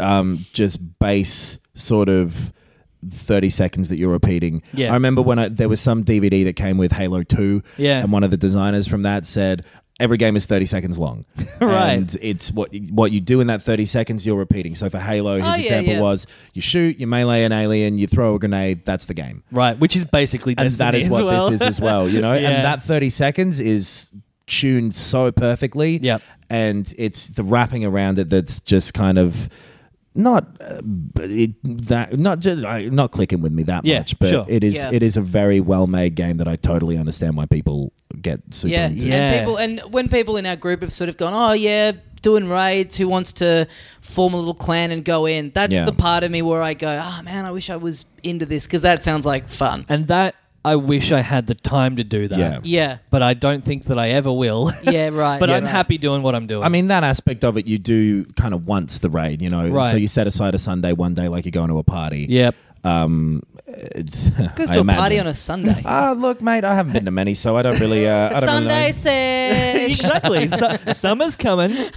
Speaker 6: um, just base sort of thirty seconds that you're repeating.
Speaker 4: Yeah.
Speaker 6: I remember when I, there was some DVD that came with Halo Two.
Speaker 4: Yeah.
Speaker 6: and one of the designers from that said. Every game is thirty seconds long,
Speaker 4: Right.
Speaker 6: And it's what what you do in that thirty seconds you're repeating. So for Halo, his
Speaker 5: Oh, yeah,
Speaker 6: example
Speaker 5: yeah.
Speaker 6: was you shoot, you melee an alien, you throw a grenade. That's the game
Speaker 4: Right, which is basically
Speaker 6: and
Speaker 4: Destiny
Speaker 6: that is
Speaker 4: as
Speaker 6: what
Speaker 4: well.
Speaker 6: this is as well you know
Speaker 4: Yeah.
Speaker 6: and that 30 seconds is tuned so perfectly
Speaker 4: Yep.
Speaker 6: and it's the wrapping around it that's just kind of not uh, but it, that not just I, not clicking with me that
Speaker 4: Yeah,
Speaker 6: much, but
Speaker 4: sure.
Speaker 6: it is
Speaker 5: Yeah.
Speaker 6: it is a very well made game that I totally understand why people get super
Speaker 5: yeah,
Speaker 6: into.
Speaker 5: And
Speaker 4: Yeah.
Speaker 5: people and when people in our group have sort of gone, oh yeah, doing raids. Who wants to form a little clan and go in? That's
Speaker 6: Yeah.
Speaker 5: the part of me where I go, oh man, I wish I was into this because that sounds like fun.
Speaker 4: And that I wish I had the time to do that.
Speaker 6: Yeah.
Speaker 5: Yeah,
Speaker 4: But I don't think that I ever will.
Speaker 5: yeah, right.
Speaker 4: but
Speaker 5: yeah,
Speaker 4: I'm
Speaker 5: right.
Speaker 4: happy doing what I'm doing.
Speaker 6: I mean that aspect of it you do kind of once the raid, you know.
Speaker 4: Right.
Speaker 6: So you set aside a Sunday one day like you're going to a party.
Speaker 4: yep.
Speaker 6: It's
Speaker 5: Goes
Speaker 6: I
Speaker 5: to a
Speaker 6: imagine.
Speaker 5: party on a Sunday.
Speaker 6: Ah, look, mate, I haven't been to many, so I don't really. Uh, I don't
Speaker 5: Sunday
Speaker 6: really know.
Speaker 5: sesh.
Speaker 4: exactly. Su- summer's coming.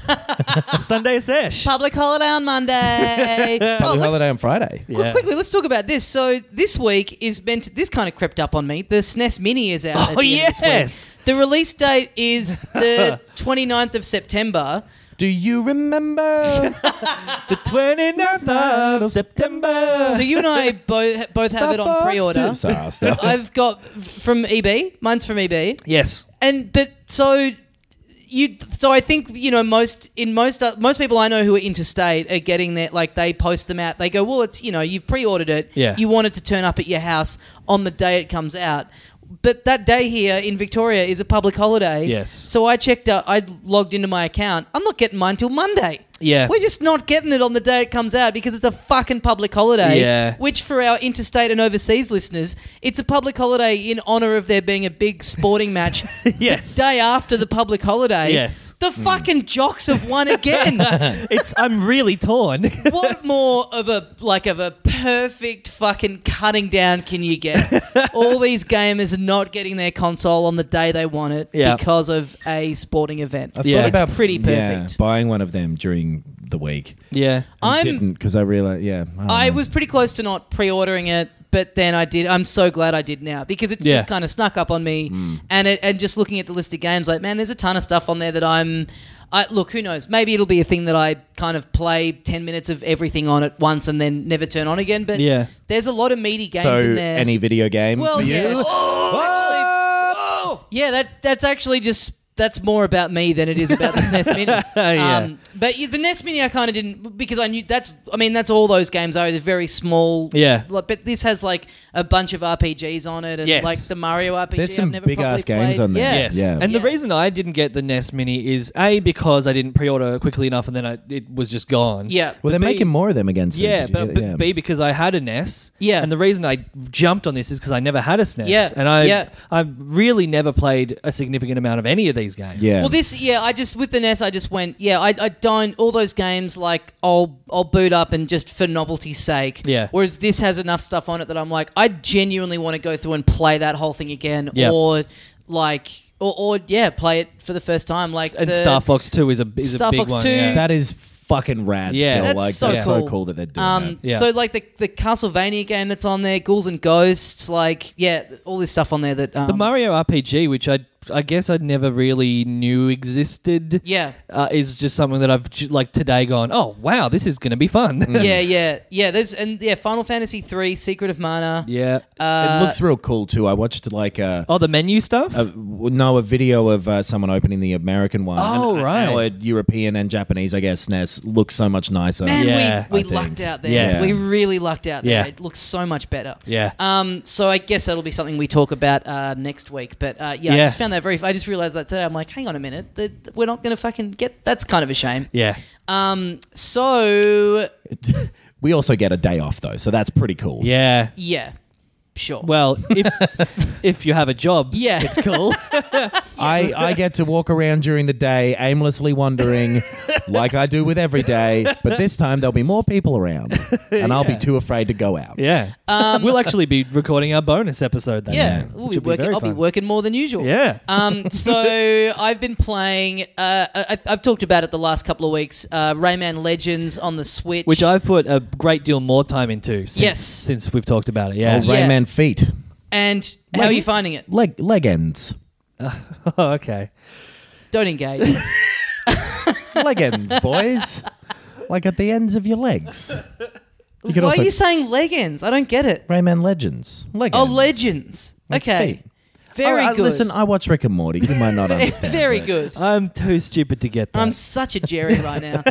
Speaker 4: Sunday sesh.
Speaker 5: Public holiday on Monday. oh,
Speaker 6: Probably
Speaker 5: let's
Speaker 6: holiday on Friday.
Speaker 5: Qu-
Speaker 4: Yeah.
Speaker 5: Quickly, let's talk about this. So this week is meant. This kind of crept up on me. The SNES Mini is out. at
Speaker 4: Oh,
Speaker 5: the end of this week.
Speaker 4: yes.
Speaker 5: The release date is the 29th of September.
Speaker 6: Do you remember?
Speaker 4: the 29th of September.
Speaker 5: So you and I both both have it on pre-order.
Speaker 6: Star Fox two.
Speaker 5: I've got f- from EB. Mine's from E EB.
Speaker 4: yes.
Speaker 5: And but so you so I think you know most in most uh, most people I know who are interstate are getting that like they post them out. They go, well, it's you know you've pre-ordered it.
Speaker 4: Yeah.
Speaker 5: You want it to turn up at your house on the day it comes out. But that day here in Victoria is a public holiday.
Speaker 4: Yes.
Speaker 5: So I checked out. I logged into my account. I'm not getting mine till Monday.
Speaker 4: Yeah.
Speaker 5: We're just not getting it on the day it comes out because it's a fucking public holiday.
Speaker 4: Yeah.
Speaker 5: Which for our interstate and overseas listeners, it's a public holiday in honor of there being a big sporting match
Speaker 4: Yes.
Speaker 5: day after the public holiday.
Speaker 4: Yes. Mm.
Speaker 5: The fucking jocks have won again.
Speaker 4: It's I'm really torn.
Speaker 5: what more of a like of a perfect fucking cutting down can you get? All these gamers are not getting their console on the day they want it
Speaker 4: Yeah.
Speaker 5: because of a sporting event.
Speaker 4: Yeah.
Speaker 5: it's pretty perfect.
Speaker 6: buying one of them during the week.
Speaker 4: yeah.
Speaker 6: I
Speaker 5: I'm-
Speaker 6: didn't because I realized. Yeah, don't
Speaker 5: I
Speaker 6: know.
Speaker 5: was pretty close to not pre-ordering it, but then I did. I'm so glad I did now because it's
Speaker 4: Yeah.
Speaker 5: just kind of snuck up on me. And it, and just looking at the list of games, like man, there's a ton of stuff on there that I'm. I, look, who knows? Maybe it'll be a thing that I kind of play ten minutes of everything on at once and then never turn on again. But
Speaker 4: Yeah.
Speaker 5: there's a lot of meaty games
Speaker 6: So
Speaker 5: in there.
Speaker 6: any video game
Speaker 5: well,
Speaker 6: for you?
Speaker 5: yeah, Oh, yeah. That that's actually just. That's more about me than it is about the SNES Mini.
Speaker 4: Yeah.
Speaker 5: um, but yeah, the NES Mini, I kind of didn't because I knew that's. I mean, that's all those games are. They're very small.
Speaker 4: Yeah.
Speaker 5: Like, but this has like a bunch of RPGs on it, and
Speaker 4: Yes.
Speaker 5: like the Mario RPG.
Speaker 6: There's some
Speaker 5: I've never
Speaker 6: big ass
Speaker 5: properly
Speaker 6: games
Speaker 5: played.
Speaker 6: on there.
Speaker 5: Yeah.
Speaker 4: Yes.
Speaker 6: Yeah.
Speaker 4: And the
Speaker 5: Yeah.
Speaker 4: reason I didn't get the NES Mini is A, because I didn't pre order quickly enough and then I, it was just gone.
Speaker 5: Yeah.
Speaker 6: Well, they're
Speaker 4: B-
Speaker 6: making more of them again. Soon.
Speaker 4: Yeah,
Speaker 6: Did you
Speaker 4: but,
Speaker 6: hear-
Speaker 4: but
Speaker 6: yeah.
Speaker 4: B, because I had a NES.
Speaker 5: Yeah.
Speaker 4: And the reason I jumped on this is because I never had a SNES.
Speaker 5: Yeah,
Speaker 4: And I,
Speaker 5: yeah.
Speaker 4: I've really never played a significant amount of any of these games.
Speaker 6: Yeah.
Speaker 5: Well, this yeah, I just with the NES, I just went yeah, I, I don't all those games like I'll I'll boot up and just for novelty's sake.
Speaker 4: Yeah.
Speaker 5: Whereas this has enough stuff on it that I'm like, I genuinely want to go through and play that whole thing again,
Speaker 4: Yeah.
Speaker 5: or like, or, or yeah, play it for the first time, like
Speaker 4: And
Speaker 5: the,
Speaker 4: Star Fox 2 is a, is
Speaker 5: Star
Speaker 4: a big
Speaker 5: Fox
Speaker 4: one.
Speaker 5: 2,
Speaker 4: yeah.
Speaker 6: that is fucking rad.
Speaker 4: Yeah.
Speaker 6: still.
Speaker 5: That's
Speaker 6: like,
Speaker 5: so
Speaker 6: that's
Speaker 5: cool.
Speaker 6: so cool that they're doing
Speaker 5: Um,
Speaker 4: Yeah.
Speaker 5: So like the the Castlevania game that's on there, Ghouls and Ghosts, like yeah, all this stuff on there that um,
Speaker 4: The Mario RPG, which I I guess I never really knew existed,
Speaker 5: Yeah.
Speaker 4: uh, is just something that I've ju- like today gone. Oh wow, this is gonna be fun.
Speaker 6: Mm.
Speaker 5: yeah, yeah, yeah. There's and yeah, Final Fantasy three, Secret of Mana.
Speaker 4: yeah.
Speaker 5: Uh,
Speaker 6: that. it looks real cool too. I watched like a.
Speaker 4: oh, the menu stuff.
Speaker 6: a- no, a video of uh, someone opening the American one.
Speaker 4: Oh,
Speaker 6: and
Speaker 4: right.
Speaker 6: Our European and Japanese, I guess, NES looks so much nicer.
Speaker 5: Man,
Speaker 4: Yeah,
Speaker 5: we,
Speaker 6: I
Speaker 5: we
Speaker 6: think.
Speaker 5: lucked out there.
Speaker 4: Yes.
Speaker 5: We really lucked out there.
Speaker 4: Yeah.
Speaker 5: It looks so much better.
Speaker 4: Yeah.
Speaker 5: Um. So I guess that'll be something we talk about uh, next week. But uh, yeah, I
Speaker 4: Yeah.
Speaker 5: just found that very. I just realized that today. I'm like, hang on a minute. That we're not going to fucking get. That's kind of a shame.
Speaker 4: yeah.
Speaker 5: Um. So
Speaker 6: We also get a day off though, so that's pretty cool.
Speaker 4: Yeah.
Speaker 5: yeah. Sure.
Speaker 4: Well, if if you have a job,
Speaker 5: Yeah.
Speaker 4: it's cool.
Speaker 6: I, I get to walk around during the day, aimlessly wandering, like I do with every day. But this time there'll be more people around, and I'll be too afraid to go out.
Speaker 4: yeah. we'll actually be recording our bonus episode that
Speaker 5: Um, yeah.
Speaker 4: day,
Speaker 5: We'll
Speaker 4: which
Speaker 5: be
Speaker 4: will be
Speaker 5: working.
Speaker 4: very
Speaker 5: I'll be
Speaker 4: fun.
Speaker 5: working more than usual.
Speaker 4: Yeah.
Speaker 5: Um, so I've been playing. Uh, I, I've talked about it the last couple of weeks. Uh, Rayman Legends on the Switch,
Speaker 4: which I've put a great deal more time into since
Speaker 5: Yes.
Speaker 4: since we've talked about it.
Speaker 6: Oh,
Speaker 4: Yeah.
Speaker 5: Yeah.
Speaker 6: Rayman feet,
Speaker 5: and how are you finding it?
Speaker 6: leg leg ends,
Speaker 4: Oh, okay.
Speaker 5: Don't engage.
Speaker 6: leg ends, boys, like at the ends of your legs. You
Speaker 5: Why are you saying legends? I don't get it.
Speaker 6: Rayman Legends. Leg
Speaker 5: Oh,
Speaker 6: ends.
Speaker 5: legends.
Speaker 6: Like
Speaker 5: Okay,
Speaker 6: feet.
Speaker 5: very
Speaker 6: Oh, uh,
Speaker 5: good.
Speaker 6: Listen, I watch Rick and Morty. You might not understand.
Speaker 5: very
Speaker 6: but-
Speaker 5: good.
Speaker 4: I'm too stupid to get that.
Speaker 5: I'm such a Jerry right now.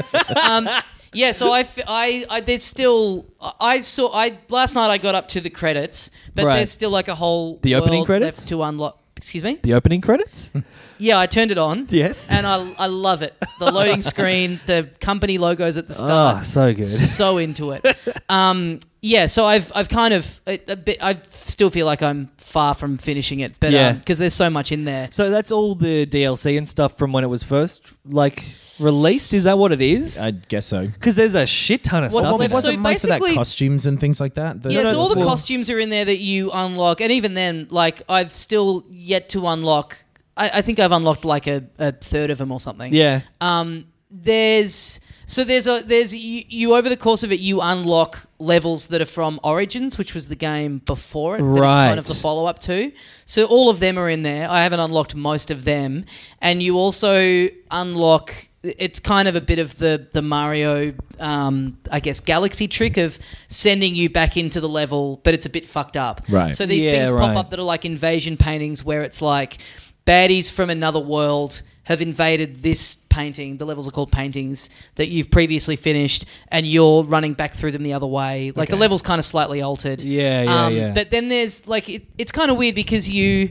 Speaker 5: um, Yeah, so I, f- I, I- there's still I- I saw I last night I got up to the credits, but
Speaker 4: Right.
Speaker 5: there's still like a whole
Speaker 4: The opening
Speaker 5: world
Speaker 4: credits?
Speaker 5: left to unlock. Excuse me.
Speaker 4: The opening credits?
Speaker 5: Yeah, I turned it on.
Speaker 4: Yes.
Speaker 5: and I I love it. The loading screen, the company logos at the start.
Speaker 6: Ah,
Speaker 4: Oh, so good.
Speaker 5: so into it. Um, yeah, so I've I've kind of a, a bit. I still feel like I'm far from finishing it, but
Speaker 4: Yeah.
Speaker 5: because there's so much in there.
Speaker 4: So that's all the DLC and stuff from when it was first like released. Is that what it is?
Speaker 6: I guess so.
Speaker 4: Because there's a shit ton of
Speaker 5: What's
Speaker 4: stuff.
Speaker 5: left?
Speaker 4: in it.
Speaker 5: So
Speaker 6: Wasn't most of that
Speaker 5: basically-
Speaker 6: costumes and things like that? The-
Speaker 5: Yeah, so all the
Speaker 6: Well,
Speaker 5: costumes are in there that you unlock, and even then, like I've still yet to unlock. I, I think I've unlocked like a, a third of them or something.
Speaker 4: yeah.
Speaker 5: Uh, There's so there's a there's you, you over the course of it you unlock levels that are from Origins, which was the game before it, but it's kind of
Speaker 4: Right.
Speaker 5: the follow up to. So all of them are in there. I haven't unlocked most of them, and you also unlock. It's kind of a bit of the the Mario, um, I guess, Galaxy trick of sending you back into the level, but it's a bit fucked up.
Speaker 6: Right.
Speaker 5: So these
Speaker 4: Yeah,
Speaker 5: things
Speaker 4: right.
Speaker 5: pop up that are like invasion paintings, where it's like baddies from another world have invaded this painting. The levels are called paintings that you've previously finished, and you're running back through them the other way. Like the levels kind of slightly altered. Um,
Speaker 4: Yeah, yeah, yeah.
Speaker 5: But then there's like it, it's kind of weird because you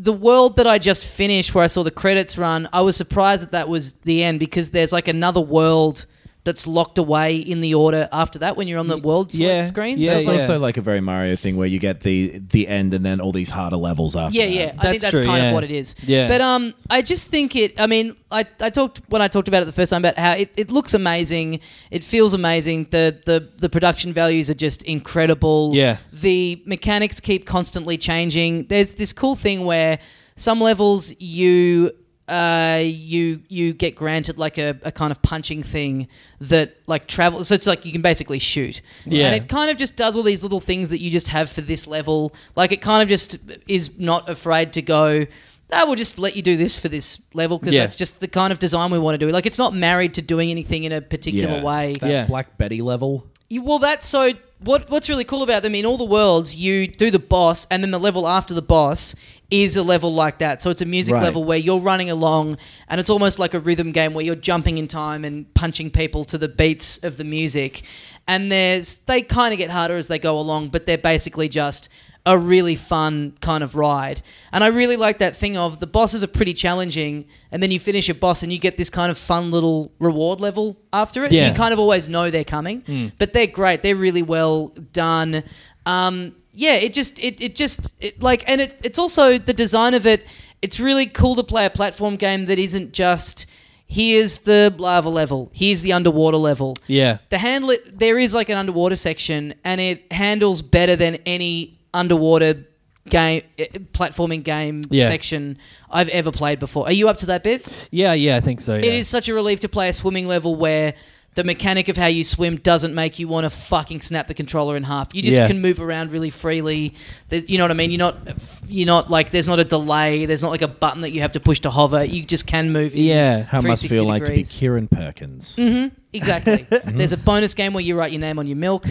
Speaker 5: the world that I just finished, where I saw the credits run, I was surprised that that was the end because there's like another world that's locked away in the order after that when you're on the world select
Speaker 4: yeah,
Speaker 5: screen.
Speaker 4: yeah,
Speaker 5: That's
Speaker 6: It's
Speaker 5: like-
Speaker 6: also like a very Mario thing where you get the the end and then all these harder levels after.
Speaker 5: Yeah,
Speaker 6: that.
Speaker 5: yeah. I think
Speaker 4: That's
Speaker 5: that's
Speaker 4: true,
Speaker 5: kind
Speaker 4: yeah.
Speaker 5: of what it is.
Speaker 4: Yeah.
Speaker 5: But um, I just think it. I mean, I, I talked when I talked about it the first time about how it, it looks amazing. It feels amazing. The the the production values are just incredible.
Speaker 4: Yeah.
Speaker 5: The mechanics keep constantly changing. There's this cool thing where some levels you. Uh, you you get granted like a, a kind of punching thing that like travel so it's like you can basically shoot
Speaker 4: Yeah.
Speaker 5: and it kind of just does all these little things that you just have for this level. Like it kind of just is not afraid to go. Ah, we'll just let you do this for this level because
Speaker 4: Yeah.
Speaker 5: that's just the kind of design we want to do. Like it's not married to doing anything in a particular way.
Speaker 6: That
Speaker 4: Yeah.
Speaker 6: Black Betty level.
Speaker 5: You- well, that's so. What What's really cool about them in all the worlds, you do the boss, and then the level after the boss is a level like that. So it's a music
Speaker 6: Right.
Speaker 5: level where you're running along, and it's almost like a rhythm game where you're jumping in time and punching people to the beats of the music. And there's they kind of get harder as they go along, but they're basically just a really fun kind of ride. And I really like that thing of the bosses are pretty challenging, and then you finish a boss and you get this kind of fun little reward level after it.
Speaker 4: Yeah.
Speaker 5: You kind kind of always know they're coming,
Speaker 4: Hmm.
Speaker 5: but they're great. They're really well done. Um, yeah, it just it it just it, like and it it's also the design of it. It's really cool to play a platform game that isn't just here's the lava level, here's the underwater level.
Speaker 4: Yeah.
Speaker 5: The handle it, there is like an underwater section, and it handles better than any underwater game eh, platforming game
Speaker 4: Yeah.
Speaker 5: section I've ever played before. Are you up to that bit?
Speaker 4: Yeah, yeah, I think so.
Speaker 5: It is such a relief to play a swimming level where the mechanic of how you swim doesn't make you want to fucking snap the controller in half. You just
Speaker 4: Yeah.
Speaker 5: can move around really freely. There's, you know what I mean? You're not, you're not like there's not a delay. There's not like a button that you have to push to hover. You just can move. in
Speaker 4: Yeah.
Speaker 6: How it must
Speaker 5: 360
Speaker 6: feel like to be
Speaker 5: degrees.
Speaker 6: Kieran Perkins?
Speaker 5: Mm-hmm. Exactly.
Speaker 4: Mm-hmm.
Speaker 5: There's a bonus game where you write your name on your milk.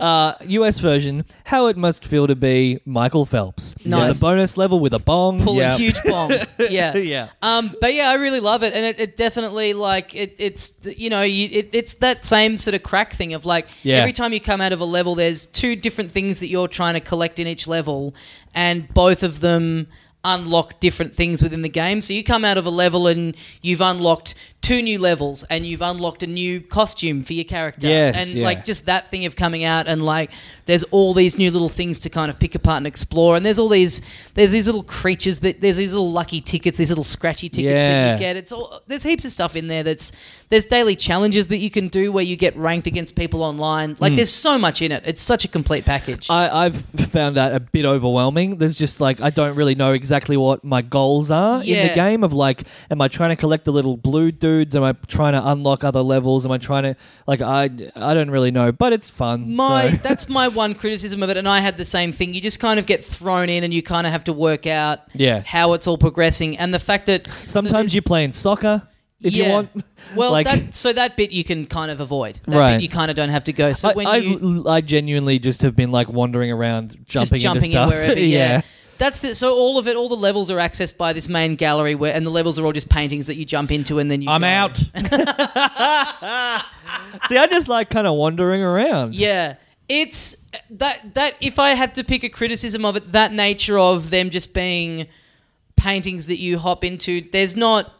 Speaker 4: US version, how it must feel to be Michael Phelps.
Speaker 5: Nice.
Speaker 4: There's a bonus level with a bong.
Speaker 5: pulling
Speaker 4: Yeah.
Speaker 5: huge bombs. Yeah,
Speaker 4: Yeah.
Speaker 5: Um, but yeah, I really love it, and it, it definitely like it, it's you know you, it, it's that same sort of crack thing of like
Speaker 4: Yeah.
Speaker 5: every time you come out of a level, there's two different things that you're trying to collect in each level, and both of them unlock different things within the game. So you come out of a level and you've unlocked two new levels and you've unlocked a new costume for your character.
Speaker 4: Yes,
Speaker 5: and
Speaker 4: yeah.
Speaker 5: like just that thing of coming out and like there's all these new little things to kind of pick apart and explore and there's all these there's these little creatures that there's these little lucky tickets, these little scratchy tickets that
Speaker 4: Yeah.
Speaker 5: you get. It's all there's heaps of stuff in there that's there's daily challenges that you can do where you get ranked against people online. Like there's so much in it. It's such a complete package.
Speaker 4: Mm. I, I've found that a bit overwhelming. There's just like I don't really know exactly what my goals are in
Speaker 5: Yeah.
Speaker 4: the game. Of like, am I trying to collect the little blue dudes? Am I trying to unlock other levels? Am I trying to like I I don't really know, but it's fun.
Speaker 5: my
Speaker 4: so.
Speaker 5: that's my one criticism of it and i had the same thing you just kind of get thrown in and you kind of have to work out
Speaker 4: Yeah.
Speaker 5: how it's all progressing and the fact that
Speaker 4: Sometimes
Speaker 5: so
Speaker 4: you're
Speaker 5: there's-
Speaker 4: playing soccer if you
Speaker 5: Yeah.
Speaker 4: want.
Speaker 5: well
Speaker 4: like,
Speaker 5: that so that bit you can kind of avoid that
Speaker 4: Right.
Speaker 5: bit you kind of don't have to go so
Speaker 4: I,
Speaker 5: when
Speaker 4: I,
Speaker 5: you
Speaker 4: I genuinely just have been like wandering around, jumping
Speaker 5: just
Speaker 4: into
Speaker 5: jumping
Speaker 4: stuff.
Speaker 5: in wherever yeah. That's the, so all of it, all the levels are accessed by this main gallery, where and the levels are all just paintings that you jump into and then you.
Speaker 4: I'm
Speaker 5: go.
Speaker 4: out. See, I just like kind of wandering around.
Speaker 5: Yeah, it's that that if I had to pick a criticism of it, that nature of them just being paintings that you hop into. There's not.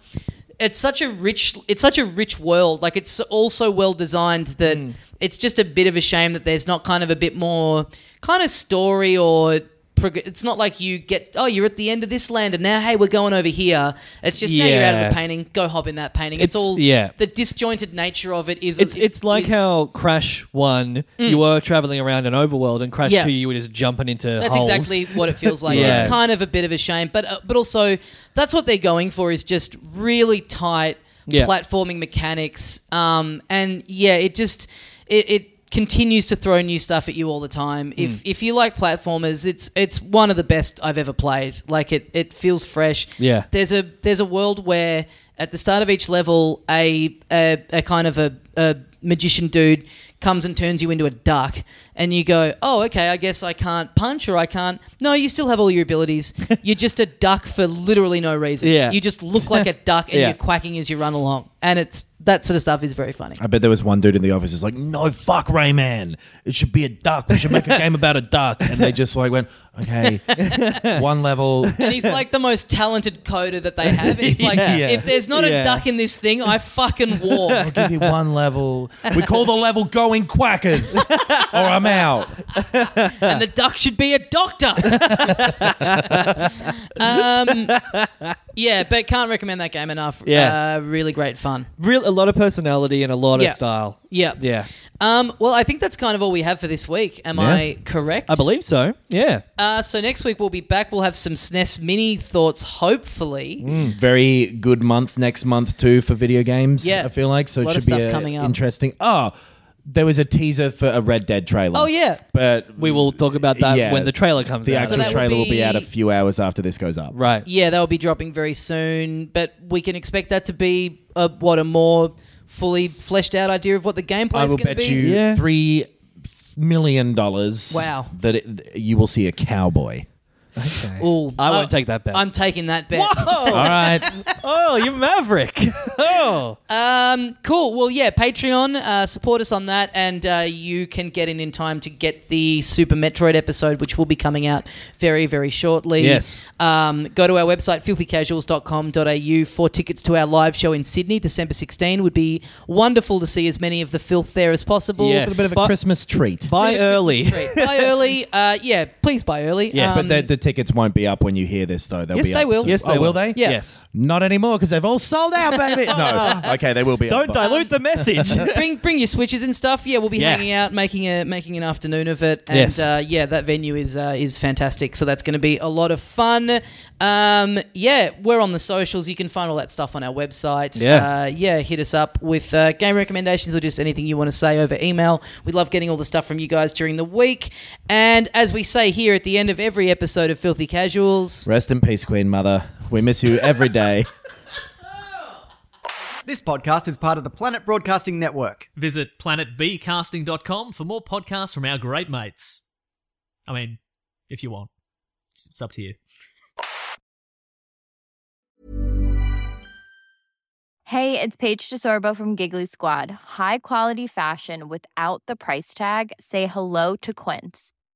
Speaker 5: It's such a rich. It's such a rich world. Like it's all so well designed that
Speaker 4: Hmm.
Speaker 5: it's just a bit of a shame that there's not kind of a bit more kind of story or. prog- It's not like you get oh you're at the end of this land and now hey we're going over here. It's just now you're out of
Speaker 4: Yeah.
Speaker 5: the painting. Go hop in that painting.
Speaker 4: It's-
Speaker 5: It's, all
Speaker 4: yeah.
Speaker 5: The disjointed nature of it is
Speaker 4: It's it's like
Speaker 5: is- Mm.
Speaker 4: how Crash One, you were traveling around an overworld, and Crash
Speaker 5: Yeah.
Speaker 4: Two, you were just jumping into
Speaker 5: That's
Speaker 4: holes.
Speaker 5: exactly what it feels like.
Speaker 4: Yeah.
Speaker 5: It's kind of a bit of a shame, but uh, but also that's what they're going for is just really tight
Speaker 4: Yeah.
Speaker 5: platforming mechanics. Um, and yeah, it just it, it continues to throw new stuff at you all the time.
Speaker 4: Hmm.
Speaker 5: If if you like platformers, it's it's one of the best I've ever played. Like it it feels fresh.
Speaker 4: Yeah.
Speaker 5: There's a there's a world where at the start of each level a a, a kind of a, a magician dude comes and turns you into a duck and you go, "Oh, okay, I guess I can't punch or I can't." No, you still have all your abilities. You're just a duck for literally no reason.
Speaker 4: Yeah.
Speaker 5: You just look like a duck and
Speaker 4: Yeah.
Speaker 5: you're quacking as you run along. And it's that sort of stuff is very funny.
Speaker 6: I bet there was one dude in the office who's like, "No fuck, Rayman. It should be a duck. We should make a game about a duck." And they just like went, "Okay, one level."
Speaker 5: And he's like the most talented coder that they have. And he's like,
Speaker 6: Yeah.
Speaker 5: if there's not
Speaker 4: Yeah.
Speaker 5: a duck in this thing, I fucking walk.
Speaker 6: I'll give you one level. We call the level "Going Quackers," or I'm out.
Speaker 5: and the duck should be a doctor. um, yeah, but can't recommend that game enough.
Speaker 4: Yeah.
Speaker 5: Uh, really great fun.
Speaker 4: Real, a lot of personality and a lot
Speaker 5: Yeah.
Speaker 4: of style.
Speaker 5: Yeah.
Speaker 4: Yeah,
Speaker 5: Um, well, I think that's kind of all we have for this week. Am
Speaker 6: Yeah.
Speaker 5: I correct?
Speaker 4: I believe so. Yeah,
Speaker 5: Uh, so next week we'll be back. We'll have some SNES mini thoughts, hopefully.
Speaker 6: Mm. Very good month next month too for video games.
Speaker 5: Yeah.
Speaker 6: I feel like so it
Speaker 5: Lot of
Speaker 6: should be
Speaker 5: stuff
Speaker 6: a
Speaker 5: coming up.
Speaker 6: interesting. Oh, there was a teaser for a Red Dead trailer.
Speaker 5: Oh yeah.
Speaker 6: but
Speaker 4: we will talk about that
Speaker 6: Yeah.
Speaker 4: when the trailer comes
Speaker 6: the
Speaker 4: out.
Speaker 5: So
Speaker 6: actual
Speaker 5: that will
Speaker 6: trailer will
Speaker 5: be-
Speaker 6: be out a few hours after this goes up.
Speaker 4: right.
Speaker 5: Yeah, they'll be dropping very soon, but we can expect that to be a, what a more fully fleshed out idea of what the gameplay
Speaker 6: I
Speaker 5: is
Speaker 6: will
Speaker 5: going to
Speaker 6: bet
Speaker 5: be.
Speaker 6: you
Speaker 4: Yeah.
Speaker 6: three million dollars.
Speaker 5: Wow.
Speaker 6: that it, you will see a cowboy.
Speaker 5: Ooh, Uh,
Speaker 4: I won't take that bet.
Speaker 5: I'm taking that bet.
Speaker 6: All right.
Speaker 4: Oh, you maverick! oh,
Speaker 5: Um, cool. Well, yeah, Patreon, uh, support us on that, and uh, you can get in in time to get the Super Metroid episode, which will be coming out very, very shortly.
Speaker 4: Yes.
Speaker 5: Um, go to our website, filthycasuals.com.au, for tickets to our live show in Sydney, December 16. Would be wonderful to see as many of the filth there as possible.
Speaker 4: Yes.
Speaker 6: a little bit of a
Speaker 4: But-
Speaker 6: Christmas treat.
Speaker 4: buy early.
Speaker 5: Treat. buy early. Uh, yeah, please buy early. Um,
Speaker 4: Yes.
Speaker 6: but the, the tickets won't be up when you hear this, though. They'll
Speaker 5: Yes,
Speaker 6: be
Speaker 5: they
Speaker 6: up
Speaker 5: will.
Speaker 6: soon.
Speaker 4: Yes,
Speaker 6: Oh,
Speaker 4: they
Speaker 6: will they?
Speaker 5: Yeah.
Speaker 4: Yes.
Speaker 6: Not anymore because they've all sold out, baby. no. Okay, they will be.
Speaker 4: Don't
Speaker 6: up, but-
Speaker 4: dilute the message.
Speaker 5: bring bring your switches and stuff. Yeah, we'll be
Speaker 4: Yeah.
Speaker 5: hanging out, making a making an afternoon of it. And
Speaker 4: Yes.
Speaker 5: uh, yeah, that venue is uh, is fantastic. So that's going to be a lot of fun. Um, yeah, we're on the socials. You can find all that stuff on our website.
Speaker 4: Yeah.
Speaker 5: uh, yeah. Hit us up with uh, game recommendations or just anything you want to say over email. We love getting all the stuff from you guys during the week. And as we say here at the end of every episode of Filthy Casuals,
Speaker 6: Rest in peace, Queen Mother. We miss you every day.
Speaker 2: This podcast is part of the Planet Broadcasting Network.
Speaker 3: Visit planetbcasting.com for more podcasts from our great mates. I mean, if you want, it's, it's up to you.
Speaker 1: Hey, it's Paige DeSorbo from Giggly Squad. High quality fashion without the price tag. Say hello to Quince.